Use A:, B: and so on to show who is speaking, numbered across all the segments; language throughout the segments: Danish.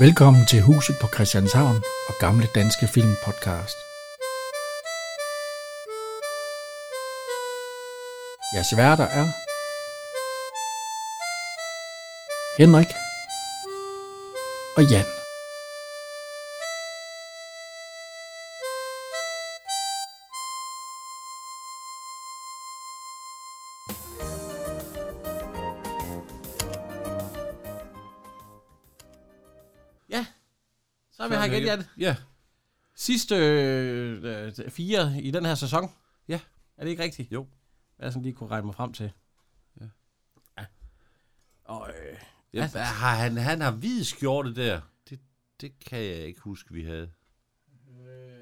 A: Velkommen til Huset på Christianshavn og Gamle Danske Film Podcast. Jeres værter er Henrik og Jan.
B: Ja. Så er vi
C: Så
B: her igen, Jan.
C: Ja,
B: Sidste øh, øh, fire i den her sæson.
C: Ja.
B: Er det ikke rigtigt?
C: Jo.
B: Hvad jeg sådan lige kunne regne mig frem til.
C: Ja.
B: ja. Og øh,
C: ja.
B: Altså-
C: Hvad Har han, han har hvid skjorte der. Det, det kan jeg ikke huske, vi havde.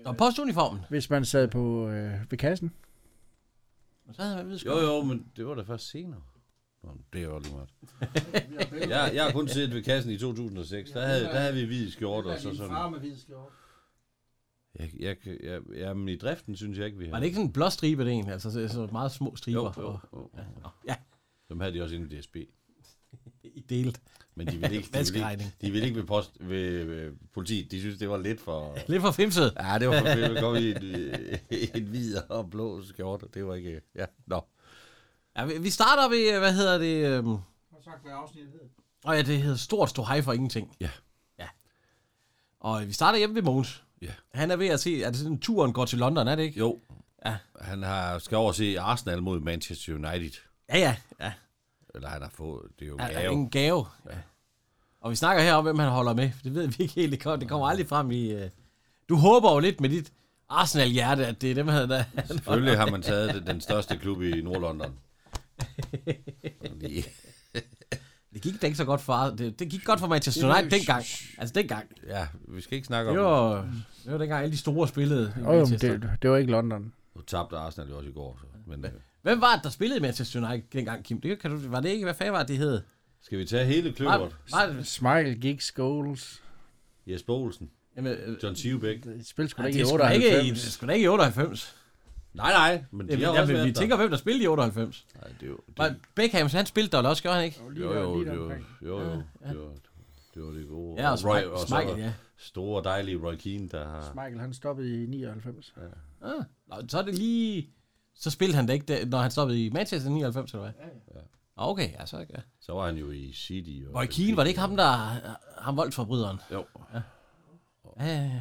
B: og postuniformen.
A: Hvis man sad på øh, ved kassen.
B: Så havde man vidt
C: Jo, jo, men det var da først senere. Nå, men det var lige meget. jeg, jeg har kun siddet ved kassen i 2006. Der havde, der havde vi hvid skjorte og så sådan.
D: med hvid skjorte.
C: Jeg, jeg, kan- jeg, jamen, i driften synes jeg ikke, vi havde.
B: Var det ikke sådan en blå stribe, det egentlig? Altså så, så meget små
C: Jo,
B: striber.
C: jo, jo,
B: Og,
C: jo.
B: Nå, ja,
C: Dem havde de også inde i DSB.
B: i delt.
C: Men de ville ikke, de ville ikke,
B: Vaskeregning.
C: de ville ikke ved, post, ved, ved, politiet. De synes, det var lidt for...
B: Lidt for fimset.
C: Ja, det var for fedt. Vi kom i en, øh, en hvid og blå skjorte. Det var ikke... Ja, nå.
B: Ja, vi, vi starter ved, øh, hvad hedder det? Øhm,
D: Har sagt, hvad afsnittet hed.
B: og ja, det hedder Stort Stå Hej for Ingenting.
C: Ja.
B: Ja. Og øh, vi starter hjemme ved Mogens.
C: Ja.
B: Han er ved at se, er det sådan, turen går til London, er det ikke?
C: Jo.
B: Ja.
C: Han har, skal over og se Arsenal mod Manchester United.
B: Ja, ja, ja.
C: Eller han har fået, det er jo
B: Ja, der
C: gave.
B: er en gave. Ja. Og vi snakker her om, hvem han holder med. for Det ved vi ikke helt. Det kommer, det kommer aldrig frem i... øh, Du håber jo lidt med dit Arsenal-hjerte, at det er dem, han der.
C: Selvfølgelig har man taget den, den største klub i Nordlondon. Lige.
B: Det gik da ikke så godt for... Ar- Det, det gik godt for Manchester United dengang. Altså dengang.
C: Ja, vi skal ikke snakke om
B: Det
C: det.
B: var, det var dengang alle de store spillede i
A: Åh, oh,
B: Manchester.
A: det, det var ikke London.
C: Nu tabte Arsenal jo også i går. Så. Men øh,
B: Hvem var det, der spillede i Manchester United dengang, Kim? Det kan du, var det ikke? Hvad fanden var det, det hed?
C: skal vi tage hele
B: Var,
C: kløveret?
B: var det,
A: Smile, Gig, Scholes.
C: Jesper Olsen,
B: jamen, øh,
C: John Sivbæk.
A: Spil skulle
B: nej,
A: ikke i
B: det er sgu da ikke, i- det
A: 98.
B: er sgu da ikke i 98.
C: Nej, nej, men de
B: Jamen,
C: har også
B: jamen, vi
C: været der.
B: tænker, hvem der spillede i 98.
C: Nej, det er jo,
B: Var
C: det,
B: Beckham, han spillede der vel også, gjorde han ikke?
C: jo, jo, det var, jo, jo,
B: Ja, ja.
C: det var, det var det gode.
B: Ja, og
C: Roy-
B: Smike,
C: og så
B: Smike ja.
C: store, dejlige Roy Keane, der har...
A: Michael, han stoppede i 99.
B: Ah, nå, så er det lige... Så spillede han da ikke, der, når han stoppede i Manchester i 99, eller hvad?
C: ja.
B: Nå, Okay, ja, så ikke. Ja.
C: Så var han jo i City. Og
B: Roy Keane, var det ikke ham, der... Ham voldsforbryderen?
C: Jo.
B: Ja, ja, ja.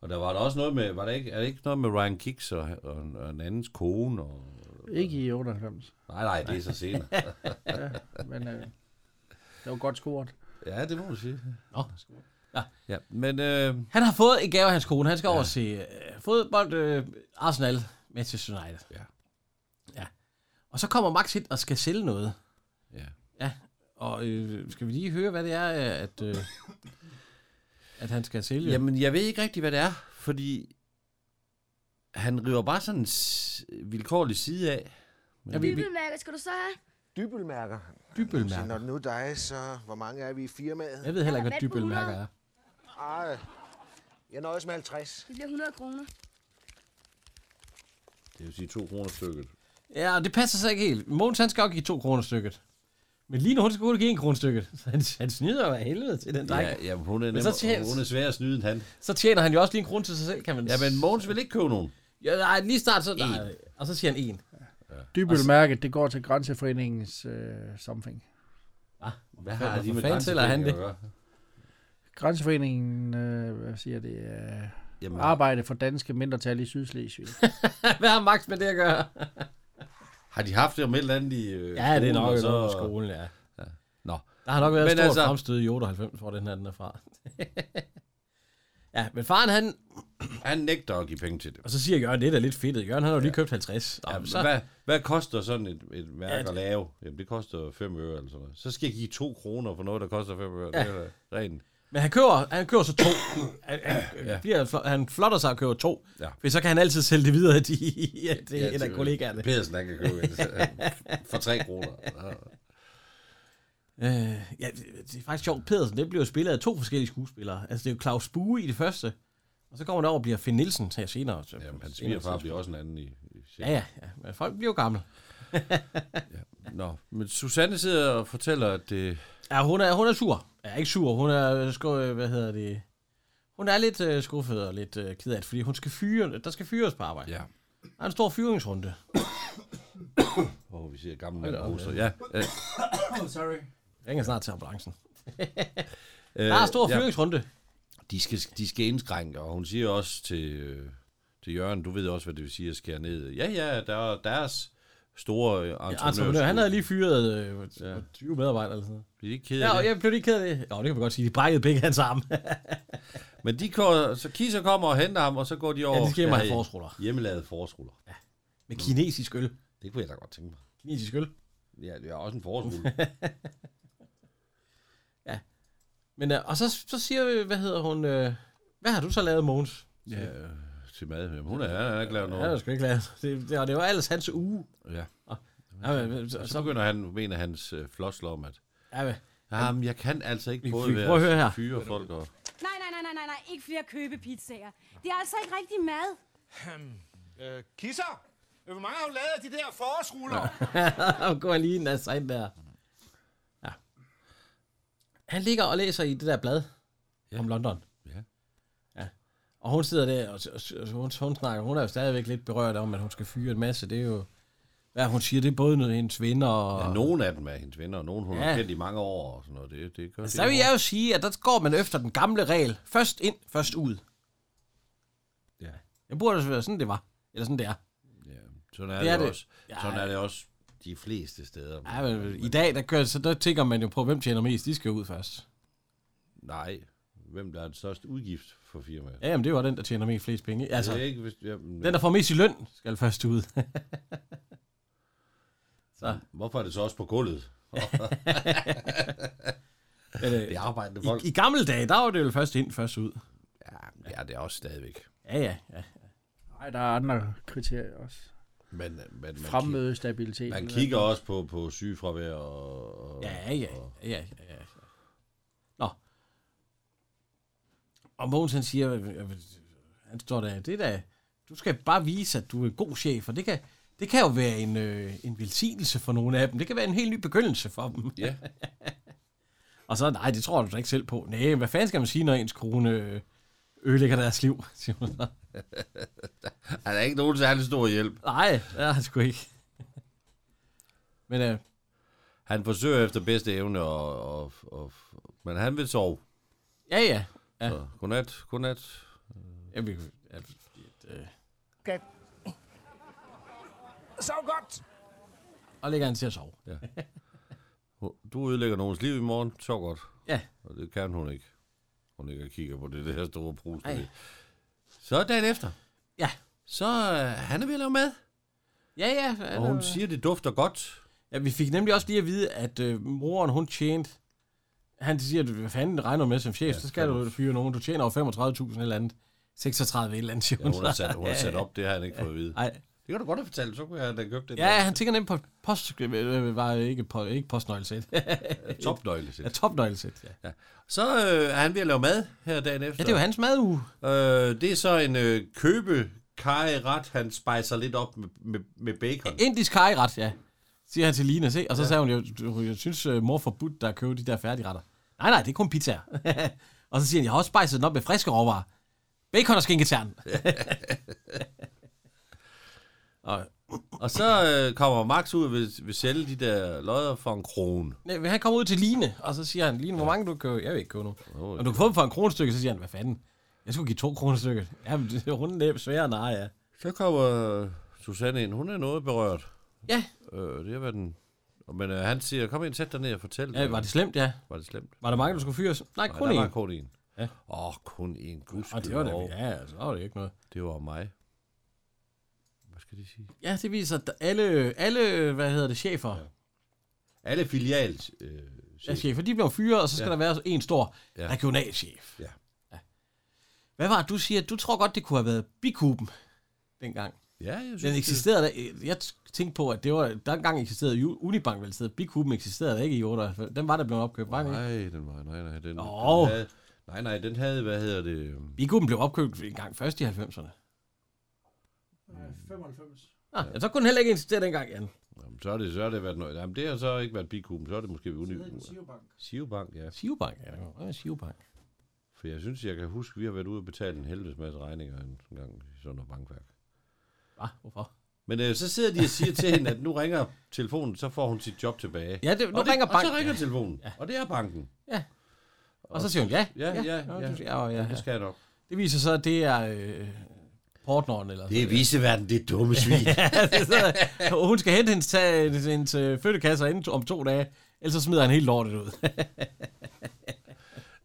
C: Og der var der også noget med, var der ikke, er det ikke noget med Ryan Giggs og, og, og en andens kone? Og,
A: Ikke i 98.
C: nej, nej, det er så senere.
A: Ja, men øh, det var godt scoret.
C: ja, det må du sige.
B: Nå.
C: Ja, men øh,
B: Han har fået en gave af hans kone. Han skal ja. over og se øh, fodbold, øh, Arsenal, Manchester United.
C: Ja.
B: Ja. Og så kommer Max ind og skal sælge noget.
C: ja.
B: Og øh, skal vi lige høre, hvad det er, øh, at, øh, at han skal sælge?
C: Jamen, jeg ved ikke rigtig, hvad det er, fordi han river bare sådan en s- vilkårlig side af. Men,
B: Ja, vi- vi-
E: Bibelmærker skal du så have?
F: Dybelmærker. Så
B: Dybølmærker.
F: når det nu er dig, så hvor mange er vi i firmaet?
B: Jeg ved heller ikke, hvad
E: Jeg har valgt på
B: dybølmærker er.
F: Ej, jeg nøjes med 50.
E: Det bliver 100 kroner.
C: det vil sige to kroner stykket.
B: Ja, og det passer så ikke helt. Mogens, han skal jo give to kroner stykket. Men Line, hun skal kun give en kroner stykket. Så han, han snyder jo af helvede til den dreng. Ja.
C: Ja, ja, hun er, nem,
B: så tjener-
C: hun er svær at snyde end han.
B: Så tjener han jo også lige en krone til sig selv, kan man
C: Ja, men Mogens vil ikke købe nogen.
B: Ja, nej, lige start så... Nej, og så siger han en.
A: Dybølmærket, det går til Grænseforeningens øh, something.
C: Hvad
B: Hvorfor fanden sælger han
C: grænsepenge
B: det?
C: at gøre?
A: Grænseforeningen, øh, hvad siger det, øh,
C: Jamen,
A: arbejde for danske mindretal i Sydslesvig.
B: Hvad har Max med det at gøre?
C: har de haft det om et eller andet i øh,
B: Ja, det er
C: skolen,
B: nok
C: og
B: noget med skolen, ja.
C: Nå,
B: Der har nok været et
C: Men
B: stort altså...
C: altså-
B: fremstød i 98, hvor den her den er fra. ja, men faren han...
C: han nægter at give penge til det.
B: Og så siger Jørgen, det er da lidt fedtet. Jørgen, han har jo lige købt 50. Nå,
C: Ja,
B: ja,
C: men
B: så,
C: hvad, hvad koster sådan et, et mærke
B: Ja,
C: ja,
B: det-
C: at lave? Jamen, det koster 5 øre eller sådan noget. Så skal jeg give 2 kroner for noget, der koster 5 øre. Ja. Det er da rent.
B: Men han kører, han kører så to. han, han, ja. bliver, fl- han flotter sig og kører to. Ja.
C: Ja.
B: For så kan han altid sælge det videre til, ja, til ja, en af
C: til-
B: kollegaerne.
C: Pedersen, han kan købe det for 3 kroner. Ja.
B: Øh, ja, det er faktisk sjovt. Pedersen, det bliver jo spillet af to forskellige skuespillere. Altså, det er jo Claus Bue i det første. Og så kommer det over og bliver Finn Nielsen her senere. Så,
C: Jamen,
B: senere
C: hans svigerfar
B: tidspunkt.
C: bliver også en anden i... i
B: Ja, ja, ja. Men folk bliver jo gamle.
C: Nå, men Susanne sidder og fortæller, at det,
B: Ja, hun er, hun er sur. Ja, ikke sur, hun er, øh, sku, øh, hvad hedder det, hun er lidt øh, skuffet og lidt øh, ked af det, fordi hun skal fyre, der skal fyres på arbejde.
C: Ja.
B: Der er en stor fyringsrunde.
C: Åh, oh, vi ser gamle mand hoster. Ja. Øh,
A: Oh, sorry.
B: Ringer snart til ambulancen.
C: øh,
B: Der er en stor
C: ja.
B: fyringsrunde.
C: de skal, de skal indskrænke, og hun siger også til, øh, til Jørgen, du ved også, hvad det vil sige at skære ned. Ja, ja, der er deres store øh,
B: Ja,
C: entreprenør.
B: entreprenør. Han havde lige fyret øh,
C: Ja.
B: ja. 20 medarbejdere eller sådan noget.
C: Bliver de ikke ked af
B: Ja, og
C: det?
B: jeg blev lige ked af det. Jo, det kan man godt sige. De brækkede begge hans arme.
C: Men de går, så Kisser kommer og henter ham, og så går de over...
B: ja, de skal hjem og
C: Der
B: have
C: er
B: forårsruller.
C: Hjemmelavede forårsruller.
B: Med kinesisk øl.
C: Det kunne jeg da godt tænke mig.
B: Kinesisk øl.
C: Ja, det er også en forårsrulle.
B: Men, øh, og så, så siger vi, hvad hedder hun, øh, hvad har du så lavet, Mogens?
C: ja, øh, til mad. Jamen, hun er, han er ikke lavet
B: Ja, det er
C: noget.
B: sgu ikke lavet. Det, det, og det var ellers hans uge.
C: Ja.
B: Ja, men, så,
C: Og så
B: så,
C: begynder han, mener hans øh, flosler om, at
B: ja, men,
C: Jamen, jeg kan altså ikke
B: Vi-
C: både
B: vi- prøv at høre her."
C: være fyre folk og...
D: Nej, nej, nej, nej, nej, nej. Ikke flere købepizzaer. Det er altså ikke rigtig mad.
E: Øh, kisser? Øh, Hvor mange har du lavet af de der forårsruller?
B: og går lige en altså ind der. Ja. Han ligger og læser i det der blad
C: Ja.
B: ja. om London.
C: Ja.
B: ja. Og hun sidder der, og, og, og hun, hun snakker, hun er jo stadigvæk lidt berørt om, at hun skal fyre en masse. Det er jo, hvad hun siger, det er både noget, hendes venner og...
C: Ja, nogle af dem er hendes venner, og nogle hun har
B: Ja.
C: kendt i mange år og sådan noget. Det, det gør
B: Så
C: det
B: vil jeg jo sige, at der går man efter den gamle regel. Først ind, først ud.
C: Ja.
B: Jeg burde også være sådan, det var. Eller sådan, det er.
C: Ja, sådan er
B: Det
C: det,
B: er
C: det.
B: det.
C: også. Sådan er det også de fleste steder.
B: Ja, men, I dag, der, kører, så der tænker man jo på, hvem tjener mest. De skal ud først.
C: Nej, hvem der er den største udgift for firmaet?
B: Ja, jamen, det var den, der tjener mest flest penge. Altså,
C: Altså, det er ikke, hvis, jamen,
B: den, der får mest i løn, skal først ud. så,
C: Hvorfor er det så også på gulvet?
B: men, øh,
C: Det er arbejdende folk.
B: i, I gamle dage, der var det jo først ind, først ud.
C: Ja, ja, det er også stadigvæk.
B: Ja, ja, ja.
A: Nej, der er andre kriterier også.
C: Men, men man, kig,
A: Fremmødestabilitet.
C: man kigger også på, på sygefravær og... og
B: Ja, ja, ja, ja, ja. ja. Nå. Og Mogens han siger, øh, øh, han står der, det der, du skal bare vise, at du er en god chef, og det kan, det kan jo være en, øh, en velsignelse for nogle af dem. Det kan være en helt ny begyndelse for dem.
C: Ja.
B: og så, nej, det tror du da ikke selv på. Nej, hvad fanden skal man sige, når ens kone øh, ødelægger deres liv, siger hun så.
C: Er der ikke nogen særlig stor hjælp?
B: Nej, det er han sgu ikke. Men øh,
C: Han forsøger efter bedste evne, og, og, og, men han vil sove.
B: ja, ja.
C: Ja. Så, godnat, godnat.
B: Jeg, vil, ja, fordi, at, øh,
E: Okay. Så godt.
B: og ligger han til at sove.
C: Du ødelægger nogens liv i morgen, så godt.
B: Ja.
C: Og det kan hun ikke. Hun ligger og kigger på det der store brus.
B: Ej.
C: Så dagen efter,
B: Ja.
C: så øh, han er ved at lave mad.
B: Ja, ja.
C: Og hun siger, det dufter godt.
B: ja, vi fik nemlig også lige at vide, at øh, moren, hun tjente... Han siger, at hvad fanden regner du med som chef, ja, så skal du fyre nogen. Du tjener over 35.000 eller andet. 36 eller andet, siger
C: Ja,
B: hun.
C: hun har sat, hun har sat op, det har han ikke fået at vide.
B: Nej.
C: Det kan du godt have fortalt, så kunne jeg have købt det.
B: Ja, han tænker nemlig på post... Øh, var ikke, på, ikke postnøglesæt.
C: øh, Topnøgle
B: ja,
C: selv.
B: topnøglesæt, ja.
C: Så øh, er han ved at lave mad her dagen efter.
B: Ja, det er jo hans maduge.
C: Øh, det er så en øh, købe ret, han spejser lidt op med, med, med bacon.
B: Indisk kajret, ja. Siger han til Lina, se. Og så ja. sagde hun jo, "Du- jeg synes, øh, mor forbudt dig at købe de der færdigretter. Nej, nej, det er kun pizzaer. og så siger han, jeg har også spejset den op med friske råvarer. Bacon og skinketern. og,
C: Og så øh, kommer Max ud og vil, vil sælge de der lodder for en krone.
B: nej, men han kommer ud til Line, og så siger han, Line, hvor mange du køber? Jeg vil ikke købe nogen.
C: Oh,
B: Og du kan få dem for en krone stykke, så siger han, hvad fanden? Jeg skulle give to kroner stykket. Jamen, det er runde næb, svære nej, ja.
C: Så kommer Susanne ind. Hun er noget berørt.
B: Ja.
C: Øh, det har været den... Men øh, han siger, kom ind, sæt dig ned og fortæl.
B: ja. var det slemt, ja?
C: var det slemt?
B: Var der mange, du skulle fyres? Nej,
C: Nej,
B: kun
C: der var
B: en.
C: kun en. Åh,
B: Ja.
C: oh, kun en.
B: Og det var det, ja, så var det ikke noget.
C: det var mig. Hvad skal de sige?
B: Ja, det viser, at alle, alle hvad hedder det, chefer, ja.
C: Alle filials... Øh,
B: Ja, chefer, de bliver fyret, og så skal
C: Ja.
B: ja. der være en stor
C: Ja.
B: ja. regionalchef.
C: Ja.
B: ja. Hvad var det, du siger? Du tror godt, det kunne have været bikuben dengang.
C: ja, jeg synes,
B: Den
C: det-
B: eksisterede der. Jeg tænkte på, at det var, der engang eksisterede Ju- Unibank vel stedet. Bikuben eksisterede der ikke i 98. Den var der blevet opkøbt, var den ikke?
C: Nej, den var... Nej, nej, den,
B: Nå.
C: den havde, Nej, nej, den havde, hvad hedder det... øhm,
B: Bikuben blev opkøbt en gang først i 90'erne.
A: 95.
B: Ah, ja. så kunne den heller ikke eksistere dengang, Jan.
C: Jamen, så har det, så har det været noget. Jamen, det har så ikke været bikuben, så har det måske været unik. Sivebank, ja.
B: Sivebank, ja. Hvad er Sivebank?
C: For jeg synes, jeg kan huske, vi har været ude og betale en helvedes masse regninger en gang i sådan noget bankværk.
B: Hvad? Hvorfor?
C: Men øh, så sidder de og siger til hende, at nu ringer telefonen, så får hun sit job tilbage.
B: Ja, det, nu
C: og det,
B: ringer
C: og
B: banken.
C: så ringer telefonen, ja. og det er banken.
B: Og så siger hun ja.
C: Ja, ja, ja.
B: ja, ja, ja, ja.
C: Det skal jeg nok.
B: Det viser sig, at det er øh, partneren. Eller
C: Det er viseverden, det er dumme svin.
B: Og hun skal hente hendes, tage, hendes øh, føttekasser inden om to dage, ellers så smider han helt lortet ud.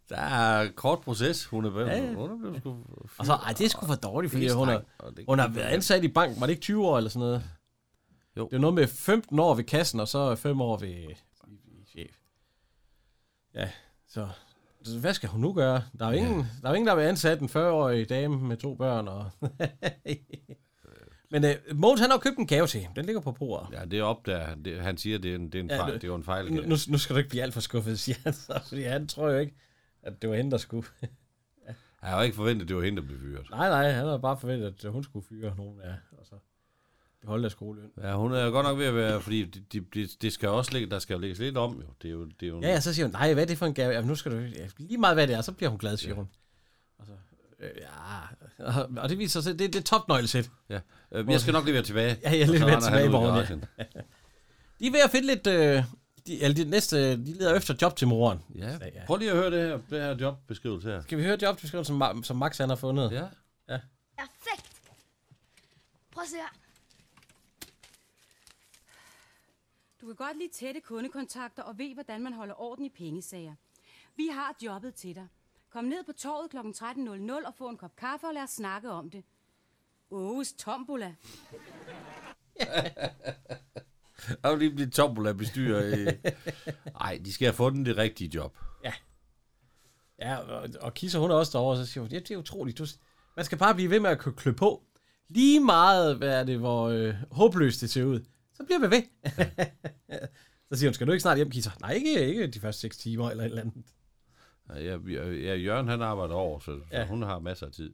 C: Der er kort proces. Hun er blevet, ja, ja. hun er blevet sgu...
B: og så, ej, det er sgu for dårligt, fordi hun har,
C: Og det-
B: hun har været ansat i banken. Var det ikke 20 år eller sådan noget?
C: Jo.
B: Det er noget med 15 år ved kassen, og så 5 år ved ved chef. Ja, så så hvad skal hun nu gøre? Der er jo ingen, der, er jo ingen, der vil ansat en 40-årig dame med to børn. Og Men øh, Mogens, han har jo købt en gave til hende. Den ligger på bordet.
C: Ja, det opdager han. Det, han siger, det er en, det er en
B: Ja,
C: ja, fejl.
B: nu-
C: Det er jo en fejl.
B: Nu, nu, nu skal du ikke blive alt for skuffet, siger han så, fordi han tror jo ikke, at det var hende, der skulle.
C: Jeg har jo ikke forventet, at det var hende, der blev fyret.
B: Nej, nej, han havde bare forventet, at hun skulle fyre nogen af, og så beholde deres skoleløn.
C: Ja, hun er jo godt nok ved at være, fordi det de, de, de skal også ligge, der skal jo lægges lidt om, jo. Det er jo, det er jo en-
B: Ja, ja, så siger hun, nej, hvad er det for en gave? Jamen, nu skal du ja, lige meget, hvad det er, så bliver hun glad, siger hun. Og så, øh, ja, og, og det viser sig, det, det er topnøglesæt.
C: ja. Øh, jeg skal nok lige være tilbage.
B: Ja, jeg er
C: Og
B: lidt
C: så
B: mere
C: render han
B: tilbage i
C: ud
B: morgen, ja.
C: garagen.
B: De er ved at finde lidt, øh, de, eller de næste, de leder efter job til moren. Så,
C: Ja, prøv lige at høre det her, det her jobbeskrivelse her.
B: Skal vi høre jobbeskrivelsen, som, Ma- som Max han har fundet?
C: Ja.
G: Perfekt. Prøv at se her.
D: Du kan godt lide tætte kundekontakter og ved, hvordan man holder orden i pengesager. Vi har jobbet til dig. Kom ned på torvet kl. 13.00 og få en kop kaffe og lad os snakke om det. Åges tombola.
C: Der er jo lige blive tombola bestyrer. Nej, de skal have fundet det rigtige job.
B: Ja, og, og Kisser, hun er også derovre, og så siger hun, ja, det er utroligt. Du, man skal bare blive ved med at kø- klø på. Lige meget, hvad er det, hvor øh, håbløst det ser ud. Så bliver vi ved. så siger hun, skal du ikke snart hjem, Kisser? Nej, ikke, ikke de første 6 timer eller et eller andet.
C: Ja, jeg- ja, Jørgen han arbejder over, så,
B: Ja.
C: så hun har masser af tid.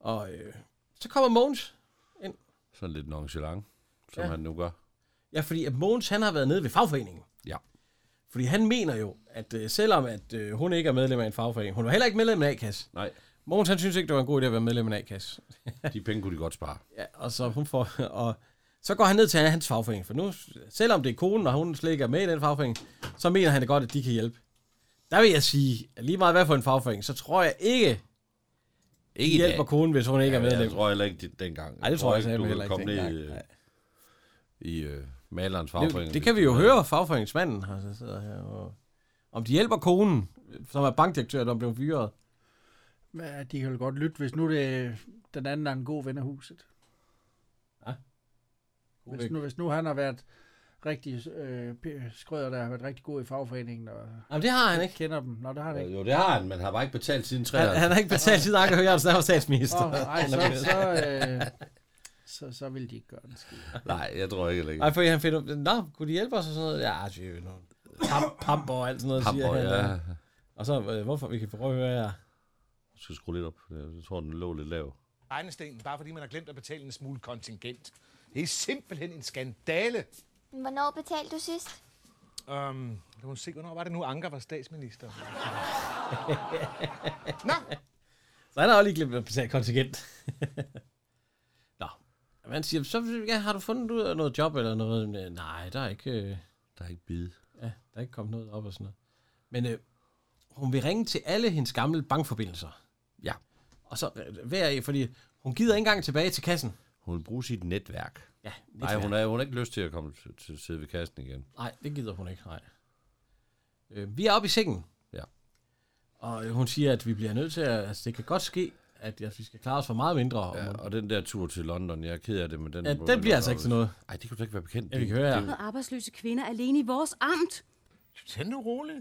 B: Og øh, så kommer Mogens.
C: Sådan lidt nonchalant, som
B: Ja.
C: ja. han nu gør.
B: Ja, fordi at Mogens, han har været nede ved fagforeningen.
C: Ja.
B: Fordi han mener jo, at øh, selvom at, øh, hun ikke er medlem af en fagforening, hun var heller ikke medlem af en A-kasse.
C: Nej,
B: Mogens, han synes ikke, det var en god idé at være medlem af en A-kasse.
C: de penge kunne de godt spare.
B: Ja, og så hun får, og så går han ned til hans fagforening, for nu, selvom det er konen, og hun slet ikke er med i den fagforening, så mener han det godt, at de kan hjælpe. Der vil jeg sige, at lige meget hvad for en fagforening, så tror jeg ikke, de
C: Ikke i dag.
B: hjælper konen, hvis hun ikke er
C: Jeg
B: medlem.
C: tror heller ikke, det dengang.
B: Nej, det tror jeg, jeg
C: du
B: heller
C: ville
B: ikke
C: komme ned
B: dengang.
C: i, øh,
B: Nej.
C: i øh, malerens fagforening.
B: Det, det
C: hvis
B: kan vi
C: du
B: jo
C: havde-
B: høre, fagforeningsmanden har så sidder her. Og, om de hjælper konen, som er bankdirektør, der blev fyret.
A: Men ja, de kan jo godt lytte, hvis nu det, den anden er en god ven af huset. Hvis nu, hvis nu han har været rigtig øh, p- skrøder, der har været rigtig god i fagforeningen, og
B: Jamen, det har han ikke.
A: kender dem. Nå, det har han ikke.
C: Jo, det har han, men har bare ikke betalt siden
B: Han,
C: 93.
B: han har ikke betalt sit anker, Jørgensen, der var statsminister.
A: Åh, nej, så, så, øh, så, så vil de ikke gøre det.
C: Nej, jeg tror ikke heller ikke.
B: Nej, fordi han finder, nå, kunne de hjælpe os og sådan noget? Ja, det er jo noget. Pamp, pamper og alt sådan noget,
C: Hamburg,
B: siger han.
C: ja.
B: Ja. Og så, øh, hvorfor, vi kan prøve at høre her.
C: Jeg skal skrue lidt op. Jeg tror, den lå lidt lav.
E: Regnestenen, bare fordi man har glemt at betale en smule kontingent. Det er simpelthen en skandale.
G: Hvornår betalte du sidst?
E: Øhm, lad mig se, hvornår var det nu, Anker var statsminister? Nå,
B: Så han har også lige glemt at betale kontingent. nå, man siger, så ja, har du fundet ud af noget job eller noget? Øh, Nej, der er ikke, øh,
C: Der er ikke bid.
B: ja, der er ikke kommet noget op og sådan noget. Men øh, hun vil ringe til alle hendes gamle bankforbindelser.
C: Ja.
B: Og så øh, hver af, fordi hun gider ikke engang tilbage til kassen.
C: Hun vil bruge sit netværk.
B: Ja,
C: Nej, hun har, hun har ikke lyst til at komme til, til at sidde ved kassen igen.
B: Nej, det gider hun ikke, nej. Øh, vi er oppe i sengen.
C: Ja.
B: Og øh, hun siger, at vi bliver nødt til at... Altså, det kan godt ske, at ja, vi skal klare os for meget mindre.
C: Ja,
B: Ja,
C: og den der tur til London, jeg er ked af det, men den...
B: ja den bliver altså ikke til noget.
C: Ej, det kunne du ikke være bekendt.
B: Ja, vi kan høre her.
D: Med arbejdsløse kvinder alene i vores amt.
E: tag nu roligt.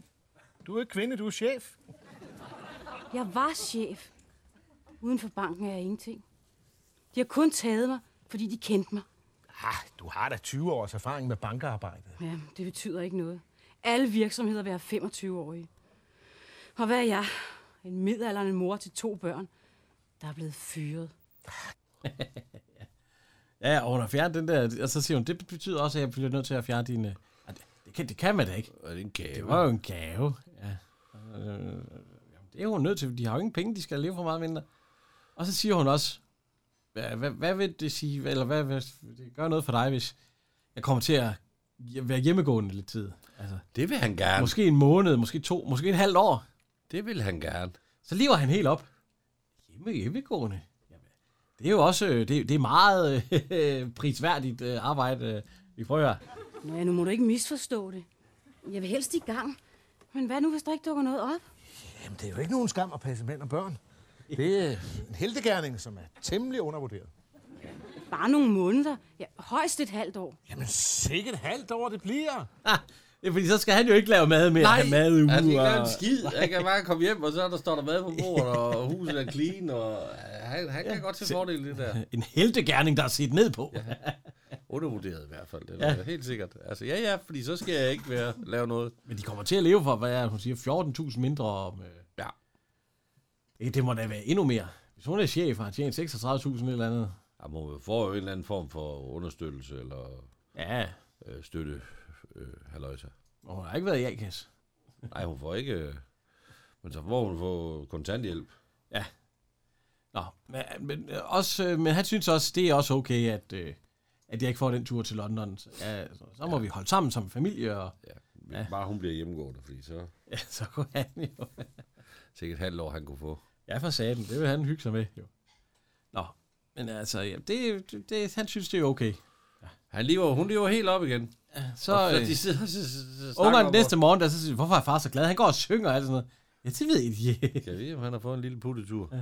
E: Du er ikke kvinde, du er chef.
D: Jeg var chef. Uden for banken er jeg ingenting. De har kun taget mig, fordi de kendte mig.
E: Ah, du har da 20 års erfaring med bankarbejdet.
D: Ja, det betyder ikke noget. Alle virksomheder vil have 25-årige. Og hvad er jeg? En midaldrende mor til to børn, der er blevet fyret.
B: Ja, og hun har fjernet den der, og så siger hun, det betyder også, at jeg bliver nødt til at fjerne dine... Ej, det- Det kan, det kan man da ikke.
C: Og det er en gave.
B: Det var jo en gave. Ja. Øh, jamen, det er hun nødt til, for de har jo ingen penge, de skal leve for meget mindre. Og så siger hun også, hvad, hvad, hvad vil det sige, eller hvad, hvad det gør noget for dig, hvis jeg kommer til at hje- være hjemmegående lidt tid? Altså,
C: Det vil han gerne.
B: måske en måned, måske to, måske en halv år.
C: Det vil han gerne.
B: Så lever han helt op. Hjemme, hjemmegående. Jamen, det er jo også øh, det, det er meget øh, prisværdigt øh, arbejde, øh, vi prøver. at høre.
D: Nå ja, nu må du ikke misforstå det. Jeg vil helst i gang. Men hvad nu, hvis der ikke dukker noget op?
E: Jamen, det er jo ikke nogen skam at passe mænd og børn. Det er en heltegærning, som er temmelig undervurderet.
D: Bare nogle måneder. Ja, højst et halvt år.
E: Jamen, sikkert halvt år det bliver.
B: Ah, det er fordi så skal han jo ikke lave mad mere. Nej, mad uge,
C: Han Altså, skal ikke lave
B: og-
C: en skid. Han kan bare komme hjem, og så er der står der mad på bordet, og huset er clean, og han, han kan godt til fordel i det der.
B: en heltegærning, der er set ned på. Ja.
C: Undervurderet i hvert fald, det er ja. helt sikkert. Altså, ja, ja, fordi så skal jeg ikke være, lave noget.
B: Men de kommer til at leve for, hvad er, det, hun siger, 14.000 mindre om... Øh,
C: Ja.
B: ikke, det må da være endnu mere. Hvis hun er chef og har tjent 36.000 eller andet.
C: Han må få en eller anden form for understøttelse eller
B: Ja,
C: øh, støtte, øh, halløjsa.
B: og hun har ikke været i A-kasse.
C: Nej, hun får ikke... Øh, men så får hun få kontanthjælp.
B: Nå, men, men, øh, også, øh, men han synes også, det er også okay, at, øh, at jeg ikke får den tur til London. Så, ja, så, så må ja. vi holde sammen som familie, og
C: Ja. ja. Bare hun bliver hjemmegående, fordi så
B: ja, så kunne han jo...
C: sikkert et halvt år, han kunne få.
B: Ja, for satan, det vil han hygge sig med, jo. Nå, men altså, ja, det, det, det, han synes, det er okay.
C: Han lever, hun lever helt op igen.
B: Så,
C: og så
B: øh,
C: de sidder og så, så, så snakker
B: Ungerne
C: om,
B: næste morgen, der så siger, de, hvorfor er far så glad? Han går og synger og alt sådan noget. Ja, det ved jeg
C: hvor-
B: ikke.
C: Kan jeg vide, om han har fået en lille puttetur? Ja,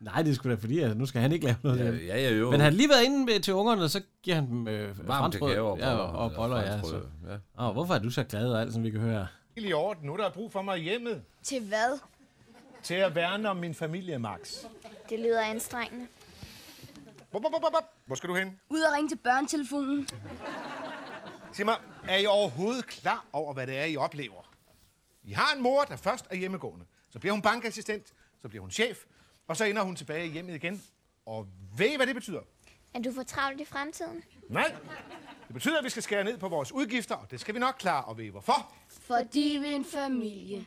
B: Nej, det skulle da fordi, altså, nu skal han ikke lave noget. Ja,
C: ja, ja jo.
B: Men han har lige været inde med, til ungerne, og så giver han dem øh,
C: varmt til
B: franskbrød.
C: gaver og
B: ja, og, og boller, ja. Så.
C: franskbrød, ja.
B: Åh, hvorfor er du så glad og alt, som vi kan høre?
E: Helt i orden. Nu er der brug for mig i hjemmet
G: Til hvad?
E: til at værne om min familie, Max.
G: Det lyder anstrengende.
E: Bop, bop, bop, bop, bop. Hvor skal du hen?
G: Ud og ringe til børnetelefonen.
E: Sig mig, er I overhovedet klar over, hvad det er, I oplever? I har en mor, der først er hjemmegående. Så bliver hun bankassistent, så bliver hun chef, og så ender hun tilbage i hjemmet igen. Og ved I, hvad det betyder?
G: Er du for travlt i fremtiden?
E: Nej. Det betyder, at vi skal skære ned på vores udgifter, og det skal vi nok klare. Og ved I hvorfor?
G: Fordi vi er en familie.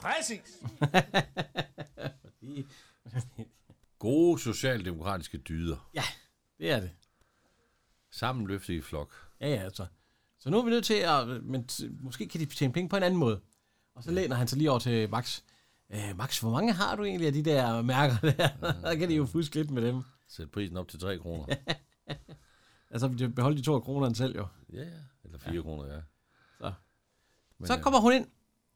E: Præcis.
C: Gode socialdemokratiske dyder.
B: Ja, det er det.
C: Sammen løftet i flok.
B: Ja, ja, altså. Så nu er vi nødt til at... Men t- måske kan de tjene penge på en anden måde. Og så læner han sig lige over til Max. Øh, Max, hvor mange har du egentlig af de der mærker der?
C: Mm.
B: Der kan de jo fuske lidt med dem.
C: Sæt prisen op til 3 kroner.
B: Altså, de beholder de to af kronerne selv jo.
C: ja, ja. Eller 4 ja. kroner, ja.
B: Så.
C: Men,
B: Så
C: øh,
B: kommer hun ind,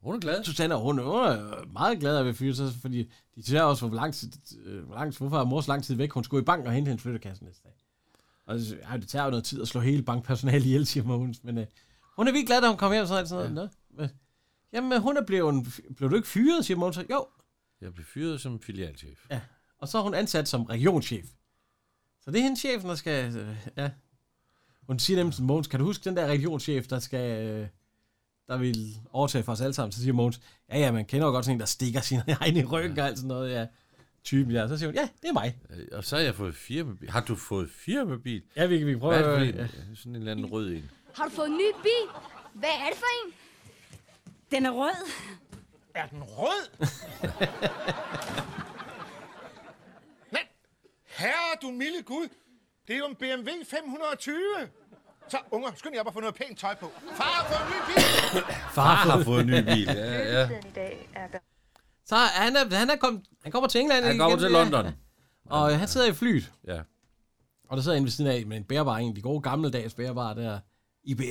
C: Hun er glad.
B: Susanne, hun, hun er øh, meget glad af at være fyret, så- fordi de ser også, hvor lang tid, øh, hvor lang, hvorfor er mors lang tid væk. Hun skulle i banken og hente hendes flyttekasse næste dag. Og så, ej, det tager jo noget tid at slå hele bankpersonalet ihjel, siger Mogens. Men øh, hun er virkelig glad, da hun kom hjem. Sådan, sådan noget. Nå, hvad? Jamen, hun er blevet, blev du ikke fyret, siger Mogens. Jo,
C: Jeg blev fyret som filialchef.
B: ja. Og så er hun ansat som regionschef. Så det er hendes chef, der skal... Øh, ja. Hun siger nemlig til Mogens, kan du huske den der regionschef, der skal... Øh, der vil overtage for os alle sammen. Så siger Mogens, ja, ja, man kender jo godt sådan en, der stikker sin egen i ryggen ja. og alt sådan noget, ja. Typen, ja. Så siger hun, ja, det er mig.
C: Øh, Og så har jeg fået firmabil. Har du fået firmabil?
B: Ja, vi, vi prøver...
C: Hvad er det for en?
B: ja.
C: øh, Ja. Sådan en eller anden rød en.
G: Har du fået en ny bil? Hvad er det for en?
D: Den er rød.
E: Er den rød? Nej. Herre, du milde Gud. Det er jo en BMW 520. Så, unger, skynd jer op og få noget pænt tøj på. Far, få en ny bil.
B: Far,
C: Jeg har fået en ny bil. Ja, ja.
B: Så er han er, han, er kommet, han kommer til England
C: Han
B: igen,
C: kommer til
B: ja.
C: London.
B: Og han sidder i flyet.
C: Ja.
B: Og der sidder en ved siden af med en bærbar, en af de gode gammeldags bærbar der. IBM.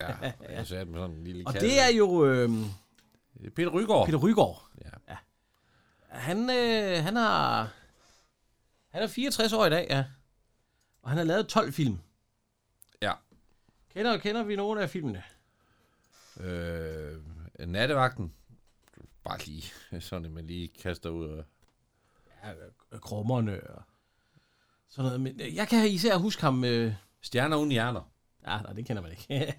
C: Ja, og jeg sagde med sådan en lille
B: Og
C: kat.
B: det er jo... Øh,
C: Det er Peter Rygaard.
B: Peter Rygaard.
C: Ja.
B: Han, øh, han har... Han er 64 år i dag, ja. Og han har lavet 12 film.
C: Ja.
B: Kender, kender vi nogle af filmene?
C: Øh, nattevagten. Bare lige sådan, at man lige kaster ud. Og...
B: Ja, øh, Krummerne og sådan noget. Men øh, jeg kan især huske ham... Øh...
C: Stjerner uden hjerner.
B: Ja, nej, det kender man ikke.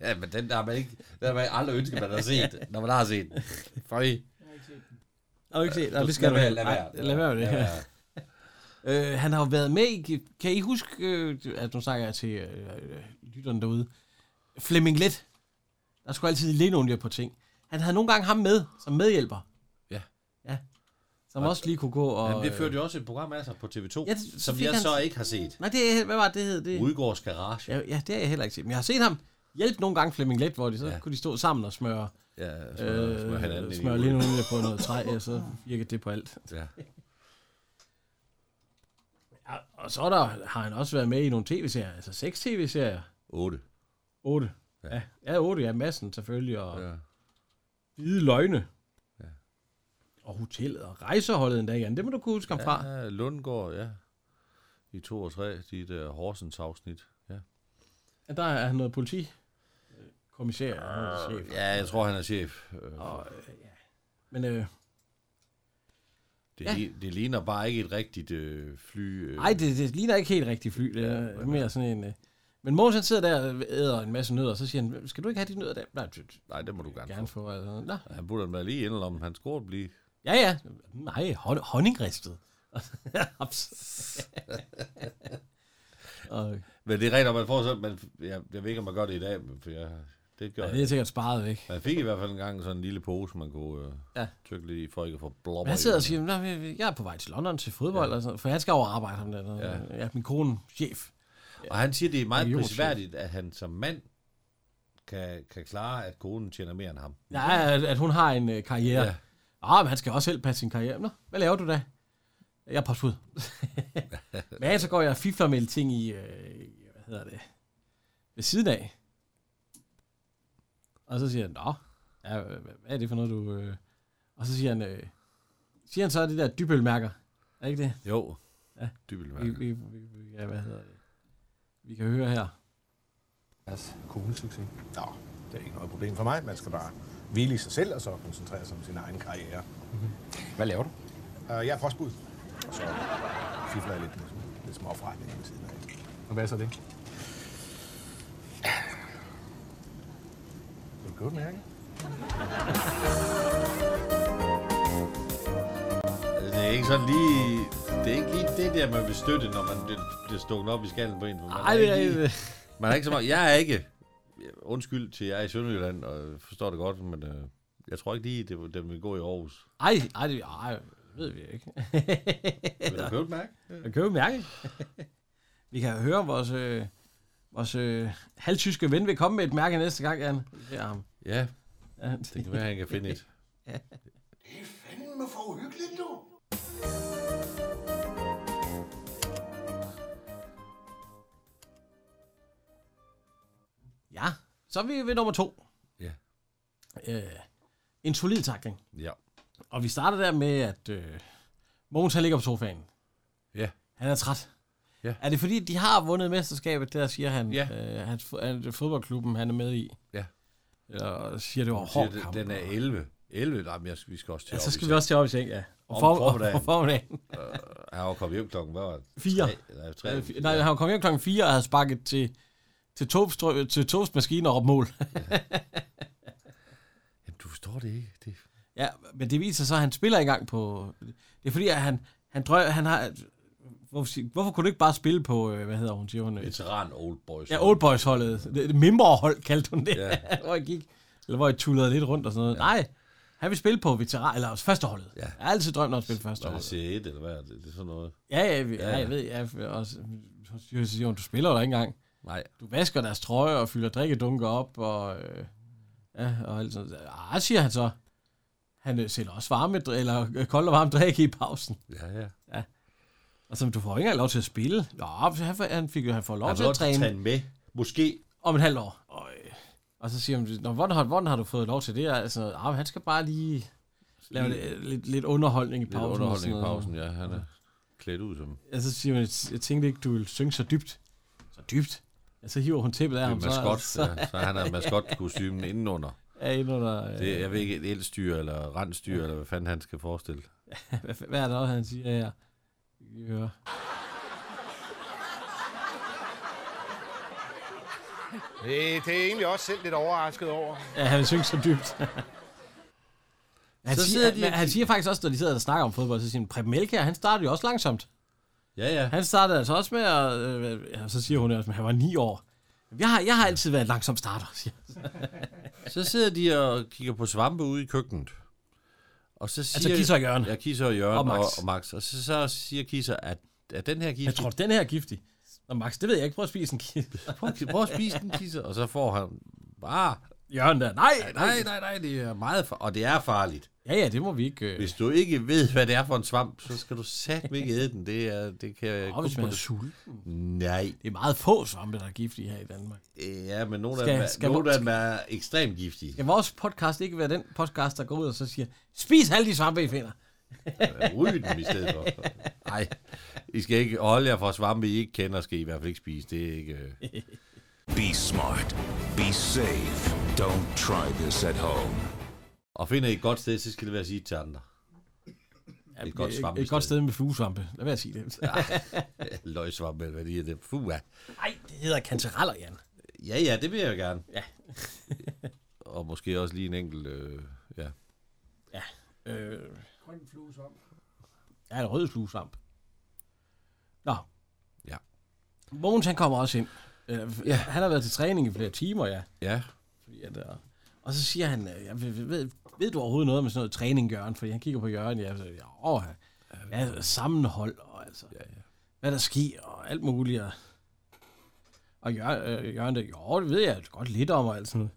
C: Ja, men den der har man ikke, den har man aldrig ønsket, man har set, når man har set den. Føj.
B: Nå, ikke se. Nå, det
C: Lad
B: skal du
C: være,
B: ikke.
C: lad
B: Nej,
C: være.
B: Lad være med det.
C: Ja.
B: Øh, han har jo været med i, kan I huske, øh, at nu snakker jeg til øh, øh, lytterne derude, Flemming Let. Der skulle altid linolie på ting. Han havde nogle gange ham med, som medhjælper.
C: Ja.
B: Ja. Som også lige kunne gå og...
C: Jamen, det
B: øh,
C: førte jo også et program af sig på TV2,
B: Ja,
C: ja,
B: det- så
C: som
B: fik
C: jeg
B: han- Øh,
C: så ikke har set.
B: Nej, det er, hvad var det, det hed? Det?
C: Udgårds Garage.
B: Ja, ja, det har jeg heller ikke set. Men jeg har set ham hjælpe nogle gange Flemming Let, hvor de så ja.
C: Ja.
B: kunne de stå sammen og smøre,
C: Ja, smør, smør hinanden
B: øh,
C: ind i
B: smøre
C: hovedet.
B: linolie på noget træ, og så virkede det på alt.
C: Ja.
B: Ja, og så er der, har han også været med i nogle tv-serier, altså seks tv-serier.
C: 8.
B: Otte. Ja.
C: Ja.
B: ja, otte, ja, massen selvfølgelig, og ja.
C: Ja.
B: hvide løgne. Ja.
C: Ja.
B: Og hotellet, og rejseholdet endda, Jan, det må du kunne huske ham fra.
C: Ja, Lundgaard, ja. I 2 og 3, de der Horsens afsnit. Ja.
B: Ja. Der er han noget politi. Kommissær, og chef.
C: ja, jeg tror, han er chef. Øh,
B: Og, øh, ja. Men øh,
C: Det,
B: ja.
C: ja. det ligner bare ikke et rigtigt øh, fly. Øh.
B: Ej, det, det ligner ikke helt rigtig fly. Det er ja, mere sådan en... Øh. Men Mogens han sidder der og æder en masse nødder, og så siger han, skal du ikke have de nødder der? Nej, det vil
C: Nej, det må du gerne,
B: jeg gerne
C: gerne. få.
B: få. Altså. Nå.
C: Han putter den bare lige ind, om han skulle blive.
B: Ja, ja. Nej, hon- honningristet. Haps. og,
C: Men det er rigtigt, at man får så... Man, jeg, jeg ved ikke, om man gør det i dag, men for jeg, det gør
B: ja,
C: ja,
B: det er
C: jeg.
B: sikkert sparet væk.
C: Man fik i hvert fald en gang sådan en lille pose, man kunne øh,
B: Ja.
C: ja. tykke lidt i, for ikke at få blopper
B: Men han sidder
C: i.
B: og siger, "Nå, men jeg er på vej til London til fodbold, ja. og sådan, noget, for han skal over og arbejde ham der. Ja.
C: Ja.
B: ja, min kone, chef.
C: Og han siger, det er meget
B: Millionchef.
C: prisværdigt, at han som mand kan, kan klare, at konen tjener mere end ham.
B: Ja, at, at hun har en øh, karriere. Ja.
C: Ja.
B: Ah, men han skal også selv passe sin karriere. Nå, hvad laver du da? Jeg er postbud. men så går jeg og fifler med ting i, øh, i- hvad hedder det, ved siden af. Og så siger han, nå, ja, hvad hvad er det for noget, du... Øh? Og så siger han, øh, siger han så det der dybølmærker. Er ikke det?
C: Jo,
B: Ja.
C: ja. dybbelt
B: Vi, vi, vi, vi, ja, hvad hedder det? Vi kan høre her.
H: Deres konesucces.
E: Nå, det er ikke noget problem for mig. Man skal bare hvile i sig selv og så koncentrere sig om sin egen karriere.
H: Mm-hmm. Hvad laver du?
E: Uh, jeg er frostbud, og så fifler jeg lidt med sådan lidt småforretning ved siden af.
H: Og hvad er så det?
E: Det er godt mærke.
C: Altså, Det er ikke sådan lige... Det er ikke lige det der, man vil støtte, når man bliver, bliver stukket op i skallen på en. for man
B: Nej, det er
C: ikke lige-
B: ikke...
C: Man er ikke så meget... Jeg er ikke... Undskyld til jer i Sønderjylland, og jeg forstår det godt, men øh, jeg tror ikke lige, det, var- den vil gå i Aarhus.
B: Ej, ej, det, ej, det ved vi ikke.
C: Vil du købe mærke?
B: Jeg kan jo mærke. vi kan høre vores, øh, vores øh, halvtyske ven vil komme med et mærke næste gang, Jan. Det er ham.
C: Ja,
B: Ja.
C: det kan være, han kan finde et.
E: Fanden for uhyggeligt, du.
B: ja, så er vi ved nummer to.
C: Ja.
B: Øh, en solid takling.
C: Ja.
B: Og vi starter der med, at øh, Mogens han ligger på sofaen.
C: Ja.
B: Han er træt.
C: Ja.
B: Er det fordi, de har vundet mesterskabet, der siger han,
C: Ja.
B: øh, hans, fo- han, fodboldklubben, han er med i?
C: Ja.
B: Eller siger det var
C: Hun
B: hård
C: siger,
B: kamp.
C: Den er 11. 11? Nej, men jeg, vi skal også til
B: ja, så skal
C: Aarhus.
B: vi også til op i seng, ja. Og
C: Om
B: for,
C: formiddagen.
B: Og, og formiddagen.
C: Han var kommet hjem klokken, hvad var det?
B: Fire.
C: Tre- Nej, tre.
B: Øh, fi- Nej, han kom hjem klokken 4 og havde sparket til, til, toast, til toastmaskinen og råbt mål.
C: Jamen, du forstår det ikke. Det...
B: ja, men det viser sig, at han spiller ikke engang på... Det er fordi, at han, han, drø, han har... Hvorfor, sig- hvorfor kunne du ikke bare spille på, øh, hvad hedder hun, siger hun? øh,
C: Veteran old boys.
B: Ja, Old Boys holdet. Det- det Mimre hold kaldte hun det,
C: Ja.
B: hvor jeg gik. Eller hvor jeg tullede lidt rundt og sådan noget. Ja. Nej, han vil spille på veteran, eller også førsteholdet.
C: Ja.
B: Jeg har altid drømt om at spille
C: Var det
B: førsteholdet.
C: C1, eller hvad er det? Det er sådan noget.
B: Ja, ja, ja, ja,
C: Ja.
B: jeg ved, ja, og så så siger hun, du spiller jo da ikke engang.
C: Nej.
B: du vasker deres trøje og fylder drikkedunker op, og, øh, ja, og alt sådan noget. Ah, siger han så. Han øh, sælger også varme, dri- eller øh, kold og varm drikke i pausen.
C: Ja, ja.
B: Og så, du får ikke engang lov til at spille. Nå, så han, får- han fik jo, han får lov
C: Han
B: til
C: har
B: at
C: lov til at
B: træne
C: tage den med. Måske.
B: om et halvt år. Og, øh, og så siger han, Nå, hvordan, har, hvordan har du fået lov til det? Altså, ah, men han skal bare lige lave lidt, lidt, lidt underholdning i
C: Lidt
B: øh, pausen. og
C: underholdning
B: sådan
C: i
B: noget.
C: pausen, ja. Han er klædt ud som...
B: Ja, så siger hun, jeg tænkte ikke, du ville synge så dybt. Så dybt? Ja, så hiver hun tæppet af
C: Det er
B: ham. Så,
C: maskot,
B: så
C: så, så han har maskotkostymen indenunder.
B: er jeg inde under, øh,
C: Det, jeg ved ikke, et elstyr eller rensdyr, eller hvad fanden han skal forestille.
B: Hvad, hvad er det også, han siger her? Vi kan lige høre.
E: Det, det er jeg egentlig også selv lidt overrasket over.
B: Ja, han synger så dybt. han, siger,
C: Så sidder de
B: han,
C: og
B: han siger faktisk også, når de sidder og snakker om fodbold, så siger han, Preben Melkær, han starter jo også langsomt.
C: Ja, ja.
B: Han startede altså også med at... Øh, ja, så siger hun også, at han var ni år. Jeg har, jeg har altid været langsom starter, siger han.
C: Så sidder de og kigger på svampe ude i køkkenet. Og så siger,
B: Altså Kisser og Jørgen.
C: Ja, Kisser og Jørgen
B: Og
C: og
B: Max.
C: Max. Og, og, Max. og så, så siger Kisser, at, at den her Kisser...
B: Jeg tror, den her er giftig. Nå, Max, det ved jeg ikke. Prøv at spise en kiste.
C: Prøv, at- prøv at spise den, Kisser. Og så får han bare...
B: Jørgen der. Nej,
C: Nej, nej, nej, det er meget far- Og det er farligt.
B: Ja, ja, det må vi ikke... Øh.
C: Hvis du ikke ved, hvad det er for en svamp, så skal du satme ikke æde den. Det, er, det kan jeg
B: Nå, hvis man er sulten.
C: Nej.
B: Det er meget få svampe, der er giftige her i Danmark.
C: Øh, Ja, men nogle af
B: Skal-
C: dem er,
B: skal
C: nogle
B: man-
C: af dem er ekstremt giftige.
B: Skal vores podcast ikke være den podcast, der går ud og så siger, spis alle de svampe, I finder.
C: Ryg dem i stedet for. Nej, I skal ikke holde jer fra svampe, I ikke kender, skal I i hvert fald ikke spise. Det er ikke... øh,
I: Be smart. Be safe. Don't try this at home.
C: Og finder I et godt sted, så skal det være at sige til andre. Ja, et godt svampe.
B: Et godt sted med fluesvampe. Lad være at sige det.
C: Løgsvampe, eller hvad de hedder. Fuh, ja.
B: Nej, det hedder kantereller, Jan.
C: ja, ja, det vil jeg gerne. Ja. og måske også lige en enkelt... Øh, ja.
B: Øh,
A: Grøn fluesvamp.
B: ja, en rød fluesvamp. Nå.
C: Ja.
B: Mogens, han kommer også ind. Øh, ja. Han har været til træning i flere timer, ja.
C: ja.
B: Fordi at, øh, og så siger han, øh, jeg ved, ved, ved du overhovedet noget med sådan noget træning, Jørgen? Fordi han kigger på Jørgen, ja, så, ja, åh, ja sammenhold og altså, ja, ja. hvad der sker og alt muligt. Og, og Jørgen, øh, Jørgen der, jo, det ved jeg godt lidt om og alt sådan noget.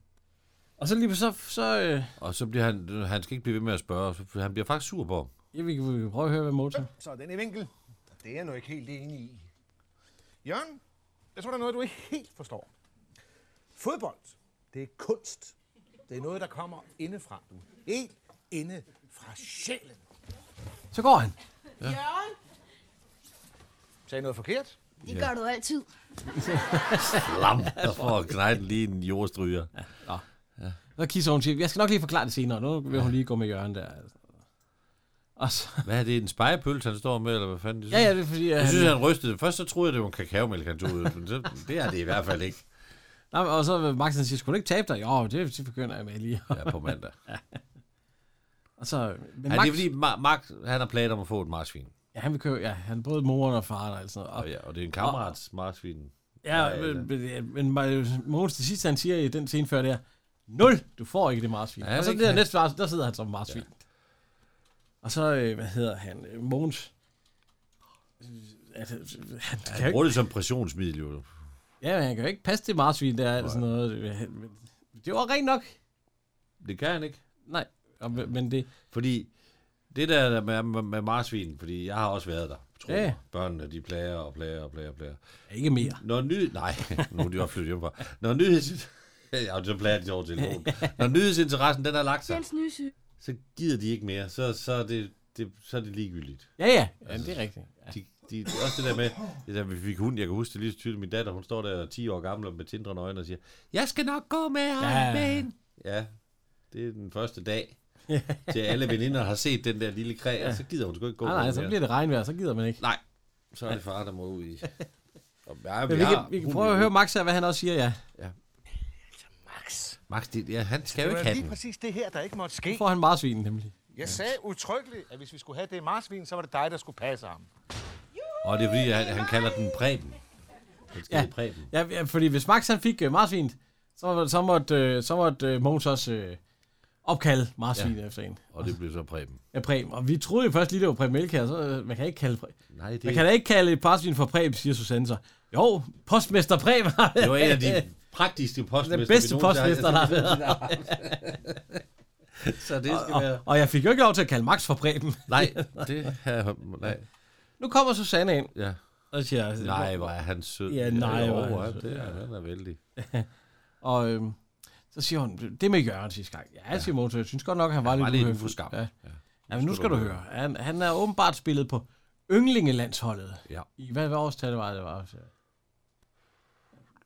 B: Og så lige så, så øh,
C: Og så bliver han... Han skal ikke blive ved med at spørge, for han bliver faktisk sur på ham.
B: ja, vi, kan, vi kan prøve at høre, hvad Mogens siger.
E: Så den i vinkel.
F: Det er jeg nu ikke helt enig i.
E: Jørgen, jeg tror, der er noget, du ikke helt forstår. Fodbold, det er kunst. Det er noget, der kommer indefra. Du er helt inde fra sjælen.
B: Så går han.
E: Sagde jeg noget forkert?
G: Det gør du altid.
C: Lam, der får knejten lige en jordstryger.
B: Så kisser hun til, jeg skal nok lige forklare det senere, nu vil hun lige gå med Jørgen der. altså. Og så,
C: Hvad er det, en spejepølse, han står med, eller hvad fanden? Det
B: ja, ja, det er fordi, at
C: Jeg
B: han-
C: synes, han rystede det. Først så troede jeg, det var en kakaomælk, han tog ud. Men så, det er det i hvert fald ikke.
B: Nej, og så vil Max han siger, skulle du ikke tabe dig? Jo, det, det begynder jeg med lige.
C: Ja, på mandag.
B: Og så, men
C: Ja,
B: Max,
C: det er fordi, Ma- Max, han har planer om at få et marsvin.
B: ja, han vil købe, ja, han er både moren og faren og alt sådan noget.
C: Og,
B: Og,
C: ja, og det er en kammerats marsvin.
B: ja, men, men, men Ma- Mogens til sidst, han siger i den scene før, det er, nul, du får ikke det marsvin.
C: Ja,
B: Ja, og så
C: det
B: det der
C: kan-
B: næste marsvin, der sidder han som marsvin. Ja. Og så, øh, hvad hedder han, øh, Mogens, altså, han kan jo
C: Han
B: ikke,
C: bruger det som pressionsmiddel, jo.
B: ja, han kan jo ikke passe det marsvin der, eller sådan noget. Men Det var rent nok.
C: Det kan han ikke.
B: Nej, og, men det,
C: Fordi det der med, med, med marsvin, fordi jeg har også været der, tror
B: Ja.
C: jeg. Børnene, de plager og plager og plager og plager.
B: ikke mere.
C: Når ny... Nej, nu er de også flyttet hjemmefra. Når nyheds... Ja, så plager de over telefonen. Når nyhedsinteressen, den har lagt sig,
G: Jens nye syg.
C: så gider de ikke mere. Så, så, er, det, det, så er det ligegyldigt.
B: Ja, ja, ja
C: Altså,
B: det er rigtigt.
C: De, de, også det der med, det der, vi fik hund, jeg kan huske det lige så tydeligt, min datter, hun står der 10 år gammel og med tindrende øjne og siger, jeg skal nok gå med ham,
B: Ja.
C: ja. med hende." Ja, det er den første dag, til alle veninder har set den der lille kræ, og så gider hun sgu ikke gå
B: Nej, nej,
C: med
B: så
C: mere.
B: bliver det regnvejr, så gider man ikke.
C: Nej, så er det far, der må ud i. Og, ja,
B: Men vi, kan, vi kan prøve at høre Max her, hvad han også siger, ja.
E: Max,
C: Max, det, ja, han skal
E: det
C: jo
E: var
C: ikke have
E: lige
C: den.
E: præcis det her, der ikke måtte
B: Nu
E: ske.
B: får han marsvinen nemlig.
E: Jeg sagde utryggeligt, at hvis vi skulle have det marsvin, så var det dig, der skulle passe ham.
C: Og det er fordi, han, han kalder den Preben. Han skal
B: Ja.
C: ja. Preben.
B: Ja, ja, fordi hvis Max han fik uh, marsvinet, så, så måtte, øh, så måtte øh, Mogens også øh, opkalde marsvinet ja. efter en.
C: Og det bliver så Preben.
B: Ja, Preben. Og vi troede jo først lige, det var Preben Elkær, så øh, man kan ikke kalde Preben.
C: Nej, det,
B: Man kan da ikke kalde et marsvin for Preben, siger Susanne så. Jo, postmester Preben.
C: det var en af de praktiske postmester.
B: den
C: vi
B: bedste
C: nogensinde har-
B: postmester, der har været.
C: Så det skal være...
B: Og, og jeg fik jo ikke lov til at kalde Max for Preben.
C: Nej, det er... Nej,
B: Nu kommer Susanne ind
C: ja.
B: og siger...
C: nej hvor er han sød.
B: Ja, nej,
C: Jo,
B: hvor er han
C: han,
B: sød,
C: det er,
B: ja.
C: han er vældig.
B: Og øhm, så siger hun, det med Jørgen sidste gang. Ja, siger Mogens, jeg synes godt nok, han var,
C: Han var
B: lidt
C: lidt
B: uhøflig.
C: uforskammet.
B: Ja.
C: Ja.
B: ja, men nu skal du høre. Han, han er åbenbart spillet på yndlingelandsholdet.
C: Ja.
B: I hvad, hvad årstal var det? Var? Så-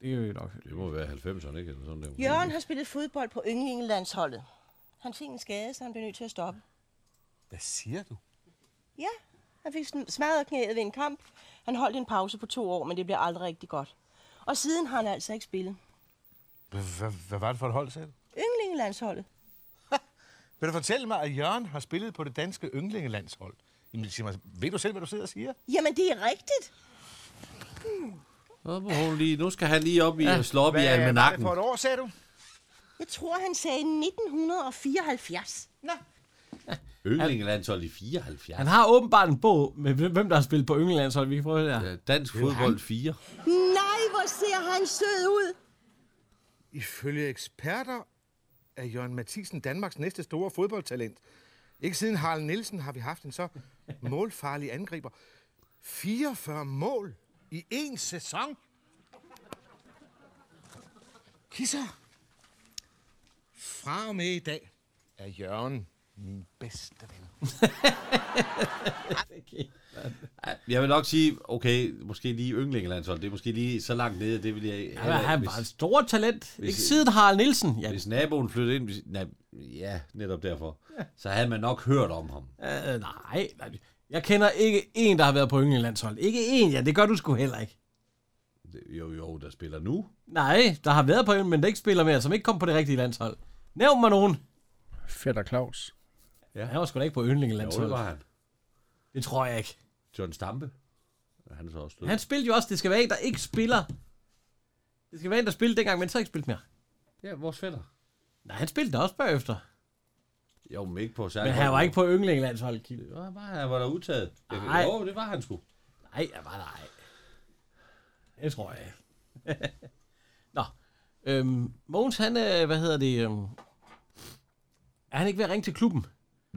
B: Det er jo nok.
C: Det må være 90'erne, ikke? Eller sådan der.
J: Jørgen har spillet fodbold på yndlingelandsholdet. Han fik en skade, så han blev nødt til at stoppe.
E: Hvad siger du?
J: Ja, han fik sm- smadret knæet ved en kamp. Han holdt en pause på to år, men det blev aldrig rigtig godt. Og siden har han altså ikke spillet.
E: Hvad var det for et hold, sagde du?
J: Yndlingelandsholdet.
E: Vil du fortælle mig, at Jørgen har spillet på det danske yndlingelandshold? Jamen, sig mig, ved du selv, hvad du sidder og siger?
J: Jamen, det er rigtigt.
C: Op, hun lige. Nu skal han lige op i ja. og slå op i
E: Hvad var det
C: almanakken.
E: for et år, sagde du?
J: Jeg tror, han sagde 1974.
E: Nå.
C: Yndlingelandshold i 74.
B: Han har åbenbart en bog med, hvem der har spillet på yndlingelandshold. Vi kan prøve det her.
C: Ja, Øh, Dansk fodbold 4.
J: Nej, hvor ser han sød ud.
E: Ifølge eksperter er Jørgen Mathisen Danmarks næste store fodboldtalent. Ikke siden Harald Nielsen har vi haft en så målfarlig angriber. 44 mål i én sæson. Kisser. Fra og med i dag er Jørgen min bedste ven.
C: Jeg vil nok sige, okay, måske lige yndlingelandshold. Det er måske lige så langt nede, det vil jeg...
B: Han, var- han var et stort talent.
C: hvis-
B: Ikke siden Harald Nielsen. Ja,
C: Hvis naboen flyttede ind, hvis, na, ja, netop derfor, så havde man nok hørt om ham.
B: øh, nej, nej. Jeg kender ikke en, der har været på yndlingelandshold. Ikke en, ja. Det gør du sgu heller ikke.
C: Det- Jo, jo, der spiller nu.
B: Nej, der har været på en, men der ikke spiller mere, som ikke kom på det rigtige landshold. Nævn mig nogen.
A: Fætter Claus.
B: Ja. Han var sgu da ikke på
C: Jo, det
B: yndlingelandshold.
C: var han.
B: det tror jeg ikke.
C: John Stampe. Han er så også død.
B: Han spillede jo også, det skal være en, der ikke spiller. Det skal være en, der spillede dengang, men så ikke spillet mere.
C: Ja, vores fætter.
B: Nej, han spillede da også bagefter.
C: Jo, men ikke på særlig
B: Men han var ikke på yndlingelandshold, Kim.
C: Jo, han var, han var der udtaget. Jeg kan-
B: Nej.
C: Jo, det var han sgu.
B: Nej, jeg var nej. Det tror jeg ikke. Nå. Øhm, Mogens, han, øh, hvad hedder det, øhm, er han ikke ved at ringe til klubben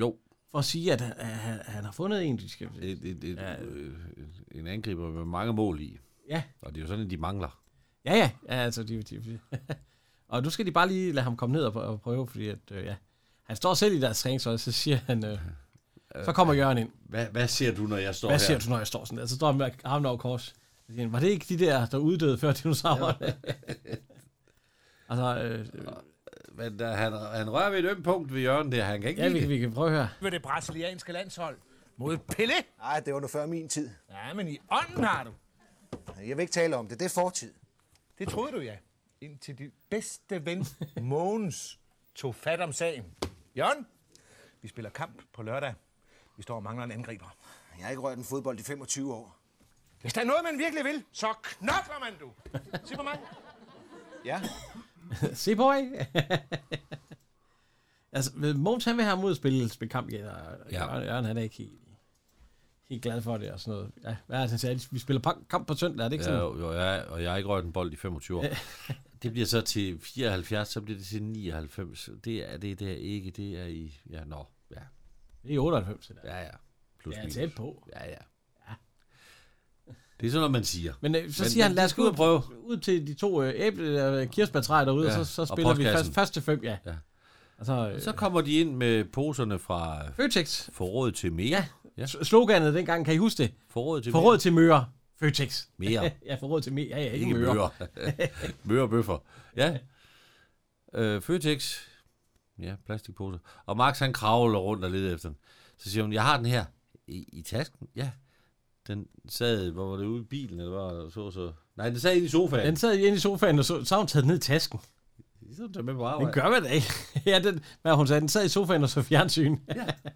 C: Jo,
B: for at sige, at han, at han, han har fundet en, de skal...
C: et, et, et, ja. øh, en angriber med mange mål i.
B: Ja.
C: Og det er jo sådan, at de mangler.
B: Ja, ja, ja altså, de, de, de. Og nu skal de bare lige lade ham komme ned og, pr- og prøve, fordi at, øh, ja. han står selv i deres træningsøj, og så siger han, øh, så kommer Jørgen ind.
C: Hvad, hvad ser du, når jeg står
B: Hvad
C: her?
B: siger du, når jeg står sådan der? Så står han med armen over kors. Så siger han, var det ikke de der, der uddøde før dinosaurerne? altså, øh,
C: Men der, han, han rører ved et ømt punkt ved Jørgen der. Han kan ikke
B: ja, vi,
C: lide
B: kan-
C: det.
B: vi kan prøve at høre.
E: Ved det brasilianske landshold mod Pelle.
F: Nej, det var nu før min tid.
E: Ja, men i ånden har du.
F: Jeg vil ikke tale om det. Det er fortid.
E: Det troede du, ja. Indtil din bedste ven, Mogens, tog fat om sagen. Jørgen, vi spiller kamp på lørdag. Vi står og mangler en angriber.
F: Jeg har ikke rørt en fodbold i 25 år.
E: Hvis der er noget, man virkelig vil, så knokler man, du. Se på mig.
F: Ja,
B: Se på, ikke? altså, ved- Mogens, han vil have ham ud og spille, spille kamp igen, og
C: Ja.
B: Jørgen, Jørgen, han er ikke helt, helt glad for det og sådan noget. Ja, hvad er det, han siger? Vi spiller pa- kamp på søndag, er det ikke
C: Ja,
B: sådan?
C: jo, jo, jeg, og jeg har ikke rørt en bold i 25 år. det bliver så til 74, så bliver det til 99. Det er det der ikke, det er i... Ja, nå. Ja,
B: Det er 98, det der.
C: ja. ja. Plus
B: Ja,
C: minus.
B: tæt på.
C: Ja, ja. Det er sådan, noget, man siger.
B: Men øh, så
C: Men-
B: men, siger
C: men
B: han,
C: de
B: lad os
C: skal
B: gå ud og prøve. Ud til de to øh, æble og kirsebærtræer derude,
C: Ja,
B: ja, og så, så
C: og
B: spiller vi
C: postkassen.
B: først, først til fem, ja.
C: Ja.
B: ja. Og så, øh,
C: Så
B: så
C: kommer de ind med poserne fra
B: Føtex.
C: forråd til mere. Ja. ja.
B: S- Sloganet dengang, kan I huske det?
C: Forråd til
B: Forråd til møre. Føtex.
C: mere. mere.
B: Ja, forråd til mere. Ja, ja, ikke,
C: Ikke
B: møre.
C: mører. mører bøffer. Ja. Øh, Føtex. Ja, plastikpose. Og Max han kravler rundt og leder efter den. Så siger hun, jeg har den her. I, i tasken? Ja. Den sad, hvor var det ude i bilen, eller hvad var det, så, så. Nej, den sad inde i sofaen.
B: Den sad inde i sofaen, og så, så har hun taget den ned i tasken.
C: Den, så den med på
B: Den
C: arbejde.
B: gør man da ikke. ja, den, hvad hun sagde, den sad i sofaen og så fjernsyn.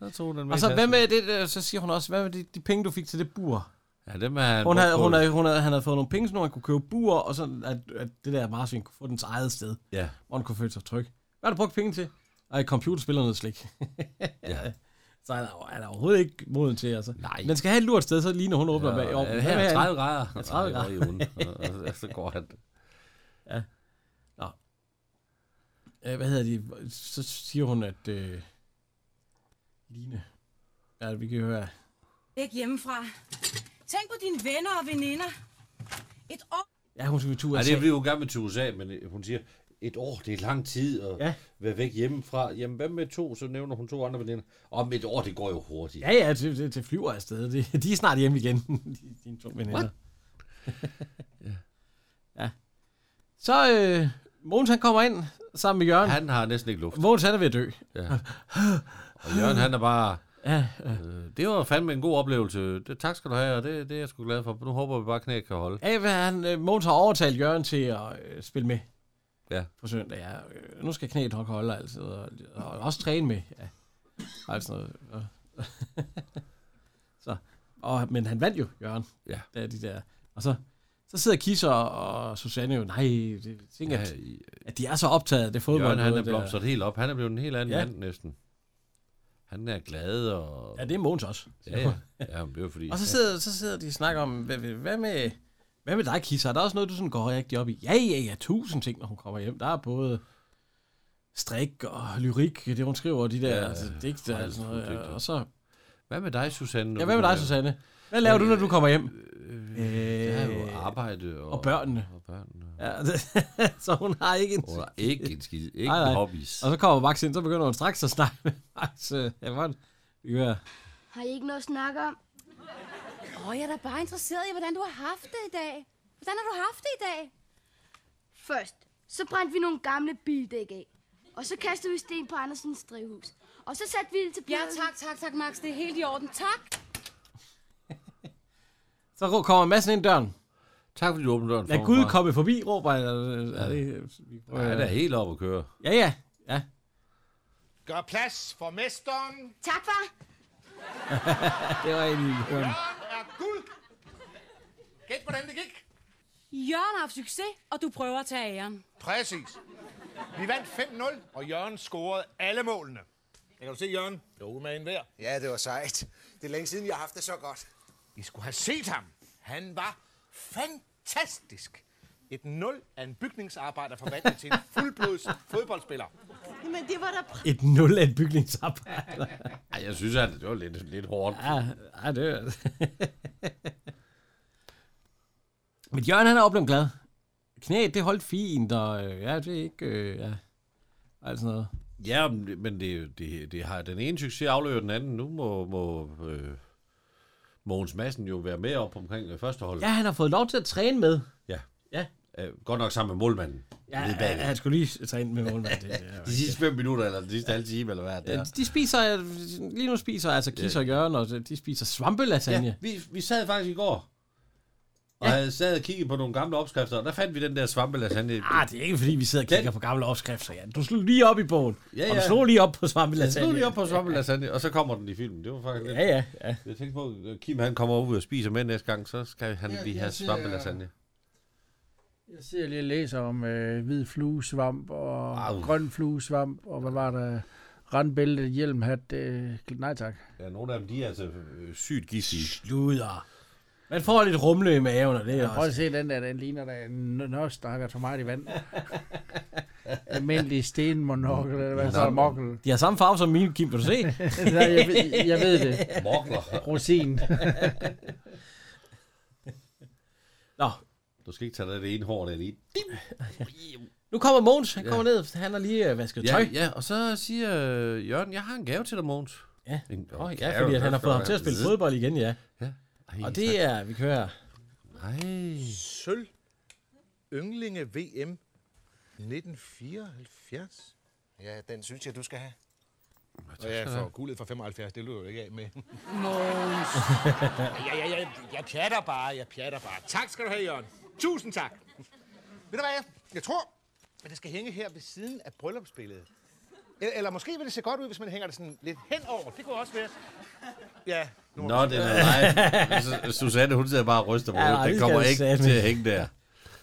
C: Så tog den med
B: og
C: i
B: så, hvad
C: tasken.
B: med det, der- så siger hun også, hvad med de, de penge, du fik til det bur?
C: Ja, dem er han
B: Hun
C: brugt
B: havde,
C: på.
B: hun, havde, hun havde, han havde fået nogle penge, så hun kunne købe bur, og så at, at det der marsvin kunne få dens eget sted.
C: Ja,
B: hvor han kunne føle sig tryg. Hvad har du brugt penge til? Ej, computerspiller noget slik.
C: ja.
B: så han er, han er overhovedet ikke moden til, altså.
C: Nej.
B: Den skal have et lurt sted, så lige når hun åbner bag.
C: Og, øh,
B: Ja,
C: her er 30 grader.
B: Ja, 30
C: Ej, hvor er I onde. Og- og- og Så går han.
B: Øh, hvad hedder de? Så siger hun, at... Øh, Line. Ja, vi kan høre.
D: Væk hjemmefra. Tænk på dine venner og veninder. Et år
B: Ja, hun skal til
C: Nej,
B: USA.
C: det er fordi, hun gerne vil til USA, men øh, hun siger, et år, det er lang tid at ja.
B: Ja.
C: være væk hjemmefra. Jamen, hvad med to? Så nævner hun to andre veninder. Om et år, det går jo hurtigt.
B: Ja, ja, til, til, til flyver afsted. De, de er snart hjemme igen, de- dine to veninder. ja. ja. Så øh, Mogens, han kommer ind sammen med Jørgen. Han...
C: Han har næsten ikke luft.
B: Mogens, han er ved at dø.
C: Og Jørgen, han er bare...
B: Ah. Ja,
C: Øh, det var fandme en god oplevelse. Det, tak skal du have, og det, det er jeg sgu glad for. Nu håber vi bare, at knæet kan holde.
B: af, hvad han, øh, Mogens har overtalt Jørgen til at øh, spille med
C: Ja.
B: på søndag. Ja. Øh, Nu skal knæet nok holde, altså, og, og også træne med. Ja. Og alt sådan noget. Og, Og, men han vandt jo, Jørgen.
C: Ja.
B: Da de der. Og så, så sidder Kisser og Susanne jo, nej, det, tænk, ja,
C: Ja,
B: at, at, de er så optaget af det fodbold.
C: Jørgen, han er
B: noget der.
C: blomstret helt op. Han er blevet en helt anden
B: Ja.
C: ja. mand næsten. Han er glad og...
B: Ja, det er Måns også.
C: Ja, ja. ja men det var fordi...
B: Og så sidder, så sidder de og snakker om, hvad, hvad- hvad med, hvad med dig, Kisser? Er der også noget, du sådan går rigtig op i? Ja, ja, ja, tusind ting, når hun kommer hjem. Der er både strik og lyrik, det hun skriver, og de der ja,
C: Ja,
B: altså, digte og
C: alt
B: sådan noget.
C: muligt digte.
B: Og så,
C: Hvad med dig, Susanne? når
B: ja,
C: du
B: hvad med
C: kommer
B: dig,
C: hjem?
B: Susanne? Hvad laver du, når du kommer hjem?
C: Øh, det er jo arbejde og...
B: og børnene.
C: Og børnene.
B: Ja, det, så hun har ikke en...
C: Og der er ikke en skid. Ikke
B: Nej, nej.
C: en hobbies.
B: Og så kommer Max ind, så begynder hun straks at snakke med Max. Øh, Ja, hvordan? Ja.
G: Har I ikke noget at snakke om?
D: Åh, jeg er da bare interesseret i, hvordan du har haft det i dag. Hvordan har du haft det i dag?
G: Først, så brændte vi nogle gamle bildæk af. Og så kastede vi sten på Andersens drivhus. Og så satte vi ild til
D: Ja,
G: bilen.
D: tak, tak, tak, Max. Det er helt i orden. Tak.
B: Så rå- kommer massen ind døren.
C: Tak fordi du åbnede døren
B: Lad
C: mig,
B: Gud
C: far.
B: komme forbi, råber jeg. Er det,
C: Ja, Han er helt oppe at køre.
B: ja, ja. ja.
E: Gør plads for mesteren.
G: Tak, far.
B: Det var egentlig... Jørgen.
E: Jørgen er guld. Gæt, hvordan det gik.
D: Jørgen har haft succes, og du prøver at tage æren.
E: Præcis. Vi vandt 5-0, og Jørgen scorede alle målene. Jeg kan du se, Jørgen? Jo, med en hver.
F: Ja, det var sejt. Det er længe siden, jeg har haft det så godt.
E: I skulle have set ham. Han var fantastisk. Et 0 af en bygningsarbejder forvandlet til en fuldblods fodboldspiller.
J: Jamen, det var da
B: Et nul af et bygningsarbejde.
C: Ej, jeg synes, at det var lidt, lidt hårdt.
B: Ja, ja, det er... Men Jørgen, han er oplevet glad. Knæet, det holdt fint, og øh, ja, det er ikke... Øh, ja. Altså noget.
C: Ja, men men det, det, det har den ene succes afløber den anden. Nu må, må øh, Mogens Madsen jo være med op omkring øh, første hold.
B: Ja, han har fået lov til at træne med.
C: ja.
B: Ja.
C: Øh, godt nok sammen med målmanden.
B: Ja,
C: Nede bagved.
B: han, han skulle lige træne med målmand. Det, det er jo
C: De sidste fem minutter, eller de sidste halve time, eller hvad det
B: Ja,
C: er.
B: de spiser, lige nu spiser altså Kis og Jørgen, og de spiser svampelasagne.
C: Ja, vi, vi sad faktisk i går, og
B: Ja.
C: ja. havde sad og kigget på nogle gamle opskrifter, og der fandt vi den der svampelasagne.
B: Ah, det er ikke fordi, vi sidder og kigger på gamle opskrifter, Jan. Du slog lige op i bogen,
C: Ja,
B: og du
C: ja.
B: slog lige op på
C: Jeg
B: svampelasagne.
C: slog lige op på svampelasagne, og så kommer den i filmen. Det var faktisk lidt...
B: Ja, ja, ja.
C: Jeg tænkte på, at Kim han kommer ud og spiser med næste gang, så skal han ja, lige
A: jeg
C: have
A: ser-
C: svampelasagne.
A: Jeg sidder lige og læser om øh, hvid fluesvamp og
C: Au.
A: Au. grøn fluesvamp, og hvad var der? Randbælte, hjelmhat, øh, nej tak.
C: Ja, nogle af dem, de er altså øh, sygt gissige.
B: Luder. Man får lidt rumle i maven, og det er
A: Prøv at
B: også...
A: se den der, den ligner da en nøst, der har været for meget i vand. Almindelig stenmonokkel, eller hvad så er der mokkel?
B: De har samme farve som mine, Kim, kan du se?
A: Nej, jeg, ved, jeg ved det.
C: Mokler.
A: Rosin.
B: Nå,
C: Du skal ikke tage dig af det ene hår, der er i.
B: nu kommer Mogens, han kommer ned, han har lige øh, vasket tøj.
C: Ja, ja, og så siger øh, Jørgen, jeg har en gave til dig, Mogens.
B: Ja.
C: En,
B: Nå, ja, fordi at han har fået ham til at spille fodbold igen, ja.
C: Ja. Ej,
B: Og det er, vi kører...
C: Ej.
E: Sølv. Ynglinge VM 1974.
F: Ja, den synes jeg, du skal have.
E: Og jeg får guldet fra 75, det løber jeg ikke af med.
D: Måns.
E: Ja, ja, ja, jeg pjatter bare, jeg pjatter bare. Tak skal du have, Jørgen. Tusind tak. Ved du hvad, jeg, jeg tror, at det skal hænge her ved siden af bryllupsbilledet. Eller, eller måske vil det se godt ud, hvis man hænger det sådan lidt henover. Det kunne også være. Ja, nu må
C: Nå, det er nej. Susanne, hun sidder bare og ryster på
B: Ja,
C: hovedet.
B: nej, det
C: Den
B: skal
C: kommer
B: jeg
C: ikke
B: satme.
C: til at hænge der.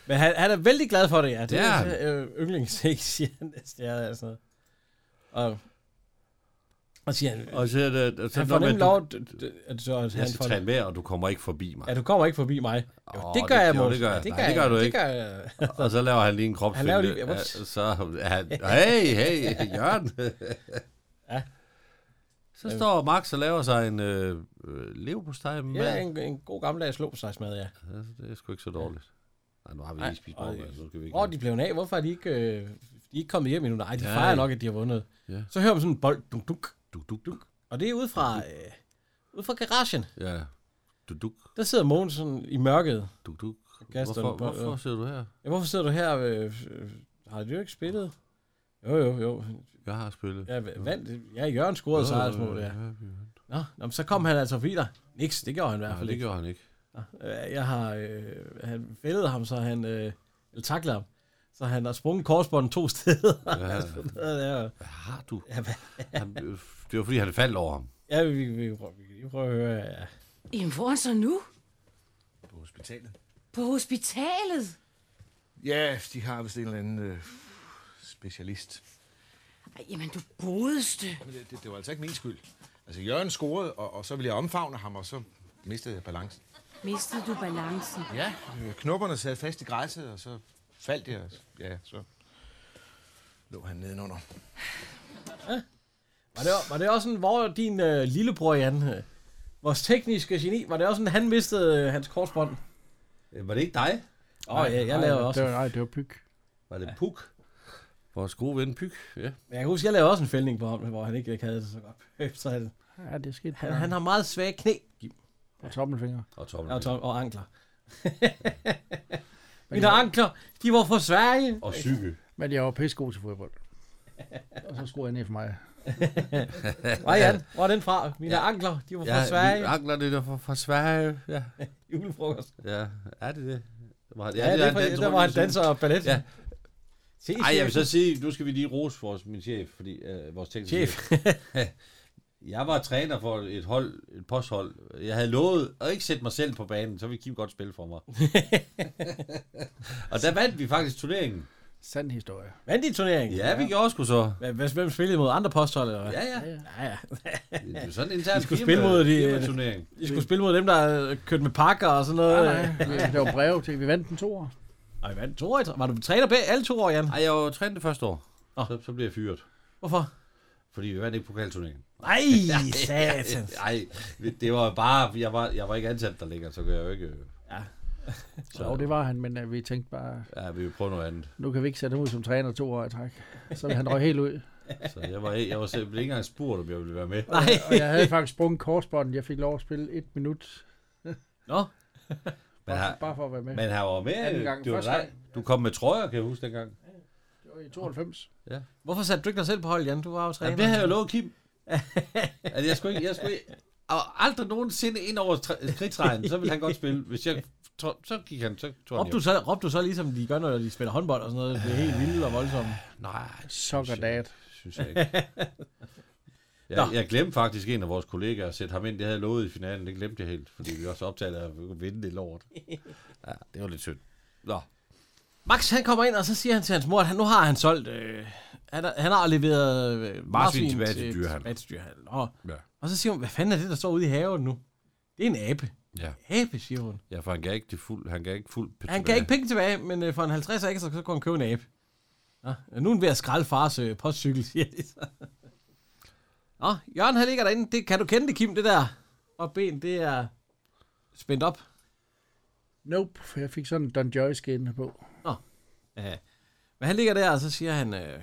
B: Men han, han er vældig glad for det, ja. Det
C: Det er
B: er
C: han.
B: øh, yndlingsæg, siger han næsten. Ja, altså. Og, og siger han,
C: Og så er det... Og så
B: han
C: er
B: får
C: det
B: nemlig
C: noget
B: lov,
C: med,
B: at, at, at, at
C: du- Jeg
B: han
C: skal
B: får
C: træne mere, og du kommer ikke forbi mig.
B: Ja, du kommer ikke forbi mig. Jo,
C: Åh,
B: det
C: det-
B: gør jeg,
C: jo,
B: Mås.
C: det gør
B: Ja,
C: jeg.
B: Det
C: Nej,
B: gør,
C: det gør
B: jeg.
C: du
B: det
C: ikke.
B: gør jeg.
C: Og så laver han lige en
B: Han
C: kropsfinde.
B: laver lige-
C: Ja,
B: Ups.
C: så er han, hey, hey, Jørgen.
B: Ja.
C: Så står Max og laver sig en øh, øh, leverpostej med
B: Ja,
C: mad.
B: en, en god gammeldags låbstegsmad, ja.
C: Altså, det er sgu ikke så dårligt. Nej, nu har vi
B: Ej,
C: lige spist
B: og-
C: morgenmad, så nu skal vi ikke...
B: Hvor er de blevet af? Hvorfor er de ikke, øh, de er ikke kommet hjem endnu? Nej, de
C: Ja,
B: fejrer
C: ja.
B: nok, at de har vundet.
C: Ja.
B: Så hører man sådan en bold, dunk, dunk.
C: Duk, duk, duk.
B: Og det er ude fra, øh, ude fra garagen.
C: Ja. Duk, duk,
B: Der sidder Mogens sådan i mørket.
C: duk, duk.
B: kaster den
C: Hvorfor,
B: på-
C: hvorfor sidder du her?
B: Ja, hvorfor sidder du her? Øh, øh, har du jo ikke spillet? Jo, jo, jo.
C: Jeg har spillet. øh,
B: Ja, vandt. ja Jørgen scorede sejrsmål, ja. Nå, nå, men så kom han altså forbi dig. Niks, det gjorde han i hvert
C: Nej,
B: fald
C: det
B: ikke.
C: gjorde han ikke.
B: Øh, Jeg har, øh, han fældede ham, så han, øh, eller taklede ham, så han har sprunget korsbånden to steder.
C: Ja.
B: Ja,
C: Hvad har du?
B: Ja, hvad-
C: Han, øh, det var fordi, han faldt over ham.
B: ja vi, vi, vi, prøver, vi kan lige prøve at høre. Ja.
D: Jamen, hvor er han så nu?
E: på hospitalet.
D: På hospitalet?
E: Ja, de har vist en eller anden øh, specialist.
D: Ej, jamen, du godeste.
E: Men det, det, det var altså ikke min skyld. Altså, Jørgen scorede, og, og så ville jeg omfavne ham, og så mistede jeg balancen.
D: Mistede du balancen?
E: Ja. Øh, Knopperne sad fast i græsset, og så faldt jeg. og s- Ja, så lå han nedenunder.
B: Var det, var det også sådan, hvor din øh, lillebror, Jan, øh, vores tekniske geni, var det også sådan, han mistede øh, hans korsbånd?
C: Øh, Var det ikke dig?
B: Åh oh, ja, jeg
A: Nej,
B: lavede også.
A: Det var, nej, det var pyg.
C: Var det Puk? Vores gode ven Pyk, ja.
B: Men jeg kan huske, jeg lavede også en fældning på ham, hvor han ikke havde det så godt. Så han,
A: Ja, det er skidt.
B: han, han har meget svage knæ
A: Og tommelfinger.
C: Og Tom.
B: og, tom, og ankler. Mine
A: jeg-
B: ankler, de var fra Sverige.
C: Og Psyke.
A: Men jeg var pissegod til fodbold. Og så skruede jeg ned for mig.
B: Hvor er Jan? Hvor er den fra? Mine ja. ankler, de var fra ja, Sverige.
C: vi Angler det der fra, fra Sverige. Ja.
B: Julefrokost.
C: ja, er det det? Var,
B: Ja, ja det er
C: en dans
B: fra, der
C: rundt
B: var
C: i
B: han
C: søen.
B: danser og ballet.
C: Ja.
B: Se,
C: Ej, jeg vil
B: chefen.
C: så sige, nu skal vi lige rose vores, min chef, fordi, øh, vores tekniske
B: Chef.
C: jeg var træner for et hold, et posthold. Jeg havde lovet at ikke sætte mig selv på banen, så ville Kim godt spille for mig. og der vandt vi faktisk turneringen.
A: Sand historie.
B: Vandt de turneringen?
C: Ja, vi gjorde sgu så.
B: Hvad- hvad- Hvem spillede mod andre posthold? Eller? hvad?
C: Ja, ja.
B: ja, ja.
C: Det er jo sådan en intern
B: I skulle spille mod de-
C: turnering.
B: I skulle spille mod dem, der øh, kørte med pakker og sådan noget.
A: Nej, nej. Det var brev til, vi vandt den to år.
B: Ej, hvad? To år? i træ- Var du træner bag alle to år, Jan?
C: Ej, jeg var trænet det første år.
B: Nå.
C: Så, så blev jeg fyret,
B: Hvorfor?
C: fordi vi vandt ikke pokalturneringen.
B: Nej, satan.
C: Nej, det var bare, jeg var, jeg var ikke ansat der længere, så kan jeg jo ikke...
B: Ja.
C: Så
A: Så det var han, men øh, vi tænkte bare,
C: ja, vi vil prøve noget andet.
A: nu kan vi ikke sætte ham ud som træner to år i træk. Så han røg helt ud.
C: Så jeg var, jeg var simpelthen ikke engang spurgt, om jeg ville være med.
B: Nej.
A: Og jeg havde faktisk sprunget korsbånden. Jeg fik lov at spille et minut,
B: Nå,
C: Men
A: bare,
C: han,
A: bare for at være med.
C: men han var med.
A: Anden gang,
C: det var
A: første
C: dig.
A: gang.
C: Du kom med trøjer, kan jeg huske dengang.
A: Det var i 92.
B: hvorfor satte du ikke dig selv på hold, Jan? Du var jo træner.
C: Jamen, det havde jeg jo lovet Kim. altså, jeg skulle ikke, jeg skulle ikke, og aldrig nogensinde ind over træ- kridtregnen, så ville han godt spille. Hvis jeg, tro, så gik han, så tog han
B: Råbte du, så, råbte du så ligesom de gør, når de spiller håndbold og sådan noget? Det er helt vildt og voldsomt.
C: hjem. Nej, det
A: Sucker dad.
C: synes jeg ikke. Jeg, jeg glemte faktisk en af vores kollegaer at sætte ham ind. Det havde jeg lovet i finalen. Det glemte jeg helt, fordi vi også optaget at vi kunne vinde det lort. Ja, det var lidt synd. Nå,
B: Max, han kommer ind, og så siger han til hans mor, at han, nu har han solgt... Øh, han, har- han har leveret øh, marsvin
C: tilbage til dyrehandel.
B: Tilbage til dyrehandel. Og,
C: Ja.
B: og så siger hun, hvad fanden er det, der står ude i haven nu? Det er en abe.
C: ja.
B: Abe, siger hun.
C: Ja, for han gav ikke det fuld, han gav ikke fuld
B: Han gav ikke penge tilbage, men øh, for en 50 ekstra, så kunne han købe en abe. Nå, øh, nu er han ved at skralde fars øh, postcykel, siger de så. Nå, Jørgen, han ligger derinde. Det, kan du kende det, Kim, det der? Og ben, det er spændt op.
A: Nope, for jeg fik sådan en Don Joy skin på.
B: Ja. Men han ligger der, og så siger han, øh,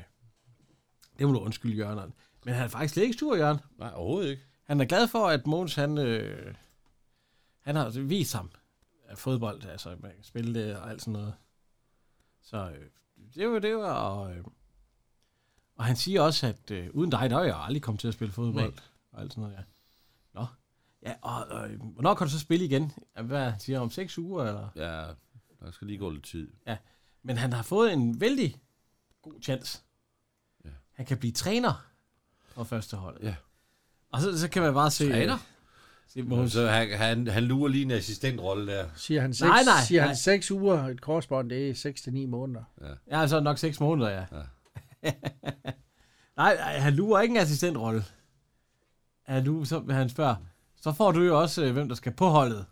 B: det må du undskylde, Jørgen. Men han er faktisk slet ikke sur, Jørgen.
C: Nej, overhovedet ikke.
B: Han er glad for, at Måns, han, øh, han har vist ham at fodbold, altså man kan spille det og alt sådan noget. Så øh, det var det, var, og, øh, og han siger også, at øh, uden dig, der er jeg aldrig kommet til at spille fodbold. Nej. Og alt sådan noget, ja. Nå. Ja, og, og øh, hvornår kan du så spille igen? Ja, Hvad han siger om seks uger, eller?
C: Ja, der skal lige gå lidt tid.
B: Men han har fået en vældig god chance.
C: Ja.
B: Ja. Han kan blive træner for første hold.
C: Ja.
B: Og så, så kan man bare se... øh,
C: Træner?
B: Se,
C: Nå,
B: Mogens.
C: Så Altså, han, han, han lurer lige en assistentrolle der.
A: Siger han seks,
B: Nej, nej,
A: siger
B: nej.
A: Han seks uger, et korsbånd, det er 6 til 9 måneder.
B: Ja, altså nok 6 måneder, ja.
C: Ja.
B: ja. nej, nej, han lurer ikke en assistentrolle. Han, lurer, så, han spørger, så får du jo også, øh, hvem der skal på holdet.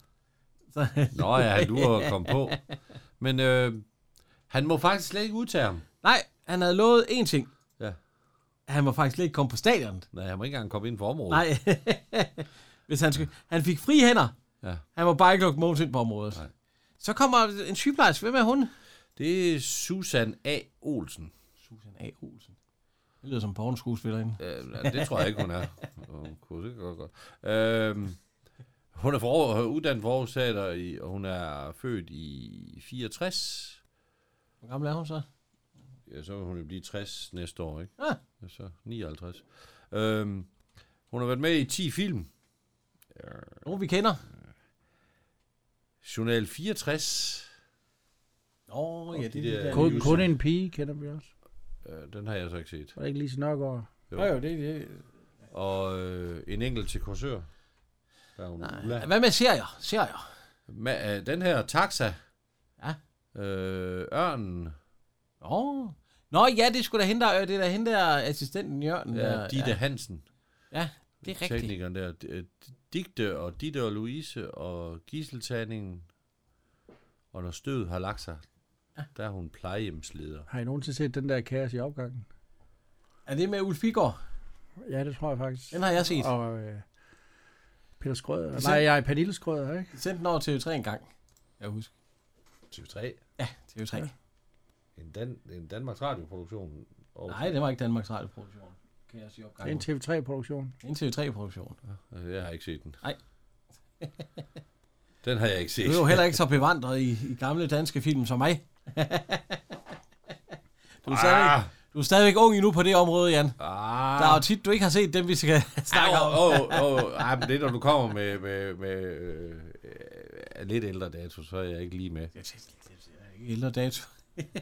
B: Så,
C: Nå ja, han lurer at komme på. Men øh, han må faktisk slet ikke udtage ham.
B: nej, han havde lovet én ting.
C: Ja.
B: Han må faktisk slet ikke komme på stadion.
C: Nej, han må ikke engang komme ind for området.
B: Nej. Hvis han, skulle, han fik fri hænder.
C: Ja.
B: Han må bare ikke lukke Mogens ind på området.
C: Nej.
B: Nej. Så kommer en sygeplejerske. Hvem er hun?
C: Det er Susan A. Olsen.
B: Susan A. Olsen. Det lyder som pornoskuespillerinde.
C: Øh, nej, det tror jeg ikke, hun er. Hun kunne sikkert godt. godt. Øh, hun er for, hun er uddannet for Aarhus Teater, i- og hun er født i 64.
B: Hvor gammel er hun så?
C: Ja, så vil hun jo blive 60 næste år, ikke?
B: Ah.
C: Ja, så 59. Øhm, hun har været med i 10 film.
B: Nogen vi kender.
C: Journal 64.
B: Nå, ja, det,
C: de
B: det,
C: der-
B: det,
A: Kun,
C: Jussi.
A: kun en pige kender vi også.
C: Øh, den har jeg så ikke set.
A: Var det ikke lige så nok over?
B: Jo, jo, det, det.
C: Og øh, en enkelt til Korsør. Der er jo
B: Nej.
C: Ulla.
B: Hvad med serier? Serier.
C: Ma- øh, den her taxa.
B: Ja.
C: Øh, ørnen.
B: Nå. Nå ja, det skulle da hende der, øh, det er da hende der assistenten Jørgen.
C: Ja,
B: der,
C: Ditte ja. Hansen.
B: Ja, det er rigtigt.
C: Teknikeren der. D- øh, Digte og Ditte og Louise og Giseltagningen. Og når stødet har lagt sig, ja. der er hun plejehjemsleder.
A: Har I nogensinde set den der kaos i opgangen?
B: Er det med Ulf Bigård?
A: Ja, det tror jeg faktisk.
B: Den har jeg set.
A: Og øh, Peter Skrøder.
B: Vi
A: Nej,
B: sendte-
A: jeg er Pernille Skrøder, ikke?
B: Vi sendte den over til TV3 en gang. Jeg husker.
C: 23.
B: Ja, TV3. Ja.
C: En, Dan- en Danmarks Radioproduktion. Og
B: Nej, det var ikke Danmarks Radio-produktion. Kan jeg sige
A: Det er en
B: opgang?
A: TV3-produktion.
B: En TV3-produktion.
C: Øh, Jeg har ikke set den.
B: Nej.
C: den har jeg ikke set.
B: Du er jo heller ikke så bevandret i, i gamle danske film som mig. du, er stadigvæk, du er stadigvæk ung endnu på det område, Jan.
C: Ah.
B: Der er jo tit, du ikke har set dem, vi skal snakke om.
C: Åh, åh, åh, ej, men det er, når du kommer med, med, med øh, øh, lidt ældre dato, så er jeg ikke lige med.
B: Ældre dato.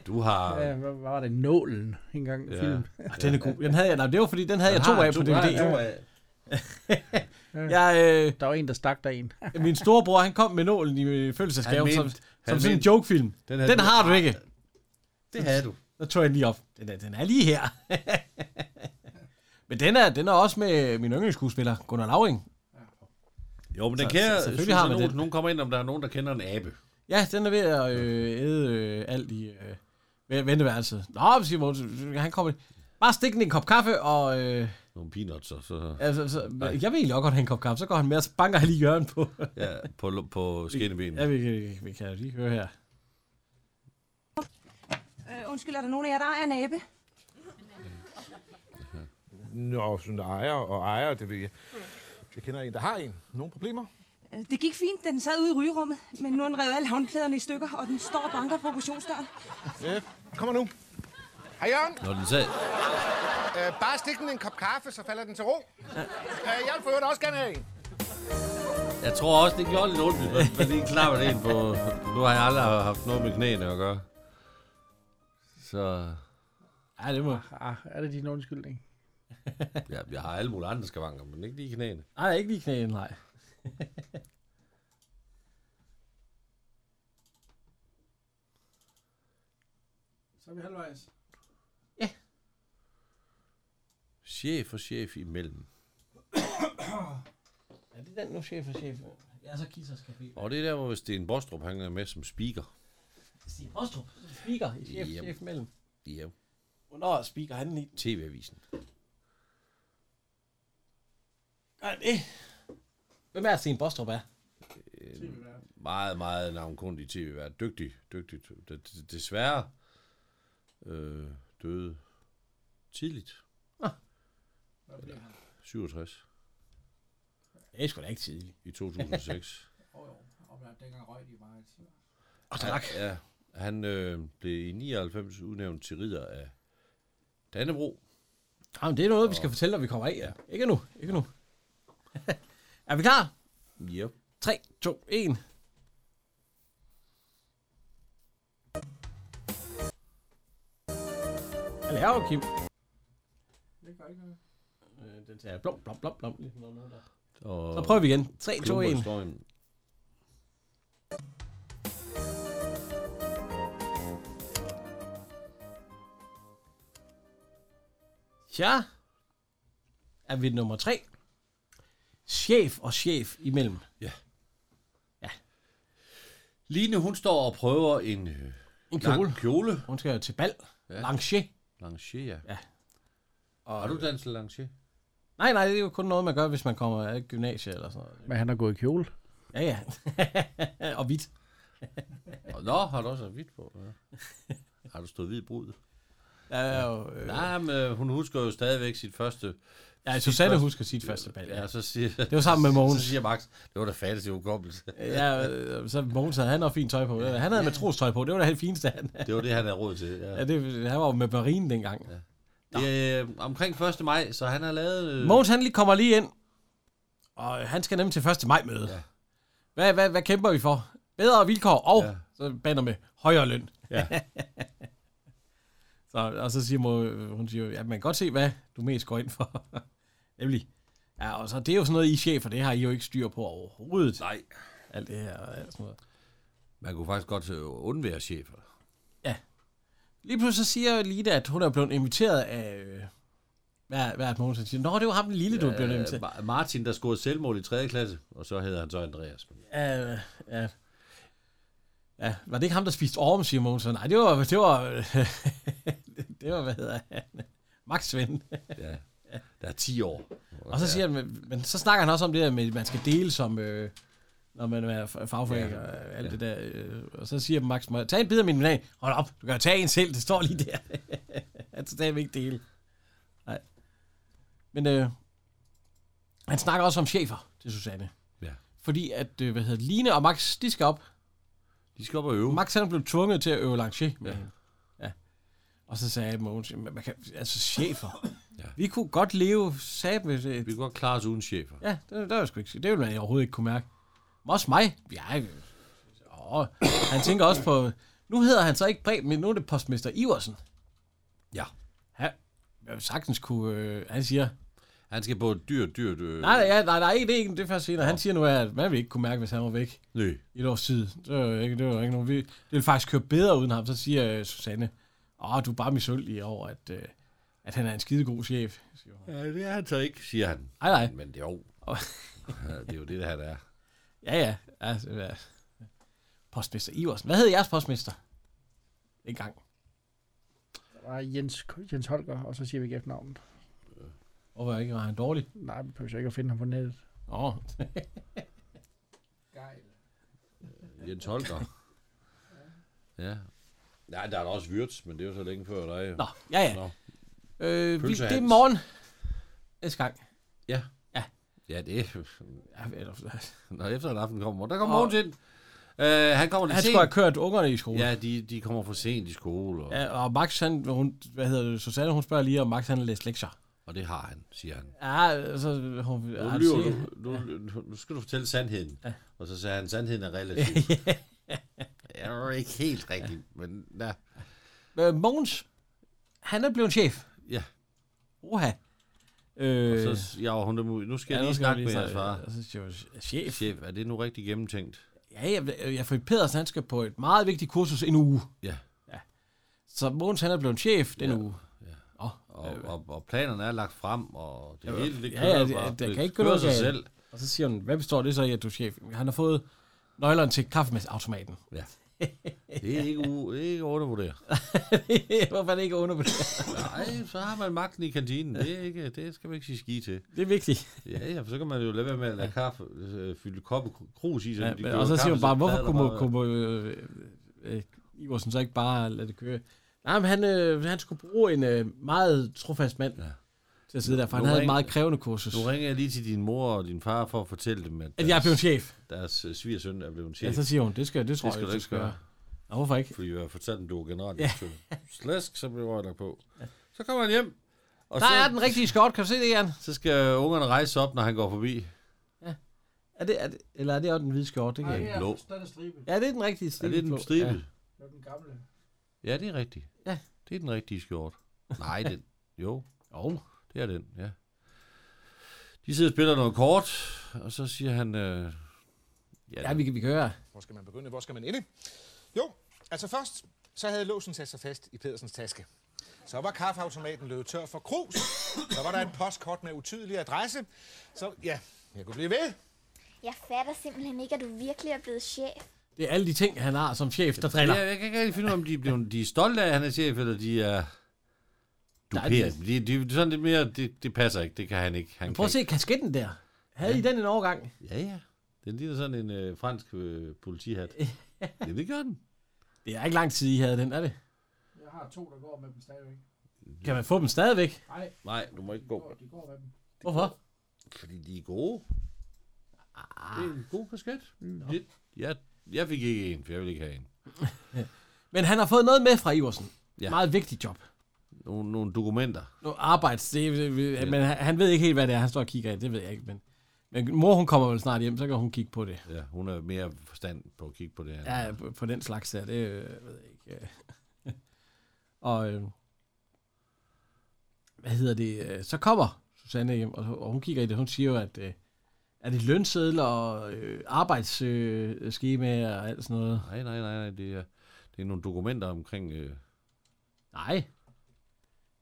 C: Du har...
A: Ja, hvad hvad var det? Nålen engang i
C: Ja.
A: film.
B: Ah, den er god. Den havde jeg, nej, det var fordi, den havde jeg to af på DVD. Jeg, øh,
A: Der var en, der stak der en.
B: min storebror, han kom med nålen i øh,
C: Han
B: fødselsdagsgave,
C: mente-
B: som, som
C: han
B: sådan en
C: mente-
B: jokefilm.
C: Den,
B: Den har du ikke.
C: Det havde du.
B: Der tog jeg den lige op. Den er, den er lige her. Men den er, den er også med min yndlingsskuespiller, Gunnar Lauring.
C: Jo, men den
B: Så-
C: kære
B: så- selvfølgelig
C: selvfølgelig
B: har
C: har
B: man
C: nogen,
B: den.
C: nogen kommer ind, om der er nogen, der kender en abe.
B: Ja, den er ved at øh, æde øh, alt i øh, ved- venteværelset. Nå, siger Mogens, han kommer... Bare stik den i en kop kaffe, og... Øh,
C: Nogle peanuts, og så...
B: altså, så,
C: Nej.
B: jeg vil egentlig også godt have en kop kaffe. Så går han med og så banker han lige hjørnet på.
C: Ja, på, lo- på skinnebenen.
B: ja, vi, vi, vi kan jo lige høre her.
K: Øh, undskyld, er der nogen af jer, der ejer en abe?
E: Nå, sådan der ejer og ejer, det ved jeg. Jeg kender en, der har en. Nogle problemer?
K: Øh, Det gik fint, da den sad ude i rygerummet, men nu har den revet alle håndklæderne i stykker, og den står og banker på portionsdøren.
E: Ja, kommer nu. Hej Jørgen.
C: Når den sagde...
E: Øh, bare stik den en kop kaffe, så falder den til ro. Øh, jeg vil for øvrigt også gerne have en.
C: Jeg tror også, det gjorde lidt ondt, hvis man- man lige klapper det ind på... Nu har jeg aldrig haft noget med knæene at gøre. Så
B: Ja, det må...
A: Ah, er det din undskyldning?
C: ja, jeg har alle mulige andre skavanker, men ikke lige knæene.
B: Nej, ikke lige knæen, nej.
A: Så er vi halvvejs.
C: Chef og chef imellem.
B: Er det den nu, chef og chef? Ja, så Kissers Café.
C: Og det er der, hvor Sten Bostrup han er med som speaker.
B: Stig Rostrup, speaker i chef,
C: Yep.
B: chef mellem.
C: Ja,
B: Hvornår speaker han lige?
C: TV-avisen.
B: Gør han det? Hvem er Sten Bostrup er?
C: Meget, meget navnkundig tv-vært. Dygtig, dygtig. D- d- Desværre øh, døde tidligt.
B: Nå.
C: Eller 67
B: Det er sgu da ikke tidligt.
C: i 2006.
B: Og tak.
C: ja, han øh, blev i 99 udnævnt til ridder af Dannebro.
B: Jamen, det er noget, vi skal fortælle, når vi kommer af. Ja. Ikke nu, ikke nu. er vi klar?
C: Ja.
B: 3, 2, 1. Hvad laver du, Kim? Øh, Den tager blom, blom, blom, blom. lige sådan noget der.
C: Og
B: Så prøver vi igen. 3, 2, 1.
C: Klumper
B: Ja. Er vi nummer 3? Chef og chef imellem.
C: Line, hun står og prøver en, øh,
B: En
C: lang
B: kjole.
C: kjole.
B: Hun skal jo til bal. Ja.
C: Ja.
B: Lange.
C: Lange, ja.
B: Ja.
C: Og, har du danset lange?
B: Nej, nej, det er jo kun noget, man gør, hvis man kommer af gymnasiet eller sådan noget.
A: Men han har gået i kjole.
B: Ja, ja. og hvidt.
C: Nå, har du også haft hvidt på? Ja. Har du stået hvid brud?
B: Der er jo, øh,
C: Nej, men øh, hun husker jo stadigvæk sit første...
B: ja,
C: sit
B: Susanne
C: første-
B: husker sit første bal. Ja,
C: Ja, så siger,
B: Det var sammen med Mogens.
C: så siger Max, det var da fatteste ukommelse.
B: ja øh, så Mogens havde han også fint tøj på. Han havde matrostøj på, det var da det fineste, han
C: Det var det, han havde råd til. Ja.
B: ja, det, Han var jo med marinen dengang. Ja.
C: Det er, øh, omkring 1. maj, så han har lavet... Øh,
B: Mogens, han lige kommer lige ind, og øh, han skal nemlig til 1. maj-møde. Ja.
C: Ja.
B: Hvad, hvad, hvad kæmper vi for? Bedre vilkår og, ja.
C: Ja.
B: så banner med, højere løn.
C: Ja.
B: øh, så, og så siger Mo, hun siger, jo, ja, man kan godt se, hvad du mest går ind for. nemlig Ja, og så det er jo sådan noget, I er chefer, det har I jo ikke styr på overhovedet. Nej. Alt det her og alt sådan noget.
C: Man kunne faktisk godt øh, undvære chefer.
B: Lige pludselig så siger Lida, at hun er blevet inviteret af... Øh, hvad, hvad er det, Mogens siger? Nå, det var ham den lille, du blev inviteret.
C: Øh, Ma- Martin, der scorede selvmål i 3. klasse, og så hedder han så Andreas.
B: Ja, ja. ja, var det ikke ham, der spiste orm, siger Mogens? Nej, det var, det var, det var hvad hedder han? Max Svend.
C: ja, der er 10 år.
B: Og så siger han, men- men så snakker han også om det der med, at man skal dele som, øh, når man er fa- fagforening
C: Ja.
B: og alt det der. Øh, og så siger Max, "Må jeg tage en bid af min banan. Hold op, du kan jo tage en selv, det står lige der. Han skal stadigvæk ikke dele. Nej. Men øh, han snakker også om chefer til Susanne.
C: Ja.
B: Fordi at, øh, hvad hedder det, Line og Max, de skal op.
C: De skal op og øve.
B: Max han blev tvunget til at øve lancier med ja. hende. Ja. Og så sagde Mogens, "Men man kan, altså chefer. ja. Vi kunne godt leve, sagde med det. Vi
C: kunne godt klare os uden chefer.
B: Ja, det, det, var sgu ikke, det ville man overhovedet ikke kunne mærke. Men også mig. Ja, øh, åh, han tænker også på, nu hedder han så ikke Preben, men nu er det postmester Iversen.
C: Ja.
B: Ja, jeg vil sagtens kunne, øh, han siger,
C: Han skal på et dyrt, dyrt... Øh,
B: Nej, nej, nej, nej, det er ikke det er først senere. Han siger nu, at man vil ikke kunne mærke, hvis han var væk
C: Nej.
B: i et års tid. Det var jo ikke, det var jo ikke nogen. Vi, det ville faktisk køre bedre uden ham. Så siger øh, Susanne, åh, du er bare misundelig over, at, øh, at han er en skide god chef. Siger hun.
C: Ja, det er han så ikke, siger han.
B: Nej, nej.
C: Men det er jo... Ja, det er jo det, der han er.
B: Ja, ja. Altså, ja. Postmester Iversen. Hvad hed jeres postmester? En gang.
A: Der var Jens, Jens Holger, og så siger vi ikke efternavnet.
B: Øh. Og var ikke, var han dårlig?
A: Nej, vi behøver ikke at finde ham på nettet.
B: Åh.
C: Jens Holger. ja. Nej, der er da også Wirtz, men det er jo så længe før dig.
B: Nå, ja, ja.
C: Nå.
B: Øh, vi, det er
C: Pølsehals.
B: morgen. Næste gang.
C: Ja.
B: Ja.
C: Ja, det er...
B: Ja, eller-
C: Når efter en aften kommer morgen. Der
B: Og-
C: kommer Mogens ind. Øh, han kommer lidt
B: Han
C: sent.
B: skulle have kørt ungerne i skole.
C: Ja, de, de kommer for sent i skole. Og,
B: Ja, og Max, han, hun, hvad hedder det, Susanne, hun spørger lige, om Max, han har læst lektier.
C: og det har han, siger han.
B: Ja, så hun,
C: Nu,
B: han
C: lyver
B: siger-
C: du, nu, nu, nu skal du fortælle sandheden.
B: Ja.
C: Og så sagde han, sandheden er relativ.
B: Ja.
C: Det er jo ikke helt rigtigt, men ja.
B: Øh, Mogens, han er blevet chef.
C: Ja.
B: Oha. Øh,
C: Og så jager hun dem ud. Nu skal
B: ja,
C: jeg
B: nu
C: lige
B: skal
C: snakke
B: jeg
C: med
B: lige
C: jeres
B: snakke-
C: far.
B: Og så siger hun, chef.
C: Chef, er det nu rigtig gennemtænkt?
B: ja, jeg, jeg får Pedersen, han skal på et meget vigtigt kursus en uge.
C: Ja.
B: ja. Så Mogens, han er blevet chef den
C: Ja.
B: uge. Ja. Oh,
C: Og, og, og planerne er lagt frem, og det
B: Ja,
C: hele det
B: ja,
C: kører
B: ja, det-
C: bare.
B: det kan ikke gå
C: kører
B: noget
C: sig
B: galt.
C: selv.
B: Og så siger hun, hvad består det så i, at du er chef? Han har fået nøglerne til kaffemadsautomaten.
C: Ja. Det er ikke, u- det er ikke undervurderet.
B: Hvorfor er det ikke undervurderet?
C: Nej, så har man magten i kantinen. Det, er ikke, det skal man ikke sige ski til.
B: Det er vigtigt.
C: Ja, ja, for så kan man jo lade være med at lade kaffe, øh, fylde kop og krus i, så
B: Ja,
C: Ligesom de
B: men,
C: køber
B: og så siger
C: kaffe,
B: man bare, hvorfor
C: plader
B: kunne,
C: der bare-
B: kunne øh, øh, øh, Iversen så ikke bare lade det køre? Nej, men han, øh, han skulle bruge en øh, meget trofast mand ja. til at sidde der, for han
C: Nu
B: havde et
C: ring-
B: meget krævende kursus.
C: Nu ringer jeg lige til din mor og din far for at fortælle dem, at,
B: At jeg er blevet chef.
C: Deres øh, svigersøn er blevet chef.
B: Ja, så siger hun, det skal, det tror
C: det skal
B: jeg,
C: du
B: du
C: ikke
B: skal
C: gøre.
B: gøre. Nå, hvorfor ikke?
C: Fordi jeg har fortalt dem, du var
B: Ja.
C: generaldirektør. Ja. Slæsk, så blev jeg lagt på. Så kommer han hjem. Og
B: Der
C: så,
B: er den rigtige skot, kan du se det, Jan?
C: Så skal ungerne rejse op, når han går forbi.
B: Er det, er det, eller er det også den hvide skjort? Det kan jeg
C: Nej,
B: ikke.
C: det er- Blå.
A: der er det stribet.
B: Ja, det er den rigtige
C: Er
B: stribe.
C: det den stribet?
A: Det var den gamle.
C: Ja. ja, det er rigtigt.
B: Ja.
C: Det er den rigtige skjort. Nej, den. Jo.
B: Jo.
C: Det er den, ja. De sidder og spiller noget kort, og så siger han... Øh,
B: Ja, ja vi, kan- vi kan høre.
E: Hvor skal man begynde? Hvor skal man ende? Jo, altså først, så havde låsen sat sig fast i Pedersens taske. Så var kaffeautomaten løbet tør for krus. Så var der et postkort med utydelig adresse. Så ja, jeg kunne blive ved.
L: Jeg fatter simpelthen ikke, at du virkelig er blevet chef.
B: Det er alle de ting, han har som chef, der driller.
C: Ja, jeg kan ikke rigtig finde ud af, om de er, blevet, de er stolte af, at han er chef, eller de er duperet. De, de, de, sådan lidt mere, det, det passer ikke, det kan han ikke. Han
B: Prøv at
C: kan
B: se kasketten der. Havde I den en overgang?
C: Ikke. Ja, ja. Den ligner sådan en øh, fransk øh, politihat. ja, det gør den.
B: Det er ikke lang tid, I havde den, er det?
A: Jeg har to, der går med dem stadigvæk.
B: Kan man få dem stadigvæk?
A: Nej,
C: Nej, du må ikke gå.
A: de går med dem.
B: Hvorfor?
C: Fordi de er gode. Ah. Det er en god kasket. Det, jeg, jeg fik ikke en, for jeg ville ikke have en.
B: Men han har fået noget med fra Iversen. Ja.
C: Ja.
B: Meget vigtigt job.
C: Nogle, nogle dokumenter.
B: Nogle arbejds... Det, det, det, men han, han ved ikke helt, hvad det er, han står og kigger i. Det ved jeg ikke, men... Men mor, hun kommer vel snart hjem, så kan hun kigge på det.
C: Ja, hun er mere forstand på at kigge på det her.
B: Ja, på, på den slags der, det øh, ved jeg ikke. øh. og... Øh, hvad hedder det? øh, Så kommer Susanne hjem, og, og hun kigger i det, hun siger jo, at øh, er det lønsedler og øh, arbejdsskemaer øh, og alt sådan noget?
C: Nej, nej, nej, nej. Det er, det er nogle dokumenter omkring... Øh,
B: Nej.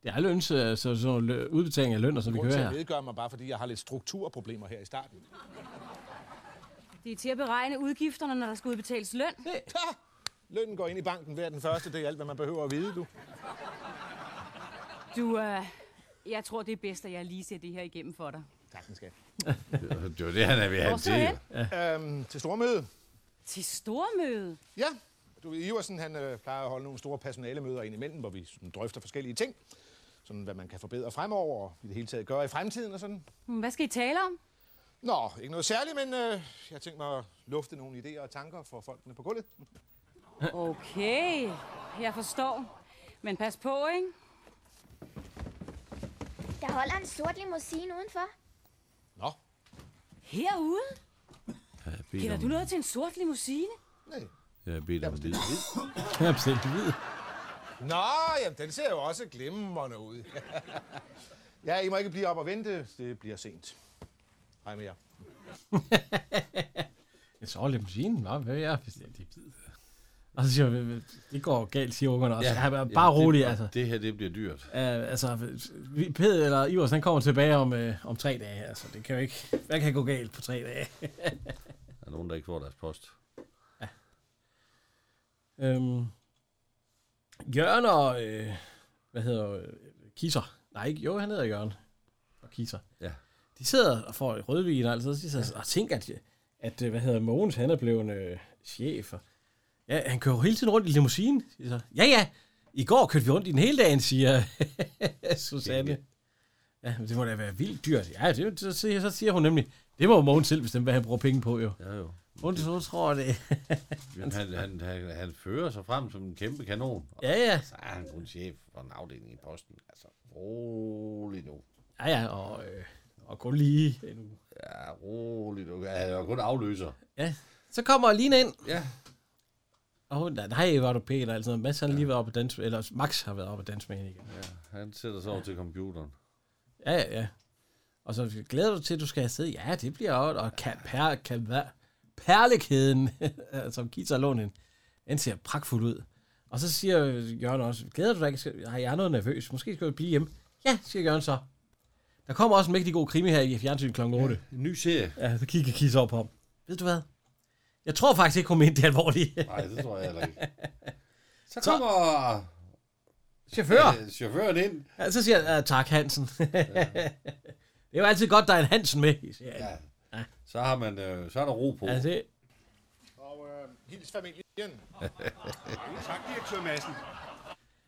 B: Det er løns, altså sådan nogle lø- udbetaling af løn, og som vi
E: Grunden
B: kører
E: til, at
B: her.
E: jeg vedgør mig bare, fordi jeg har lidt strukturproblemer her i starten.
D: Det er til at beregne udgifterne, når der skal udbetales løn.
K: Øh.
E: Lønnen går ind i banken hver den første. Det er alt, hvad man behøver at vide, du.
D: Du, øh, jeg tror, det er bedst, at jeg lige ser det her igennem for dig.
E: Tak, min skat.
C: det var det, han er ved at have
D: Hvor så
C: til.
E: Ja. Øhm, til stormøde.
D: Til stormøde?
E: Ja. Du ved, Iversen han, øh, plejer at holde nogle store personalemøder ind imellem, hvor vi sådan, drøfter forskellige ting. Sådan, hvad man kan forbedre fremover, og i det hele taget gøre i fremtiden og sådan.
D: Hmm, Hvad skal I tale om?
E: Nå, ikke noget særligt, men øh, jeg tænkte mig at lufte nogle idéer og tanker for folkene på gulvet.
D: Okay, jeg forstår. Men pas på, ikke?
L: Der holder en sort limousine udenfor.
E: Nå.
D: Herude?
C: Jeg har bedt
D: Kender
C: om-
D: du noget til en sort limousine?
E: Nej.
C: Jeg har bedt om det.
B: Jeg har bestilt hvid.
E: Nå, jamen, den ser jo også glimrende ud. ja, I må ikke blive op og vente. Det bliver sent. Hej med jer.
B: Jeg så limousinen, hva? Hvad er jeg? Det er hvid. Og så siger jeg, det går galt, siger ungerne også. Ja, ja, bare
C: det-
B: rolig, altså.
C: Det her, det bliver dyrt.
B: Uh, altså, vi- Ped eller Ivers, han kommer tilbage om, uh, om tre dage. Altså, det kan jo ikke... Hvad kan gå galt på tre dage?
C: Der er nogen, der ikke får deres post.
B: øhm, Jørgen og... Øh, hvad hedder... Øh, Kisser. Nej, ikke, jo, han hedder Jørgen. Og Kisser.
C: Ja.
B: De sidder og får et rødvin og altid. De sidder og tænker, at, at øh, hvad hedder Mogens, han er blevet øh, chef. Og, ja, han kører jo hele tiden rundt i limousinen. siger Så, ja, ja. I går kørte vi rundt i den hele dagen, siger Susanne. Ja, men det må da være vildt dyrt. Ja, det, så, siger- så siger hun nemlig, det må jo Mogens selv bestemme, hvad han bruger penge på, jo.
C: Ja, jo.
B: Hun så tror det.
C: Jamen, han, han, han, han fører sig frem som en kæmpe kanon.
B: Ja, ja.
C: Så er han kun chef for en afdeling i posten. Altså, rolig nu.
B: Ja, ja, og, øh, og kun lige en uge.
C: Ja, rolig nu. Ja, han er jo kun afløser.
B: Ja. Så kommer Lina ind.
C: Ja.
B: Og hun, nej, nej, var du pæn og alt sådan noget. Mads har lige været oppe at danse, eller Max har været oppe at danse med hende igen.
C: Han sætter sig over til computeren.
B: Ja, ja, ja. Og så glæder du til, at du skal afsted. Ja, det bliver også. Og kan, per, kan, hvad? perlekæden, som Kita låner hende, den ser pragtfuld ud. Og så siger Jørgen også, glæder du dig ikke? Skal- Ej, Jeg er noget nervøs. Måske skal du blive hjemme. Ja, siger Jørgen så. Der kommer også en mægtig god krimi her i fjernsynet kl. 8.
C: En ny serie.
B: Ja, så kigger Kisa op på ham. Ved du hvad? Jeg tror faktisk ikke, hun mente det alvorligt.
C: Nej, det tror jeg heller ikke. Så
B: Så-
C: kommer...
B: Chauffør.
C: Ja, chaufføren ind.
B: Ja, så siger han, "Ah, tak Hansen. det er jo altid godt, der er en Hansen med. Altså, i serien.
C: Ja. Så, har man, øh, så er der ro på.
B: Ja, det,
E: Og øh, hils familien.
M: Tak, direktør Madsen.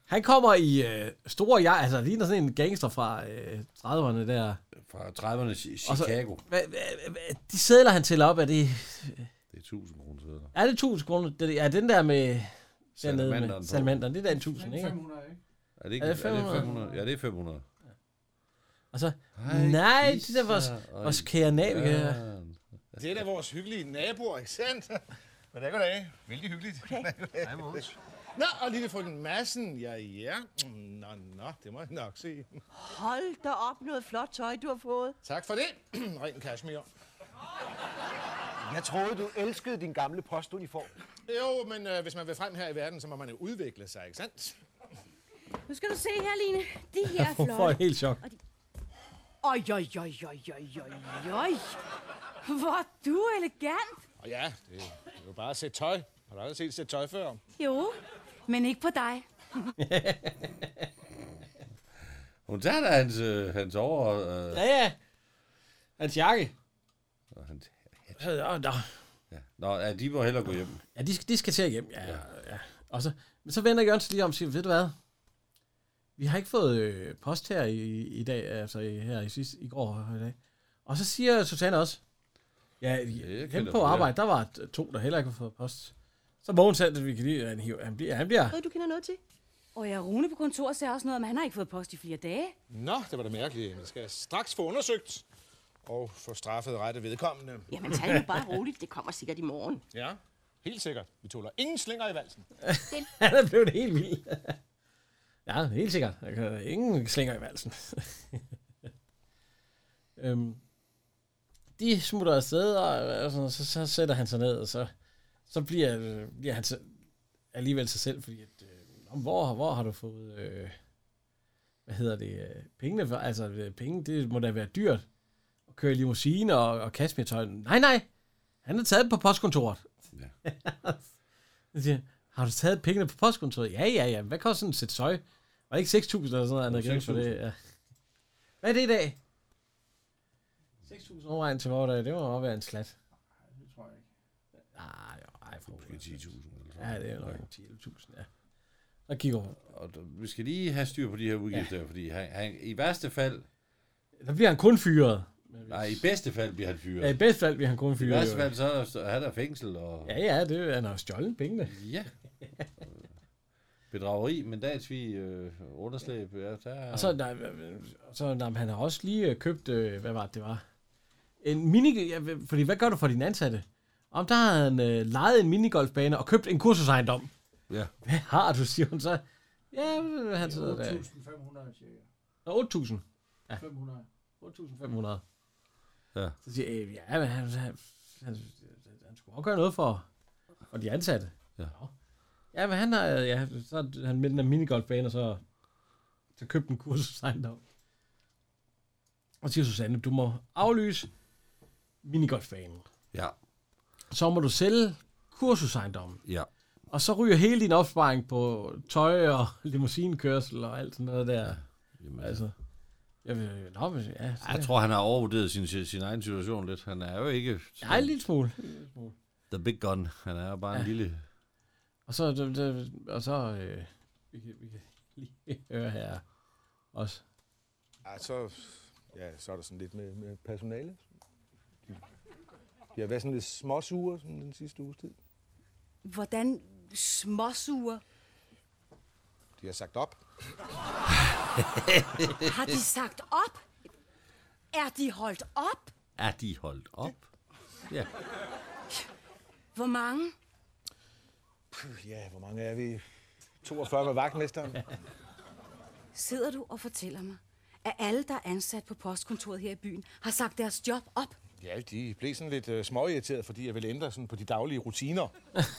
B: Han kommer i øh, store jeg, altså ligner sådan en gangster fra øh, 30'erne der.
C: Fra 30'erne i
B: Og så-
C: Chicago.
B: Hvad, hvad, hvad, de sædler, han tæller op, er det,
C: Det er 1000 kroner sæder.
B: er det 1000 kroner? Det, er den der med... Dernede
C: Salamanderen
B: med
C: på.
B: salamanderen, det er der en 1000, ikke?
C: Er det ikke
B: Er det 500?
C: Er det 500? Ja, det er 500.
B: Og så,
C: Hej,
B: nej, det
C: Kisser
B: der vores,
C: og
B: vores kære naviker.
E: Det er da vores hyggelige naboer, ikke sandt? Goddag, goddag. Vældig hyggeligt. Hej, Måns. Nå, og lille frøken Madsen. Ja, ja. Mm, Nå, nå, det må jeg nok se.
K: Hold da op, noget flot tøj, du har fået.
E: Tak for det. Ren kashmir.
M: Jeg troede, du elskede din gamle postuniform.
E: Jo, men øh, hvis man vil frem her i verden, så må man jo udvikle sig, ikke sandt?
D: Nu skal du se her, Line. De her er
E: Hun
D: flotte.
E: får
B: et helt chok.
D: Oj, oj, oj, oj, oj, oj, oj. Hvor er du elegant.
E: Og ja, det, det er jo bare at sætte tøj. Har du aldrig set et sæt tøj før?
D: Jo, men ikke på dig.
C: Hun tager da hans, øh, hans over... Øh,
B: Ja, ja. Hans jakke.
C: og hans
B: Ja, nå.
C: Ja. Nå, ja, de må hellere gå hjem.
B: Ja, de skal, de skal til at hjem, ja. ja. ja. Og så, men så vender Jørgensen lige om og siger, ved du hvad? Vi har ikke fået øh, post her i, i dag, altså i, her i, sidst, i går og i dag. Og så siger Susanne også, ja,
C: kan
B: hjem
C: da
B: på
C: være.
B: arbejde, der var t- to, der heller ikke har fået post. Så Mogens sagde, at vi kan lige, han, hiver- han bliver, han bliver,
D: Noget, du kender noget til? Og ja, Rune på kontoret ser også noget, men han har ikke fået post i flere dage.
E: Nå, det var da mærkeligt. Man skal straks få undersøgt og få straffet rette vedkommende.
N: Jamen, tag det nu bare roligt. Det kommer sikkert i morgen.
E: Ja, helt sikkert. Vi tåler ingen slinger i valsen.
B: han er blevet helt vild. ja, helt sikkert. Der kan- Ingen slinger i valsen. Øhm, de smutter afsted, og, og sådan, så, så sætter han sig ned, og så, så bliver, øh, bliver han så, alligevel sig selv, fordi at, øh, "Nå, hvor, hvor har du fået, øh, hvad hedder det, øh, pengene for? Altså, øh, penge, det må da være dyrt at køre i limousine og, og kaste med tøj. Nej, nej, han har taget dem på postkontoret. Ja. så siger, han, har du taget pengene på postkontoret? Ja, ja, ja. Hvad koster sådan et sæt tøj? Var det ikke 6.000 eller sådan noget? han havde glemt for det?
C: 6.000.
B: Ja. Hvad er det i dag? 6.000 overregn til vores dag, det må også være en slat. Ah,
A: Det tror jeg ikke.
B: Nej, nej, for måske
C: 10.000 eller
B: Ja, det er nok 10.000, ja. Så kigger hun.
C: Og der- vi skal lige have styr på de her udgifter, ja. fordi han, han, i værste fald...
B: Der bliver han kun fyret.
C: Nej, i bedste fald bliver han fyret.
B: Ja, i bedste fald bliver han kun fyret,
C: I værste
B: jo.
C: fald, så er der- så er der fængsel og
B: Ja, ja, det, er jo- han har jo stjålet pengene.
C: Ja. Øh, bedrageri, men dagens vi øh, underslæb, ja, der er...
B: Og så, nej, og så nej, men han har også lige øh, købt, øh, hvad var det, det var? En mini... Ja, hva- fordi hvad gør du for dine ansatte? Om der har han øh, lejet en minigolfbane og købt en kursusejendom.
C: Ja.
B: Hvad har du, siger hun så? Ja, øh, han sidder der.
A: 8.500 cirka.
B: Nå, 8.000. Ja.
A: 500.
B: 500.
C: Ja.
B: Så siger jeg, øh, ja, men han, han, han, han skulle også gøre noget for, for de ansatte.
C: Ja.
B: Ja, men han har, ja, så er han med den der minigolfbane, og så, så købte en kursusejendom. Og siger Susanne, du må aflyse minigolfbanen.
C: Ja.
B: Så må du sælge kursusejendommen.
C: Ja.
B: Og så ryger hele din opsparing på tøj og limousinkørsel og alt sådan noget der.
C: Jamen, altså,
B: altså. Jeg, vil, nå, men, ja, så-
C: Jeg tror, han har overvurderet sin, sin egen situation lidt. Han er jo ikke...
B: Ja, en lille smule.
C: The big gun. Han er jo bare ja. en
B: Ja.
C: lille...
B: Og så, det, det, og så øh, vi, kan, vi kan lige høre her også.
E: Ja, så, ja, så er der sådan lidt med, med personale. De, de har været sådan lidt småsure sådan den sidste uges tid.
D: Hvordan småsure?
E: De har sagt op.
D: Har de sagt op? Er de holdt op?
C: Er de holdt op? Ja.
D: Hvor mange?
E: Puh, Ja, hvor mange er vi? 42 var vagtmesteren.
D: Sidder du og fortæller mig, at alle, der er ansat på postkontoret her i byen, har sagt deres job op?
E: Ja, de blev sådan lidt uh, småirriteret, fordi jeg ville ændre sådan på de daglige rutiner. øhm,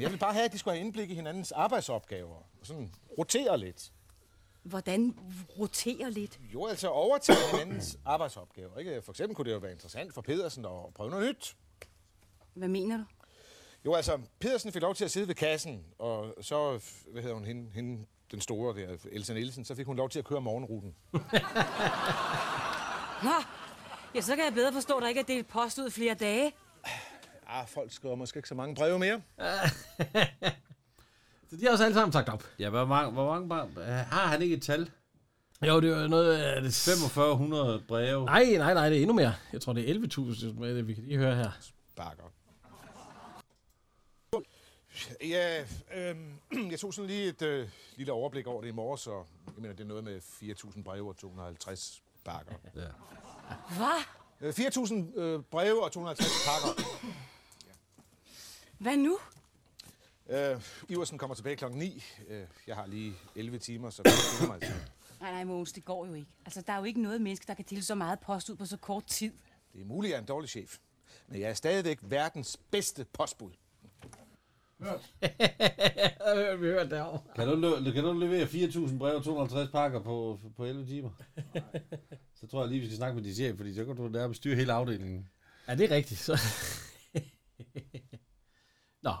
E: jeg ville bare have, at de skulle have indblik i hinandens arbejdsopgaver. Og sådan rotere lidt.
D: Hvordan roterer lidt?
E: Jo, altså overtage hinandens arbejdsopgaver. Ikke? For eksempel kunne det jo være interessant for Pedersen at prøve noget nyt.
D: Hvad mener du?
E: Jo, altså, Pedersen fik lov til at sidde ved kassen, og så, f- hvad hedder hun, hende, hende den store der, Elsa Nielsen, så fik hun lov til at køre morgenruten.
D: Nå, ja, så kan jeg bedre forstå, at der ikke er delt post ud flere dage.
E: Ah, folk skriver måske ikke så mange breve mere.
B: Så de har også alle sammen sagt op.
C: Ja, hvor mange, hvor mange bar, har han ikke et tal?
B: Jo, det er jo noget af det...
C: 4500 breve.
B: Nej, nej, nej, det er endnu mere. Jeg tror, det er 11.000, med det, vi kan lige høre her.
E: Bakker. Ja, øhm, jeg tog sådan lige et øh, lille overblik over det i morges, og jeg mener, det er noget med 4.000 breve og 250 bakker.
C: Ja.
D: Hvad?
E: Øh, 4.000 øh, breve og 250 pakker.
D: Hvad nu?
E: Øh, Iversen kommer tilbage klokken 9. Øh, jeg har lige 11 timer, så det er mig altså.
D: Nej, nej, Mogens, det går jo ikke. Altså, der er jo ikke noget menneske, der kan dele så meget post ud på så kort tid.
E: Det er muligt, at jeg er en dårlig chef. Men jeg er stadigvæk verdens bedste postbud.
B: vi hørte derovre.
C: Kan du, lø- kan du levere 4.000 breve og 250 pakker på, på 11 timer? så tror jeg lige, vi skal snakke med din chef, fordi så kan du nærmest styre hele afdelingen.
B: Ja, det er rigtigt. Så... Nå.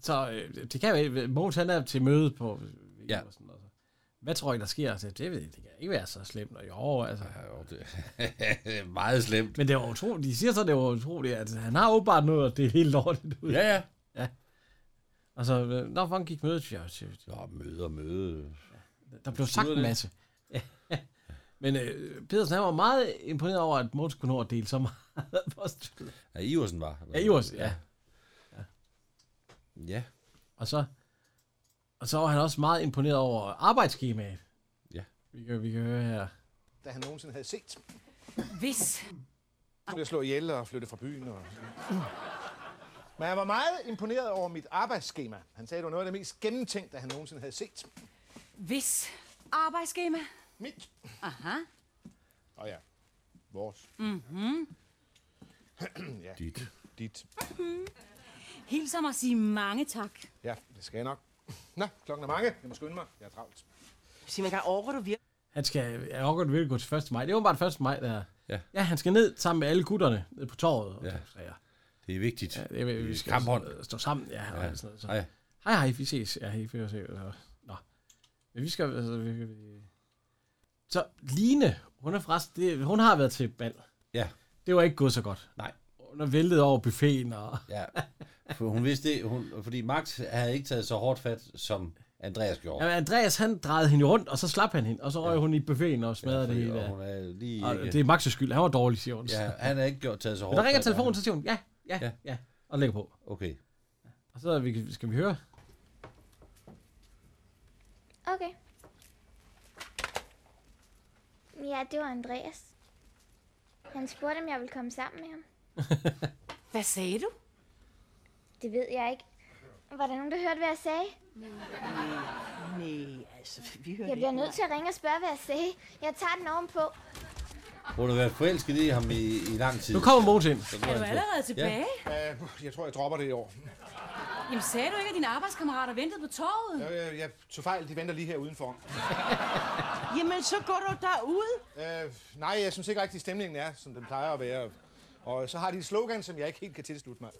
B: Så øh, det kan jo ikke... Mogens, han er til møde på... Ja. Og sådan noget. Hvad tror I, der sker? Så, det, ved jeg, det kan ikke være så slemt. Og jo, altså... Ja,
C: jo, det... Meget slemt.
B: Men det var utroligt. De siger så, det var utroligt, at han har åbenbart noget, og det er helt lortet ud.
C: Ja, ja.
B: ja. Og så, øh, når fanden gik mødet, ja, shit.
C: Nå, møde og møde.
B: der blev sagt en masse. Men øh, Pedersen, han var meget imponeret over, at Måns kunne nå at dele så meget post.
C: Ja, Iversen var.
B: Ja, Iversen, ja.
C: Ja.
B: Og så, og så var han også meget imponeret over arbejdsskemaet.
C: Ja.
B: Vi kan, vi kan høre her.
E: Da han nogensinde havde set.
D: Hvis.
E: Han blev slået ihjel og flyttet fra byen. Og... Men han var meget imponeret over mit arbejdsskema. Han sagde, det var noget af det mest gennemtænkte, han nogensinde havde set.
D: Hvis. Arbejdsskema.
E: Mit.
D: Aha.
E: Og ja, Vores.
D: Mm-hmm.
E: ja.
C: Dit.
E: Dit.
D: Hils ham og sige mange tak.
E: Ja, det skal jeg nok. Nå, klokken er mange. Jeg må skynde mig. Jeg er travlt.
J: Simon, kan overgår du virkelig?
B: Han skal, jeg overgår det virkelig gå til 1. maj. Det er åbenbart 1. maj, der
C: Ja.
B: ja, han skal ned sammen med alle gutterne ned på torvet. Og ja.
C: Det er vigtigt. Ja,
B: det er, vi skal
C: Kamphold.
B: stå sammen. Ja, og
C: Ja.
B: Sådan noget, så.
C: Hej.
B: Hej, hej, vi ses. Ja, hej, vi ses. Og- Nå. Men vi skal... Altså, vi, vi... Så Line, hun er forresten... Det, hun har været til bal.
C: Ja.
B: Det var ikke gået så godt. Nej. Hun er væltet over buffeten og...
C: Ja. For hun vidste det, hun, fordi Max havde ikke taget så hårdt fat, som Andreas gjorde.
B: Jamen, Andreas, han drejede hende rundt, og så slap han hende, og så røg ja. hun i buffeten og smadrede ja, det hele.
C: fordi- og hun er lige
B: og
C: ikke-
B: det er Max' skyld, han var dårlig, siger hun.
C: Ja, han har ikke gjort taget så
B: Men
C: hårdt.
B: der ringer
C: fat, og
B: telefonen,
C: han-
B: så siger hun, ja, ja, ja,
C: Ja.
B: ja og lægger på.
C: Okay.
B: Og så er vi, skal vi høre.
L: Okay. Ja, det var Andreas. Han spurgte, om jeg ville komme sammen med ham.
D: Hvad sagde du?
L: Det ved jeg ikke. Var der nogen, der hørte, hvad jeg sagde?
N: Nej, altså, vi hører
L: Jeg bliver nødt til at ringe og spørge, hvad jeg sagde. Jeg tager den ovenpå.
C: Hun har været forelsket i ham i, i lang tid.
B: Nu kommer Mogens ind.
C: Så nu
D: Er du
C: han på.
D: allerede tilbage?
E: Ja. Uh, jeg tror, jeg dropper det i år.
D: Jamen sagde du ikke, at dine arbejdskammerater ventede på torvet?
E: Jeg, jeg, jeg tog fejl. De venter lige her udenfor.
J: Jamen, så går du derud.
E: Uh, nej, jeg synes ikke rigtig, stemningen er, som den plejer at være. Og så har de et slogan, som jeg ikke helt kan tilslutte mig.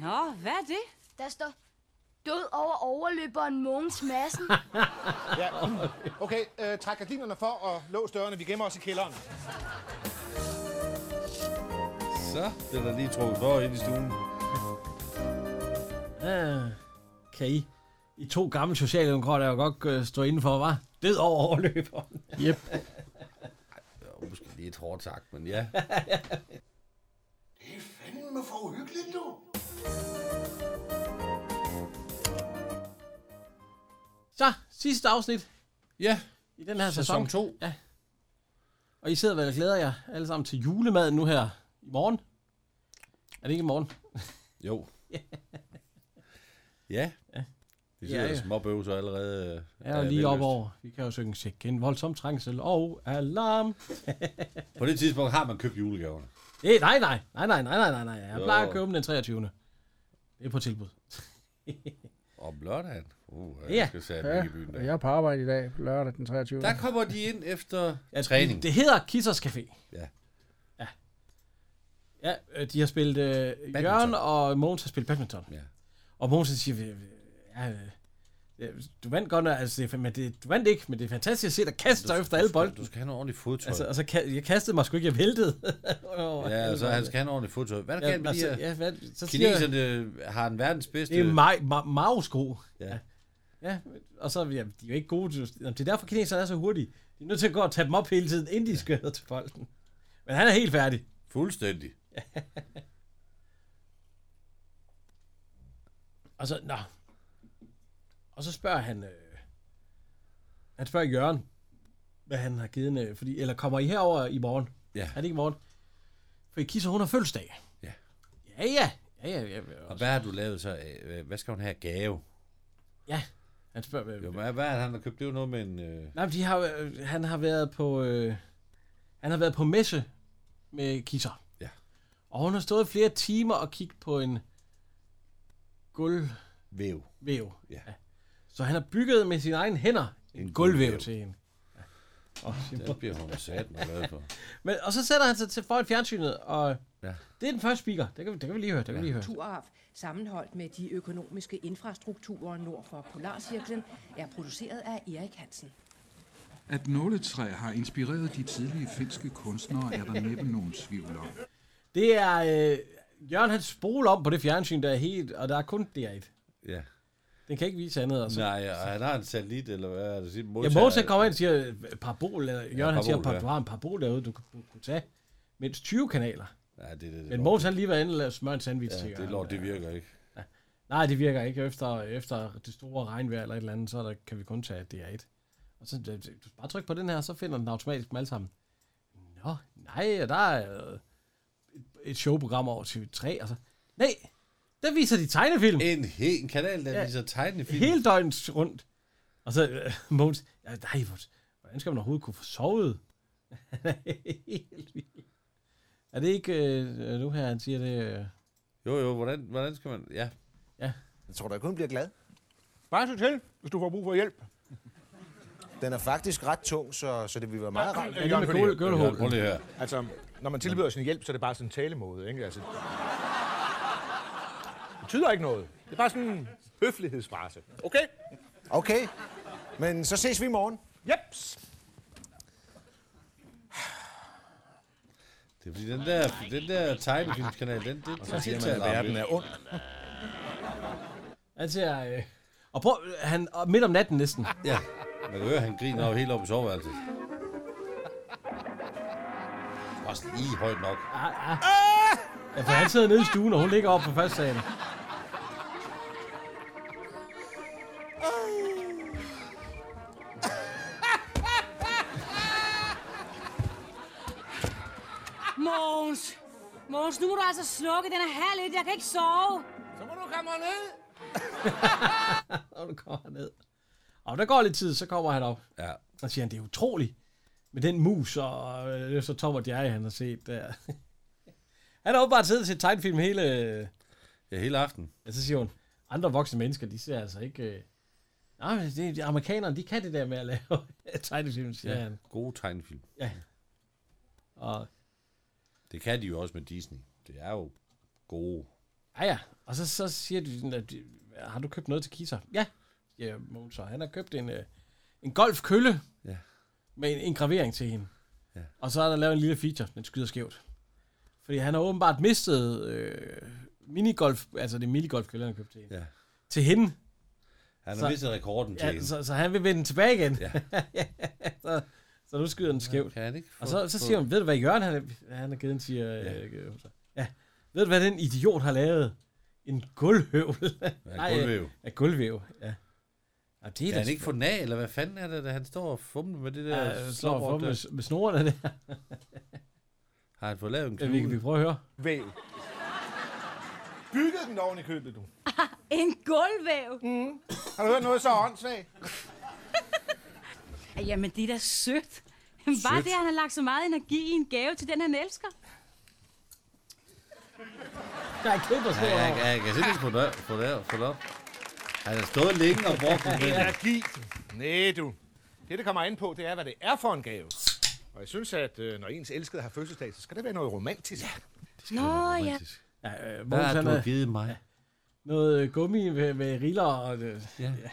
D: Nå, hvad er det?
G: Der står, død over overløberen Mogens Madsen.
E: Ja. Okay, øh, træk gardinerne for og lås dørene. Vi gemmer os i kælderen.
C: Så det er der lige trukket for ind i stuen.
B: Ah, kan I, I to gamle socialdemokrater jo godt øh, stå indenfor, var Død over overløberen. Yep.
C: Det var måske lige et hårdt sagt, men ja.
M: Det er fandme for uhyggeligt, du.
B: Så, sidste afsnit.
C: Ja.
B: I den her
C: Sæson
B: sæson.
C: to.
B: Ja. Og I sidder vel og glæder jer alle sammen til julemaden nu her i morgen. Er det ikke i morgen?
C: Jo. Ja. Vi sidder
B: Ja,
C: ja,
B: ja.
C: ja. småbøvser allerede. øh,
B: Ja,
C: af
B: og lige op
C: vellyst.
B: over. Vi kan jo synge sig en voldsom trængsel og alarm.
C: På det tidspunkt har man købt julegaverne.
B: Nej, Eh, nej, nej, nej, nej, nej, nej, nej, nej. Jeg
C: Jo.
B: plejer at købe dem den 23. Det er på tilbud.
C: Om lørdagen. Uh, jeg
B: Ja.
C: skal sætte
A: Ja,
C: ja. i byen.
A: og jeg er på arbejde i dag, lørdag den 23.
C: Der kommer de ind efter ja, træning.
B: Det hedder Kissers Café.
C: Ja.
B: Ja. Ja, øh, de har spillet... Øh, Jørgen og Mogens har spillet badminton.
C: Ja.
B: Og Mogens han siger... øh, Ja, øh, ja, du vandt godt nok, altså, det, er fa- men det, du vandt ikke, men det er fantastisk at se dig kaste dig efter alle bolden.
C: Du skal have noget ordentligt fodtøj.
B: Altså, altså, ka- jeg kastede mig sgu ikke, jeg væltede.
C: Ja, og så han skal have en ordentlig fodtøj. Hvad er der
B: altså. Ja,
C: galt
B: altså,
C: med de her?
B: ja, hvad- så siger-
C: Kineserne har en verdens bedste...
B: Det er maj, ma- mausko.
C: Ja.
B: Ja, og så ja, de er jo ikke gode til... Jamen, det er derfor, kineserne er så hurtige. De er nødt til at gå og tage dem op hele tiden, inden de skøder til bolden. Men han er helt færdig.
C: Fuldstændig.
B: Og så, nå. Og så spørger han... Øh, han spørger Jørgen, hvad han har givet... Øh, fordi, eller kommer I herover i morgen?
C: Ja.
B: Er det ikke i morgen? For I kisser, hun har fødselsdag.
C: Ja.
B: Ja, ja. Ja, ja, ja.
C: Og hvad har du lavet så? af? Hvad skal hun have af gave?
B: Ja, han spørger... Hvad,
C: jo, hvad, hvad er det, han har købt? Det er jo noget med en... Øh,
B: Nej, men de har, øh, han har været på... Øh, han har været på messe med kisser.
C: Ja.
B: Og hun har stået flere timer og kigget på en gulv...
C: væv.
B: Væv.
C: Ja.
B: Så han har bygget med sine egne hænder en, en gulvvæv
C: gulvvæv.
B: til hende. Ja. Og,
C: Det bliver hun sat mig glad for.
B: men, og så sætter han sig til foran fjernsynet, og
C: Ja.
B: det er den første speaker. Det kan, vi- det kan vi lige høre. Det kan vi lige høre.
O: Kulturarv sammenholdt med de økonomiske infrastrukturer nord for Polarcirklen er produceret af Erik Hansen.
P: At nåletræ har inspireret de tidlige finske kunstnere, er der næppe nogen tvivl om.
B: Det er... Øh, Jørgen han spoler om på det fjernsyn, der er helt... Og der er kun DR1.
C: Ja.
B: Den kan ikke vise andet. Og så,
C: Nej, og han har en satellit, eller hvad er det? Sin
B: Ja, Mozart kommer ind og siger øh, parabol, eller Jørgen ja, han siger, at
C: parabol, ja.
B: du har en parabol derude, du kan, du kan tage mindst 20 kanaler.
C: Ja, det, det, det
B: Men
C: lort.
B: Mozart han lige været inde og lave- smøre en sandwich til
C: Ja, det
B: Jørgen.
C: er lort, det virker ikke.
B: Nej, det virker ikke. Efter, efter det store regnvejr eller et eller andet, så er der, kan vi kun tage DR1. Og så øh, du bare tryk på den her, så finder den automatisk dem alle sammen. Nå, nej, og der er øh, et- et showprogram over TV3, og så... Nej, der viser de tegnefilm.
C: En hel en kanal, der viser tegnefilm.
B: Hele døgnet rundt. Og så, øh, Måns, ja, nej, Måns, hvordan skal man overhovedet kunne få sovet? Helt vildt. Er det ikke øh, nu her, han siger det? Øh?
C: Jo, jo, hvordan, hvordan skal man... Ja.
B: Ja.
F: Jeg tror da kun bliver glad.
E: Bare så til, hvis du får brug for hjælp.
F: Den er faktisk ret tung, så, så det vil være meget rart.
C: Prøv lige her.
E: Altså, når man tilbyder sin hjælp, så er det bare sådan en talemåde, ikke? Altså, det betyder ikke noget. Det er bare sådan en høflighedsfrase. Okay?
F: Okay, men så ses vi i morgen.
E: Jeps.
C: Det er fordi, den der, den der tegnefilmskanal, den, det,
B: Og
C: det,
B: så
C: det,
B: siger
C: det,
B: man, at verden er ond. Han siger... Øh, og prøv, han, og midt om natten næsten.
C: Ja. Man kan høre, han griner jo helt op i soveværelset. Også lige højt nok.
B: Ja, for han sidder nede i stuen, og hun ligger oppe på første salen.
D: Mogens! Mogens, nu må du altså slukke. Den er halv et. Jeg kan ikke sove.
E: Så må du komme ned.
B: og nu kommer han ned. Og der går lidt tid, så kommer han op.
C: Ja.
B: Og siger han, det er utroligt med den mus, og øh, så Tom og Jerry, han har set der. han har åbenbart siddet og set tegnfilm hele... øh,
C: Ja, hele aften.
B: Ja, så siger hun, andre voksne mennesker, de ser altså ikke... Øh... Nej, men det, de amerikanerne, de kan det der med at lave tegnefilm, siger ja.
C: Ja,
B: han.
C: gode tegnefilm.
B: Ja. Og...
C: Det kan de jo også med Disney. Det er jo gode.
B: Ja, ja. Og så, så siger de sådan, at de- har du købt noget til Kisser? Ja. Ja, Mogens, og han har købt en, øh, en golfkølle
C: Ja.
B: med en, en gravering til hende.
C: Ja.
B: Og så er der lavet en lille feature, den skyder skævt. Fordi han har åbenbart mistet øh, minigolf, altså det er minigolfkølle, han har købt til hende.
C: Ja.
B: Til hende.
C: Han har mistet rekorden til
B: ja,
C: hende.
B: Så, så han vil vinde den tilbage igen. Ja. så, så nu skyder den skævt.
C: Kan han ikke få-
B: og så, så
C: få-
B: siger hun, ved du hvad Jørgen han, han har givet en siger, ja. Øh, hun så. ja. Ved du hvad den idiot har lavet? En gulvhøvel. Nej,
C: gulvvæv.
B: øh, Ja, gulvvæv, ja. Ja, det er
C: Kan han ikke få den af, eller hvad fanden er det, da han står og fumler med det der
B: Ja, slår for
C: snor der?
B: med, med snorene der.
C: Har han fået lavet en
B: Ja,
C: knude?
B: vi, vi prøver at høre.
E: Væv. Byggede den oven i købet, du.
D: En gulvvæv.
E: Mm. Har du hørt noget så åndssvagt?
D: Jamen, det er da sødt. Bare
E: Sødt.
D: det, at han har lagt så meget energi i en gave til den, han elsker.
B: Der er kæmpe
C: Ja, jeg, jeg, jeg kan simpelthen få det, få det, få det op. Han har stået længe og brugt den.
E: Energi. Næ, du. Det, det kommer ind på, det er, hvad det er for en gave. Og jeg synes, at øh, når ens elskede har fødselsdag, så skal det være noget romantisk. Ja,
D: Nå, ja.
B: Ja, øh,
C: Hvad
B: Mogens,
C: har
B: han
C: du
B: er-
C: givet mig?
B: Noget øh, gummi med, med riller og... Øh,
C: Ja.
B: ja.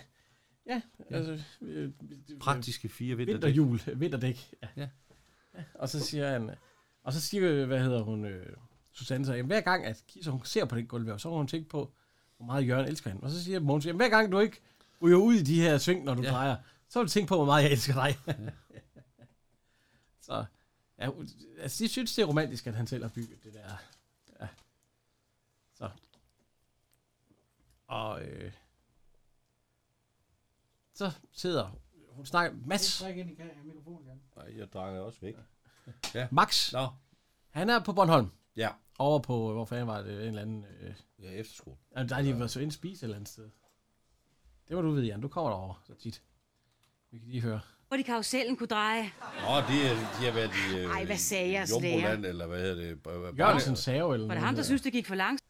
B: Ja, altså... Øh,
C: Praktiske fire vinterdæk.
B: Vinterhjul, øh, vinterdæk. Ja.
C: Ja.
B: ja. Og så siger han... øh, Og så siger, øh, hvad hedder hun, øh, Susanne, så, jamen, hver gang, at Kisa, hun ser på den gulvvær, så har hun tænkt på, hvor meget Jørgen elsker hende. Og så siger Måns, jamen, hver gang du ikke ryger ud i de her sving, når du ja. drejer, så vil du tænke på, hvor meget jeg elsker dig. Ja. så, ja, hun- altså, de synes, det er romantisk, at han selv har bygget det der. Ja. Så. Og, øh, så sidder hun snakker, Mads,
A: Træk ind i ka- mikrofonen igen.
C: Ej, Jeg drak også væk. Ja.
B: Max,
C: Nå.
B: han er på Bornholm.
C: Ja.
B: Over på, øh, hvor fanden var det, en eller anden... Øh,
C: Ja, efterskole.
B: jamen, der er de været så ind spise et eller andet sted. Det må du vide, Jan. Du kommer derover så tit. Vi kan lige høre.
D: Hvor de karusellen kunne dreje.
C: Nå, de, er- de har været i øh,
D: Ej, hvad sagde jeres
C: Jumboland,
D: lærer?
C: eller hvad hedder det? B- b-
B: Jørgensen Save, eller
D: Var det ham, der synes, det gik for langt?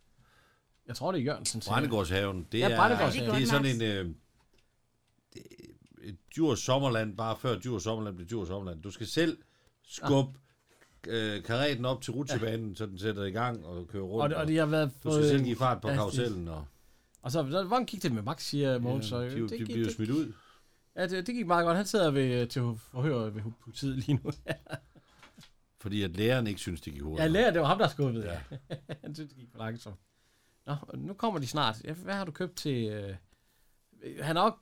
B: Jeg tror, det er Jørgensen Save.
C: Brændegårdshaven, det
B: Ja,
C: ja, er,
B: Brændegårdshaven.
C: det er sådan en... Øh, det- et Djurs Sommerland, bare før Djurs Sommerland blev Djurs Sommerland. Du skal selv skubbe øh, karaten op til rutsjebanen, så den sætter i gang og kører rundt.
B: Og, det- og de har været
C: Du skal
B: på-
C: selv give fart på
B: Ja,
C: karusellen. Og,
B: Og så, så- hvordan gik det med Max, siger Mogens? så,
C: de,
B: øh,
C: de,
B: det
C: de
B: gik-
C: bliver
B: det-
C: smidt ud.
B: Ja, det, det gik meget godt. Han sidder ved, øh, til forhør ved politiet lige nu.
C: Fordi at læreren ikke synes, det gik hurtigt.
B: jeg lærer, det var ham, der skubbede. Ja. Han synes, det gik for langsomt. Nå, og nu kommer de snart. Ja, Hvad har du købt til... Øh... Han har også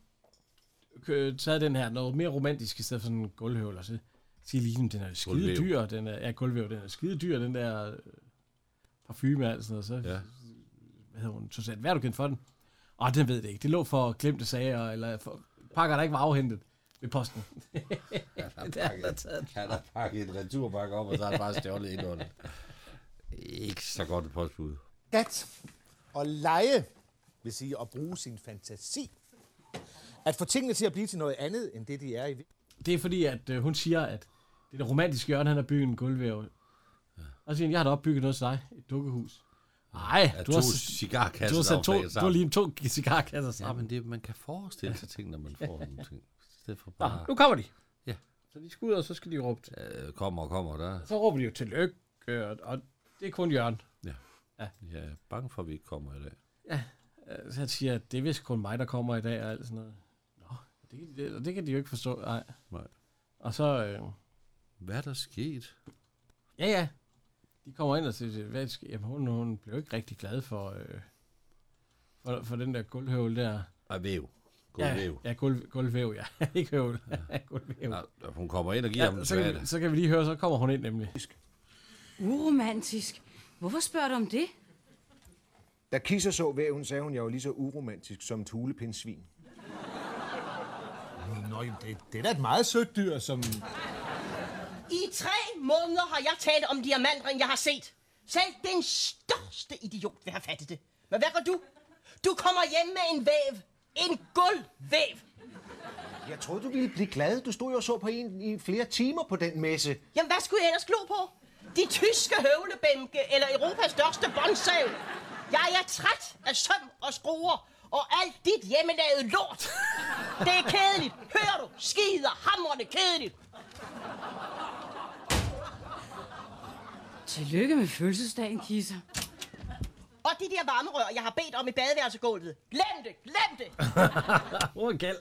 B: kø- taget den her noget mere romantisk, i stedet for sådan en gulvhøvel. Og så siger lige, den er skide
C: Gulvvæv.
B: dyr. Den er, ja, gulvhøvel, den er skide dyr, den der øh, parfume og alt sådan noget. Så,
C: Ja.
B: hvad hedder hun? Susanne, hvad har du kendt for den? Åh, den ved det ikke. Det lå for glemte sager, eller for pakker, der ikke var afhentet ved posten.
C: Han
B: Det er
C: har pakket, han har pakket en returpakke op, og så har han bare stjålet indholdet. Ikke så godt et postbud.
E: Skat og lege vil sige at bruge sin fantasi. At få tingene til at blive til noget andet, end det de er i
B: Det er fordi, at øh, hun siger, at det er det romantiske hjørne, han har bygget en gulvvæv. Ja. Og så siger han, jeg har da opbygget noget til dig. Et dukkehus. Nej,
C: Ja,
B: du har,
C: to
B: s-
C: cigarkasser,
B: du har
C: der
B: sat
C: var
B: to,
C: pakket
B: du har
C: sammen.
B: lige to cigarkasser sammen.
C: Ah, men det, man kan forestille sig ting, når man får nogle ting. I stedet for
B: Nå,
C: bare...
B: nu kommer de.
C: Ja.
B: Så de skal ud, og så skal de råbe.
C: Øh, kommer og kommer der.
B: Så råber de jo tillykke, og, og det er kun Jørgen.
C: Ja.
B: ja.
C: Jeg er bange for, at vi ikke kommer i dag.
B: Ja. Øh, Så han siger, at det er vist kun mig, der kommer i dag, og alt sådan noget. Nå, det, kan de- det, og det kan de jo ikke forstå. Nej.
C: Nej.
B: Og så... Øh,
C: Hvad er der sket?
B: Ja, ja. De kommer ind og siger, hvad skal... Jamen, hun, hun blev ikke rigtig glad for, øh, for, for den der guldhøvel der.
C: Og Ah, væv.
B: Ja,
C: Gulvvæv.
B: ja guld, guldvæv, ja. ikke høvel. Ja. guldvæv.
C: Ja, hun kommer ind og giver ham,
B: så,
C: hvad er
B: kan vi,
C: det?
B: så kan vi lige høre, så kommer hun ind nemlig.
D: Uromantisk. Hvorfor spørger du om det?
F: Da Kisser så væven, sagde hun, jeg var lige så uromantisk som et hulepindsvin.
E: Nå, jamen, det, det er da et meget sødt dyr, som...
N: I tre måneder har jeg talt om diamantring, jeg har set. Selv den største idiot vil have fattet det. Men hvad gør du? Du kommer hjem med en væv. En guldvæv.
M: Jeg troede, du ville blive glad. Du stod jo og så på en i flere timer på den messe.
N: Jamen, hvad skulle jeg ellers glo på? De tyske høvlebænke eller Europas største båndsav. Jeg er træt af søm og skruer og alt dit hjemmelavede lort. Det er kedeligt. Hører du? Skider hammerne kedeligt.
D: Tillykke med fødselsdagen, Kisser.
N: Og de der varmerør, jeg har bedt om i badeværelsegulvet. Glem det, glem det.
B: Hun er gæld.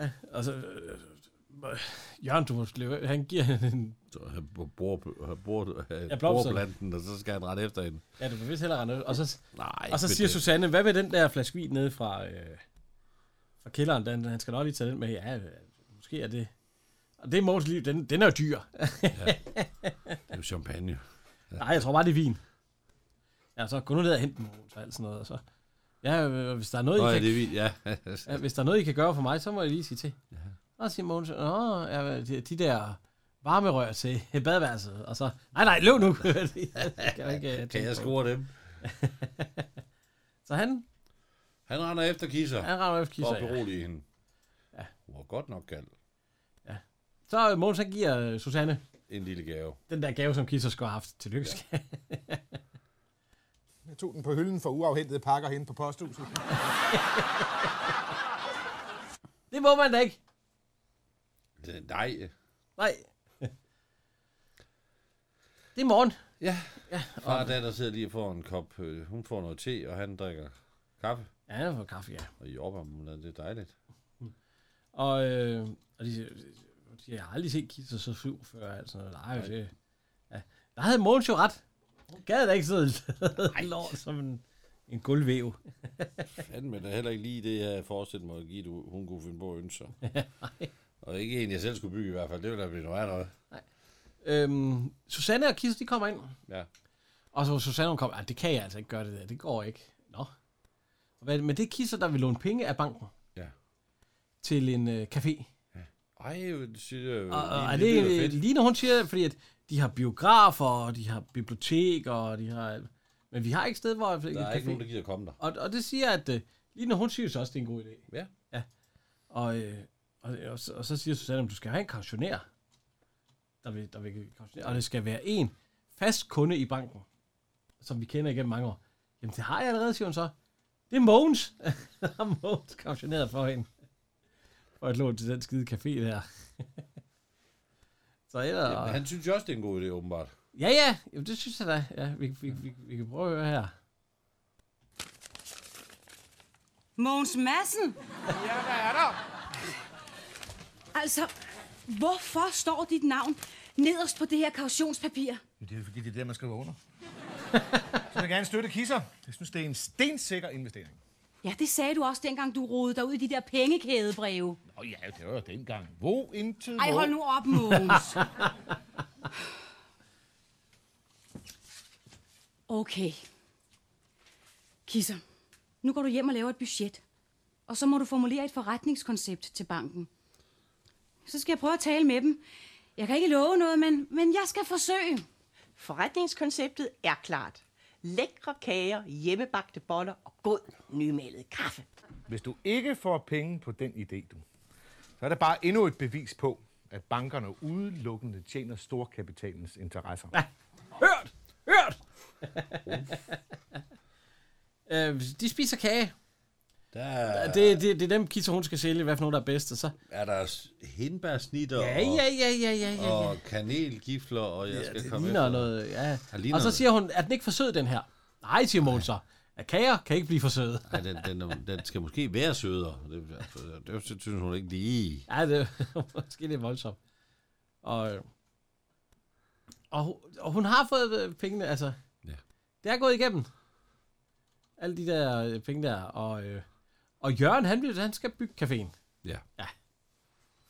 B: ja, og så... øh, øh, Jørgen, du må sleve, han giver hende en...
C: Så han bor, bor, bor,
B: Ja, blomsterne.
C: borplanten, og så skal han rette efter hende.
B: Ja, du må vist hellere rende ud. Og så,
C: Nej,
B: og så
C: men
B: siger
C: det-
B: Susanne, hvad med den der flaske vin nede fra, øh, fra kælderen? Den, han skal nok lige tage den med. Ja, øh, måske er det... Og det er Måns liv, den, den er jo dyr.
C: Det er jo champagne.
B: Nej, jeg tror bare, det er vin. Ja, så gå nu ned og hente den, Måns, og alt sådan noget. Og så. Ja, øh, hvis der er noget,
C: Nå,
B: I
C: ja,
B: kan...
C: det er vin, ja.
B: ja. hvis der er noget, I kan gøre for mig, så må jeg lige sige til. Ja. Og så siger Måns, Nå, ja, de, de der varmerør til badeværelset. Og så, nej, nej, løb nu. Det skal jeg ikke, øh,
C: Kan
B: tænke
C: jeg
B: på.
C: score dem?
B: så han,
C: Han render efter kisser.
B: Han render efter Kisser,
C: For
B: ja.
C: at berolige hende. Ja. Hun var godt nok galt.
B: så øh, Måns, han giver øh, Susanne
C: En lille gave.
B: den der gave, som Kisser skulle have haft. Tillykke. Ja.
E: Jeg tog den på hylden for uafhentede pakker hen på posthuset.
B: det må man da ikke.
C: Øh, Nej.
B: Nej. Det er morgen.
C: Ja.
B: ja
C: Far og datter sidder lige og får en kop. øh, Hun får noget te, og han drikker kaffe.
B: Ja, han får kaffe, ja.
C: Og jordbærmulade, det er dejligt.
B: Og, øh, og de, siger, de siger, jeg har aldrig set Kisser så syv før. Altså, nej,
C: Nej.
B: det, ja. Der havde Måns jo ret. Hun gad da ikke sidde lort som en, en guldvæv.
C: Fanden, men det er heller ikke lige det, jeg forestillede mig at give, du, hun kunne finde på at ønske sig. og ikke en, jeg selv skulle bygge i hvert fald. Det ville da blive noget af noget.
B: øhm, Susanne og Kisser, de kommer ind.
C: Ja.
B: Og så Susanne, hun kommer, "Ej, det kan jeg altså ikke gøre det der. Det går ikke. Nå. Hvad- Men det er Kisser, der vil låne penge af banken.
C: Ja.
B: Til en øh, café.
C: Ej, det synes jeg øh, jo
B: Og, og er
C: lige lyder
B: det
C: fedt.
B: lige når hun siger, fordi at de har biografer, og de har biblioteker, og de har... alt. Men vi har ikke et sted, hvor...
C: Der er ikke nogen, der gider komme der.
B: Og, og det siger, at øh, lige når hun synes også, det er en god idé.
C: Ja.
B: ja. Og, øh, og, og, så- og, så siger Susanne, at du skal have en kautionær. Der vil, der vil kautionere. Og det skal være en fast kunde i banken, som vi kender igennem mange år. Jamen, det har jeg allerede, siger hun så. Det er Mogens. der har Mogens kautioneret for hende. Og et lån til den skide café der. så ellers...
C: Jamen, han synes jo også, det er en god idé, åbenbart.
B: Ja, ja, Jamen, det synes jeg da. Ja, vi, vi, vi, vi kan prøve at høre her.
D: Mogens Madsen?
E: Ja, hvad er der?
D: Altså, hvorfor står dit navn nederst på det her kautionspapir?
E: Det er jo fordi, det er der, man skriver under. Så vil jeg gerne støtte kisser. Jeg synes, det er en stensikker investering.
D: Ja, det sagde du også, dengang du rodede dig ud i de der pengekædebreve.
E: Nå ja, det var jo dengang. Hvor intet
D: Ej,
E: må.
D: hold nu op, Mogens. Okay. Kisser, nu går du hjem og laver et budget. Og så må du formulere et forretningskoncept til banken. Så skal jeg prøve at tale med dem. Jeg kan ikke love noget, men, men jeg skal forsøge.
N: Forretningskonceptet er klart. Lækre kager, hjemmebagte boller og god nymalet kaffe.
E: Hvis du ikke får penge på den idé, du, så er der bare endnu et bevis på, at bankerne udelukkende tjener storkapitalens interesser.
B: Hørt! Hørt! øh, de spiser kage.
C: Der...
B: Det, det, det er dem kisser, hun skal sælge, hvad for nogen, der er bedst. Og så...
C: Er der s- hindbærsnitter
B: Ja, ja, ja, ja, ja, ja.
C: og kanelgifler, og jeg
B: Ja,
C: skal
B: det
C: komme
B: ligner
C: efter.
B: noget, ja.
C: Han ligner
B: Og så siger hun, er den ikke for sød, den her? Nej, siger Mogens så. At kager kan ikke blive for søde.
C: Ja, den, den, er- den skal måske være sødere. Det, det, det synes hun ikke lige.
B: Ja, det er måske lidt voldsomt. Og, øh, og, hun- og hun har fået øh, pengene, altså.
C: Ja.
B: Det er gået igennem. Alle de der øh, penge der. Og, øh, og Jørgen, han, bliver- han skal bygge caféen.
C: Ja.
B: Ja.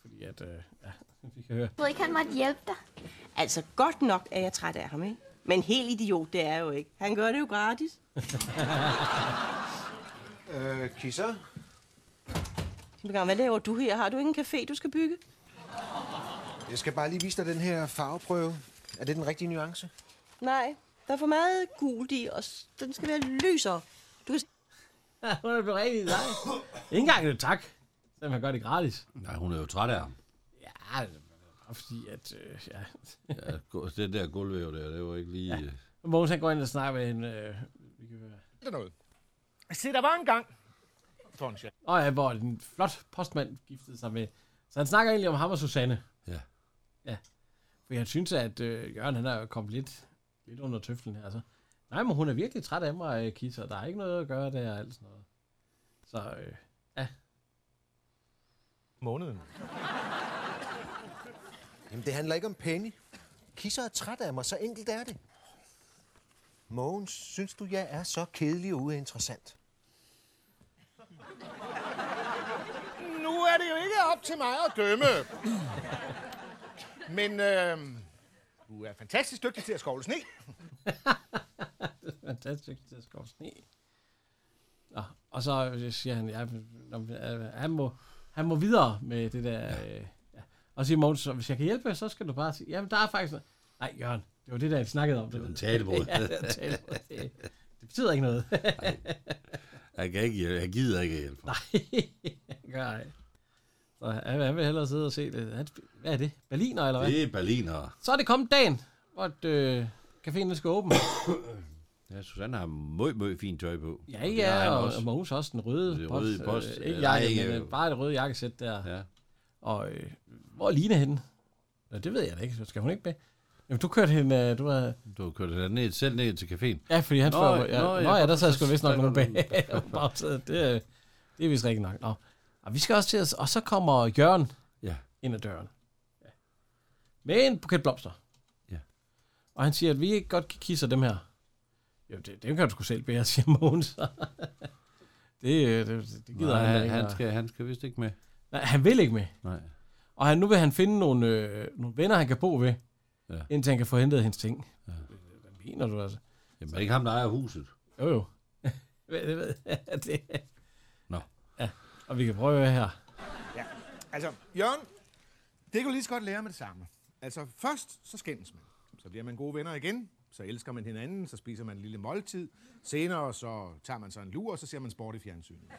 B: Fordi at, øh, ja, vi kan høre.
L: Jeg troede ikke, han måtte hjælpe dig.
K: Altså, godt nok er jeg træt af ham, ikke? Men helt idiot, det er jeg jo ikke. Han gør det jo gratis.
F: Øh, kisser?
J: Hvad laver du her? Har du ingen café, du skal bygge?
F: Jeg skal bare lige vise dig den her farveprøve. Er det den rigtige nuance?
J: Nej, der er for meget gult i, og s- den skal være lysere. Du kan se,
B: Hun er blevet rigtig nej. Ikke engang et tak. Selvom han gør det gratis.
C: Nej, hun er jo træt af ham.
B: Ja, det er bare fordi at, øh, ja.
C: Ja, gu- det der gulvvæv der, det var ikke lige... Ja.
B: Mogens han går ind og snakker med hende. Øh, vi kan høre.
E: Det er noget. Se, der var en gang. Tror en chef.
B: Og ja, hvor en flot postmand giftede sig med. Så han snakker egentlig om ham og Susanne.
C: Ja.
B: Ja. For han synes, at øh, Jørgen han er kommet lidt, lidt under tøflen her. Altså. Nej, men hun er virkelig træt af mig, øh, Kisse, og der er ikke noget at gøre der og alt sådan noget. Så øh, ja.
E: Måneden.
F: Jamen, det handler ikke om penge. Kisser er træt af mig, så enkelt er det. Mogens, synes du, jeg er så kedelig og uinteressant?
E: Nu er det jo ikke op til mig at dømme. Men øh, du er fantastisk dygtig til at skovle sne.
B: fantastisk til at skove sne. Nå, og så øh, siger han, ja, nå, men, øh, han, må, han må videre med det der. Ja. Øh, ja. Og så siger Mogens, så hvis jeg kan hjælpe, så skal du bare sige, jamen der er faktisk noget. Nej, Jørgen, det var det, der vi snakkede om. Det var en
C: talebod.
B: ja, det, var en talebod. det, det betyder ikke noget.
C: Jeg, kan ikke, hjælpe- jeg gider ikke hjælpe ham.
B: Nej, gør jeg. Så han, han vil hellere sidde og se det. Han, sp- hvad er det? Berliner, eller hvad?
C: Det er berlinere.
B: Så er det kommet dagen, hvor øh, caféen skal åbne.
C: Ja, Susanne har meget, meget fint tøj på.
B: Ja,
C: Og det har han
B: ja, og,
C: også.
B: og Mogens også den røde,
C: Det røde post.
B: Øh, ikke
C: Nej,
B: jakke,
C: ikke-
B: men øh, bare det røde jakkesæt der.
C: Ja.
B: Og øh, hvor er Line henne? Nå, det ved jeg da ikke. Skal hun ikke med? Jamen, du kørte hende, øh, du var...
C: Du kørte den ned, selv ned til caféen.
B: Ja, fordi han
C: Nå,
B: spørger... mig- Ja, nå,
C: nå,
B: ja,
C: ja,
B: der sad
C: så-
B: sgu vist nok
C: så-
B: nogen bag. bagsædet. det, øh, det er vist rigtigt nok. Nå. Og vi skal også til at... Og så kommer Jørgen
C: Ja.
B: ind ad døren. Ja. Med en buket blomster.
C: Ja.
B: Og han siger, at vi ikke godt kan kisse dem her. Jo, det, det kan du sgu selv bære, siger Mogens. det, øh, det, det gider
C: Nej,
B: han, da
C: han,
B: ikke
C: han,
B: at-
C: skal, han skal vist ikke med.
B: Nej, han vil ikke med.
C: Nej.
B: Og han, nu vil han finde nogle, øh, nogle venner, han kan bo ved, ja. indtil han kan få hentet hendes ting. Ja. Hvad mener du altså?
C: Jamen, er det ikke ham, der ejer huset?
B: Jo, jo. Hvad- det ved jeg. Det-
C: Nå.
B: Ja, og vi kan prøve at høre her.
E: Ja. Altså, Jørgen, det kan du lige så godt lære med det samme. Altså, først så skændes man. Så bliver man gode venner igen. Så elsker man hinanden, så spiser man en lille måltid. Senere så tager man så en lur, og så ser man sport i fjernsynet.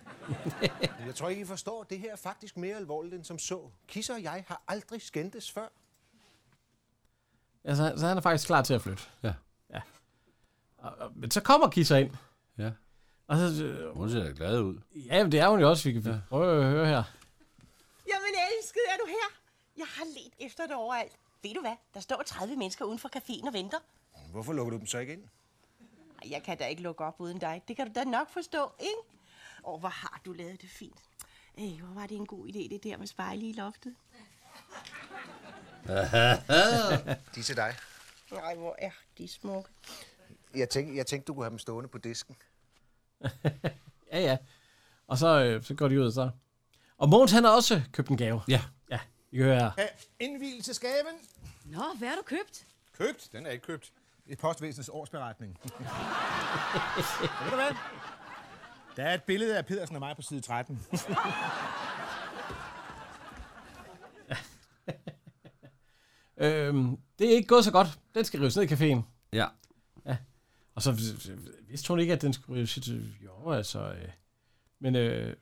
F: Jeg tror ikke, I forstår, det her er faktisk mere alvorligt end som så. Kisser og jeg har aldrig skændtes før.
B: Ja, så, så han er faktisk klar til at flytte.
C: Ja.
B: ja. Og, og, men så kommer Kisser ind.
C: Ja.
B: Og så, øh,
C: Hun ser da glad ud.
B: ja, men det er hun jo også. Vi kan ja. prøve at høre her.
K: Jamen, elskede, er du her? Jeg har let efter dig overalt. Ved du hvad? Der står 30 mennesker uden for caféen og venter.
F: Hvorfor lukker du dem så ikke ind?
K: Ej, Jeg kan da ikke lukke op uden dig. Det kan du da nok forstå, ikke? Åh, oh, hvor har du lavet det fint. Ej, hvor var det en god idé, det der med spejle i loftet.
F: De er til dig.
K: Nej, hvor er de smukke.
F: Jeg tænkte, jeg tænkte, du kunne have dem stående på disken.
B: Ja, ja. Og så, øh, så går de ud, og så... Og Mogens, han har også købt en gave.
C: Ja.
B: Ja, vi kan høre her.
E: Ja, indvielsesgaven.
D: Nå, hvad har du købt?
E: Købt? Den er ikke købt. I postvæsenets årsberetning. Ved du hvad? Der er et billede af Pedersen og mig på side 13.
B: Øhm, det er ikke gået så godt. Den skal rives ned i caféen.
C: Ja.
B: ja. Og så øh, vidste hun ikke, at den skulle rives ned. Jo, altså... Øh. Men øh,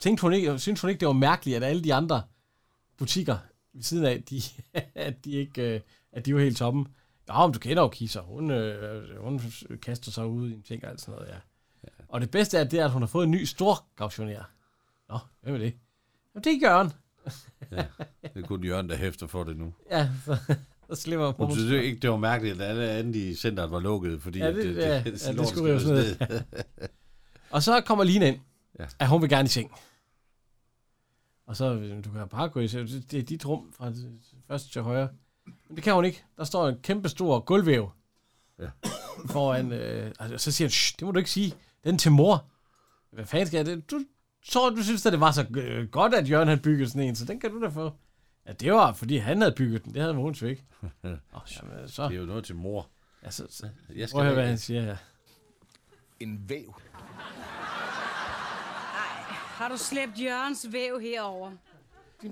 B: tænkte hun ikke, synes hun ikke, det var mærkeligt, at alle de andre butikker ved siden af, at de, at de ikke øh, at de var helt tomme. Ja, men du kender jo Kisser. Hun, øh, hun kaster sig ud i en ting og alt sådan noget, ja. Og det bedste er, det er, at hun har fået en ny stor kautionær. Nå, hvem er det? Jamen, det er Jørgen.
C: Ja, det er kun Jørgen, der hæfter for det nu.
B: Ja, så, så slipper
C: Hun
B: hun.
C: synes jo ikke, det var mærkeligt, at alle andet i centret var lukket, fordi
B: Ja,
C: at øh,
B: det, det, ja, det, ja, det
C: lort
B: skulle rives
C: skal
B: ned. og så kommer Line ind,
C: Ja.
B: ja. at hun vil gerne i seng. Og så, øh, du kan bare gå i seng. Det det er dit rum fra først til højre. Men det kan hun ikke. Der står en kæmpe stor gulvvæv.
C: Ja.
B: Foran, øh, altså, så siger hun, "Shh, det må du ikke sige. Den er til mor. Hvad fanden skal jeg det? Du, så du synes, at det var så øh, godt, at Jørgen havde bygget sådan en, så den kan du da få. Ja, det var, fordi han havde bygget den. Det havde Mogens jo ikke. Jamen, så.
C: Det er jo noget til mor.
B: Altså, så,
C: jeg
B: Prøv at høre,
C: ikke-
B: hvad han siger her.
E: En væv.
D: Har du slæbt Jørgens væv herover?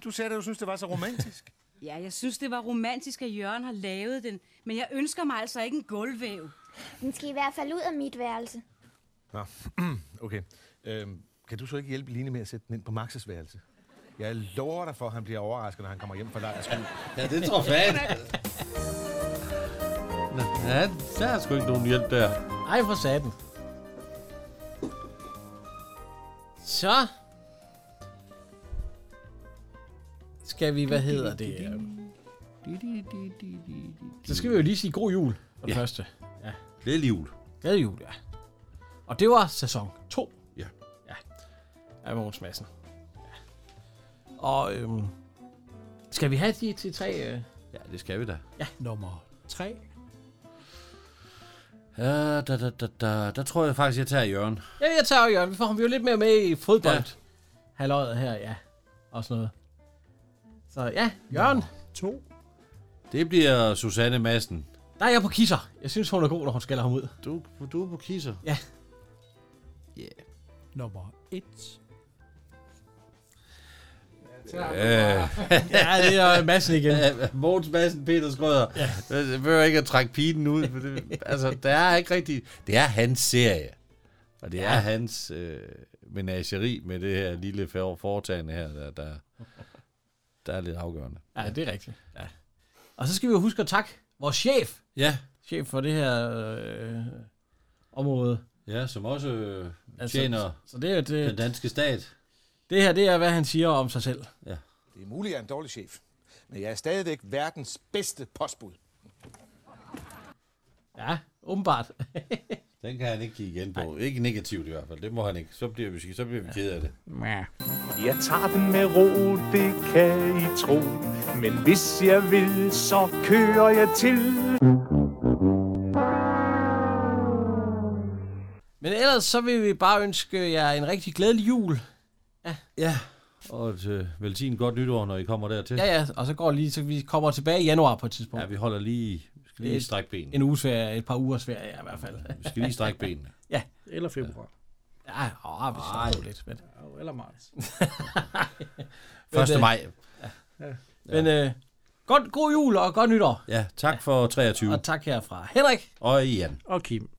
E: Du sagde, at du synes, det var så romantisk.
D: Ja, jeg synes, det var romantisk, at Jørgen har lavet den. Men jeg ønsker mig altså ikke en gulvvæv.
L: Den skal i hvert fald ud af mit værelse.
E: Nå, okay. Øhm, kan du så ikke hjælpe Line med at sætte den ind på Maxes værelse? Jeg lover dig for, at han bliver overrasket, når han kommer hjem fra lejrskolen.
C: Ja, det tror jeg fanden. Nå, Ja, der er sgu ikke nogen hjælp der.
B: Ej, for satan. Så. Skal vi, hvad hedder det? Så skal vi jo lige sige god jul for det
C: Ja.
B: første. Ja.
C: Glædelig jul.
B: Glædelig jul, ja. Og det var sæson 2.
C: Ja.
B: Ja. Af Mogens Madsen. Ja. Og øhm, skal vi have de til tre? Øh,
C: Ja, det skal vi da.
B: ja, nummer tre.
C: Ja, da, da, da, da. Der tror jeg faktisk, jeg tager Jørgen.
B: Ja, jeg tager jo Jørgen. Vi får ham jo lidt mere med i fodbold. Ja. Halløjet her, ja. Og sådan noget. Så ja, Jørgen. to.
C: Det bliver Susanne Madsen.
B: Der er jeg på kisser. Jeg synes, hun er god, når hun skælder ham ud.
C: Du, du er på kisser?
B: Ja.
Q: Nummer 1.
C: Øh,
B: ja, det er Madsen igen.
C: Mogens Madsen, Peter Skrøder. Ja. Det behøver ikke at trække pinen ud. For det, altså, der er ikke rigtig... Det er hans serie. Og det ja. er hans øh, menageri med det her lille for- foretagende her, der, der, der er lidt afgørende.
B: Ja, det er rigtigt. Ja. Og så skal vi jo huske at takke vores chef.
C: Ja.
B: Chef for det her øh, område.
C: Ja, som også øh,
B: Altså,
C: tjener
B: så, så det, er jo det,
C: den danske stat.
B: det her, det er, hvad han siger om sig selv.
C: Ja.
E: Det er muligt, jeg er en dårlig chef. Men jeg er stadigvæk verdens bedste postbud.
B: Ja, åbenbart.
C: Den kan han ikke kigge igen på. Nej. Ikke negativt i hvert fald. Det må han ikke. Så bliver vi, så bliver vi ked af det.
Q: Jeg tager den med ro, det kan I tro. Men hvis jeg vil, så kører jeg til.
B: Men ellers så vil vi bare ønske jer en rigtig glædelig jul.
C: Ja. Og et øh, velsignet godt nytår, når I kommer dertil.
B: Ja, ja, og så går lige, så vi kommer tilbage i januar på et tidspunkt.
C: Ja, vi holder lige, vi skal lige
B: Et-
C: strække benene.
B: En uges ferie, et par ugers ferie ja, i hvert fald.
C: Vi skal lige strække benene.
B: ja.
A: Eller februar.
B: Ja, åh, vi
A: Ej.
B: skal jo lidt. Men...
A: Ja, Eller marts.
B: Men,
C: 1.
B: øh,
C: maj.
A: Ja.
B: Men øh, godt, god jul og godt nytår.
C: Ja, tak for 23.
B: Og tak herfra. Henrik
C: Og Ian.
A: Og Kim.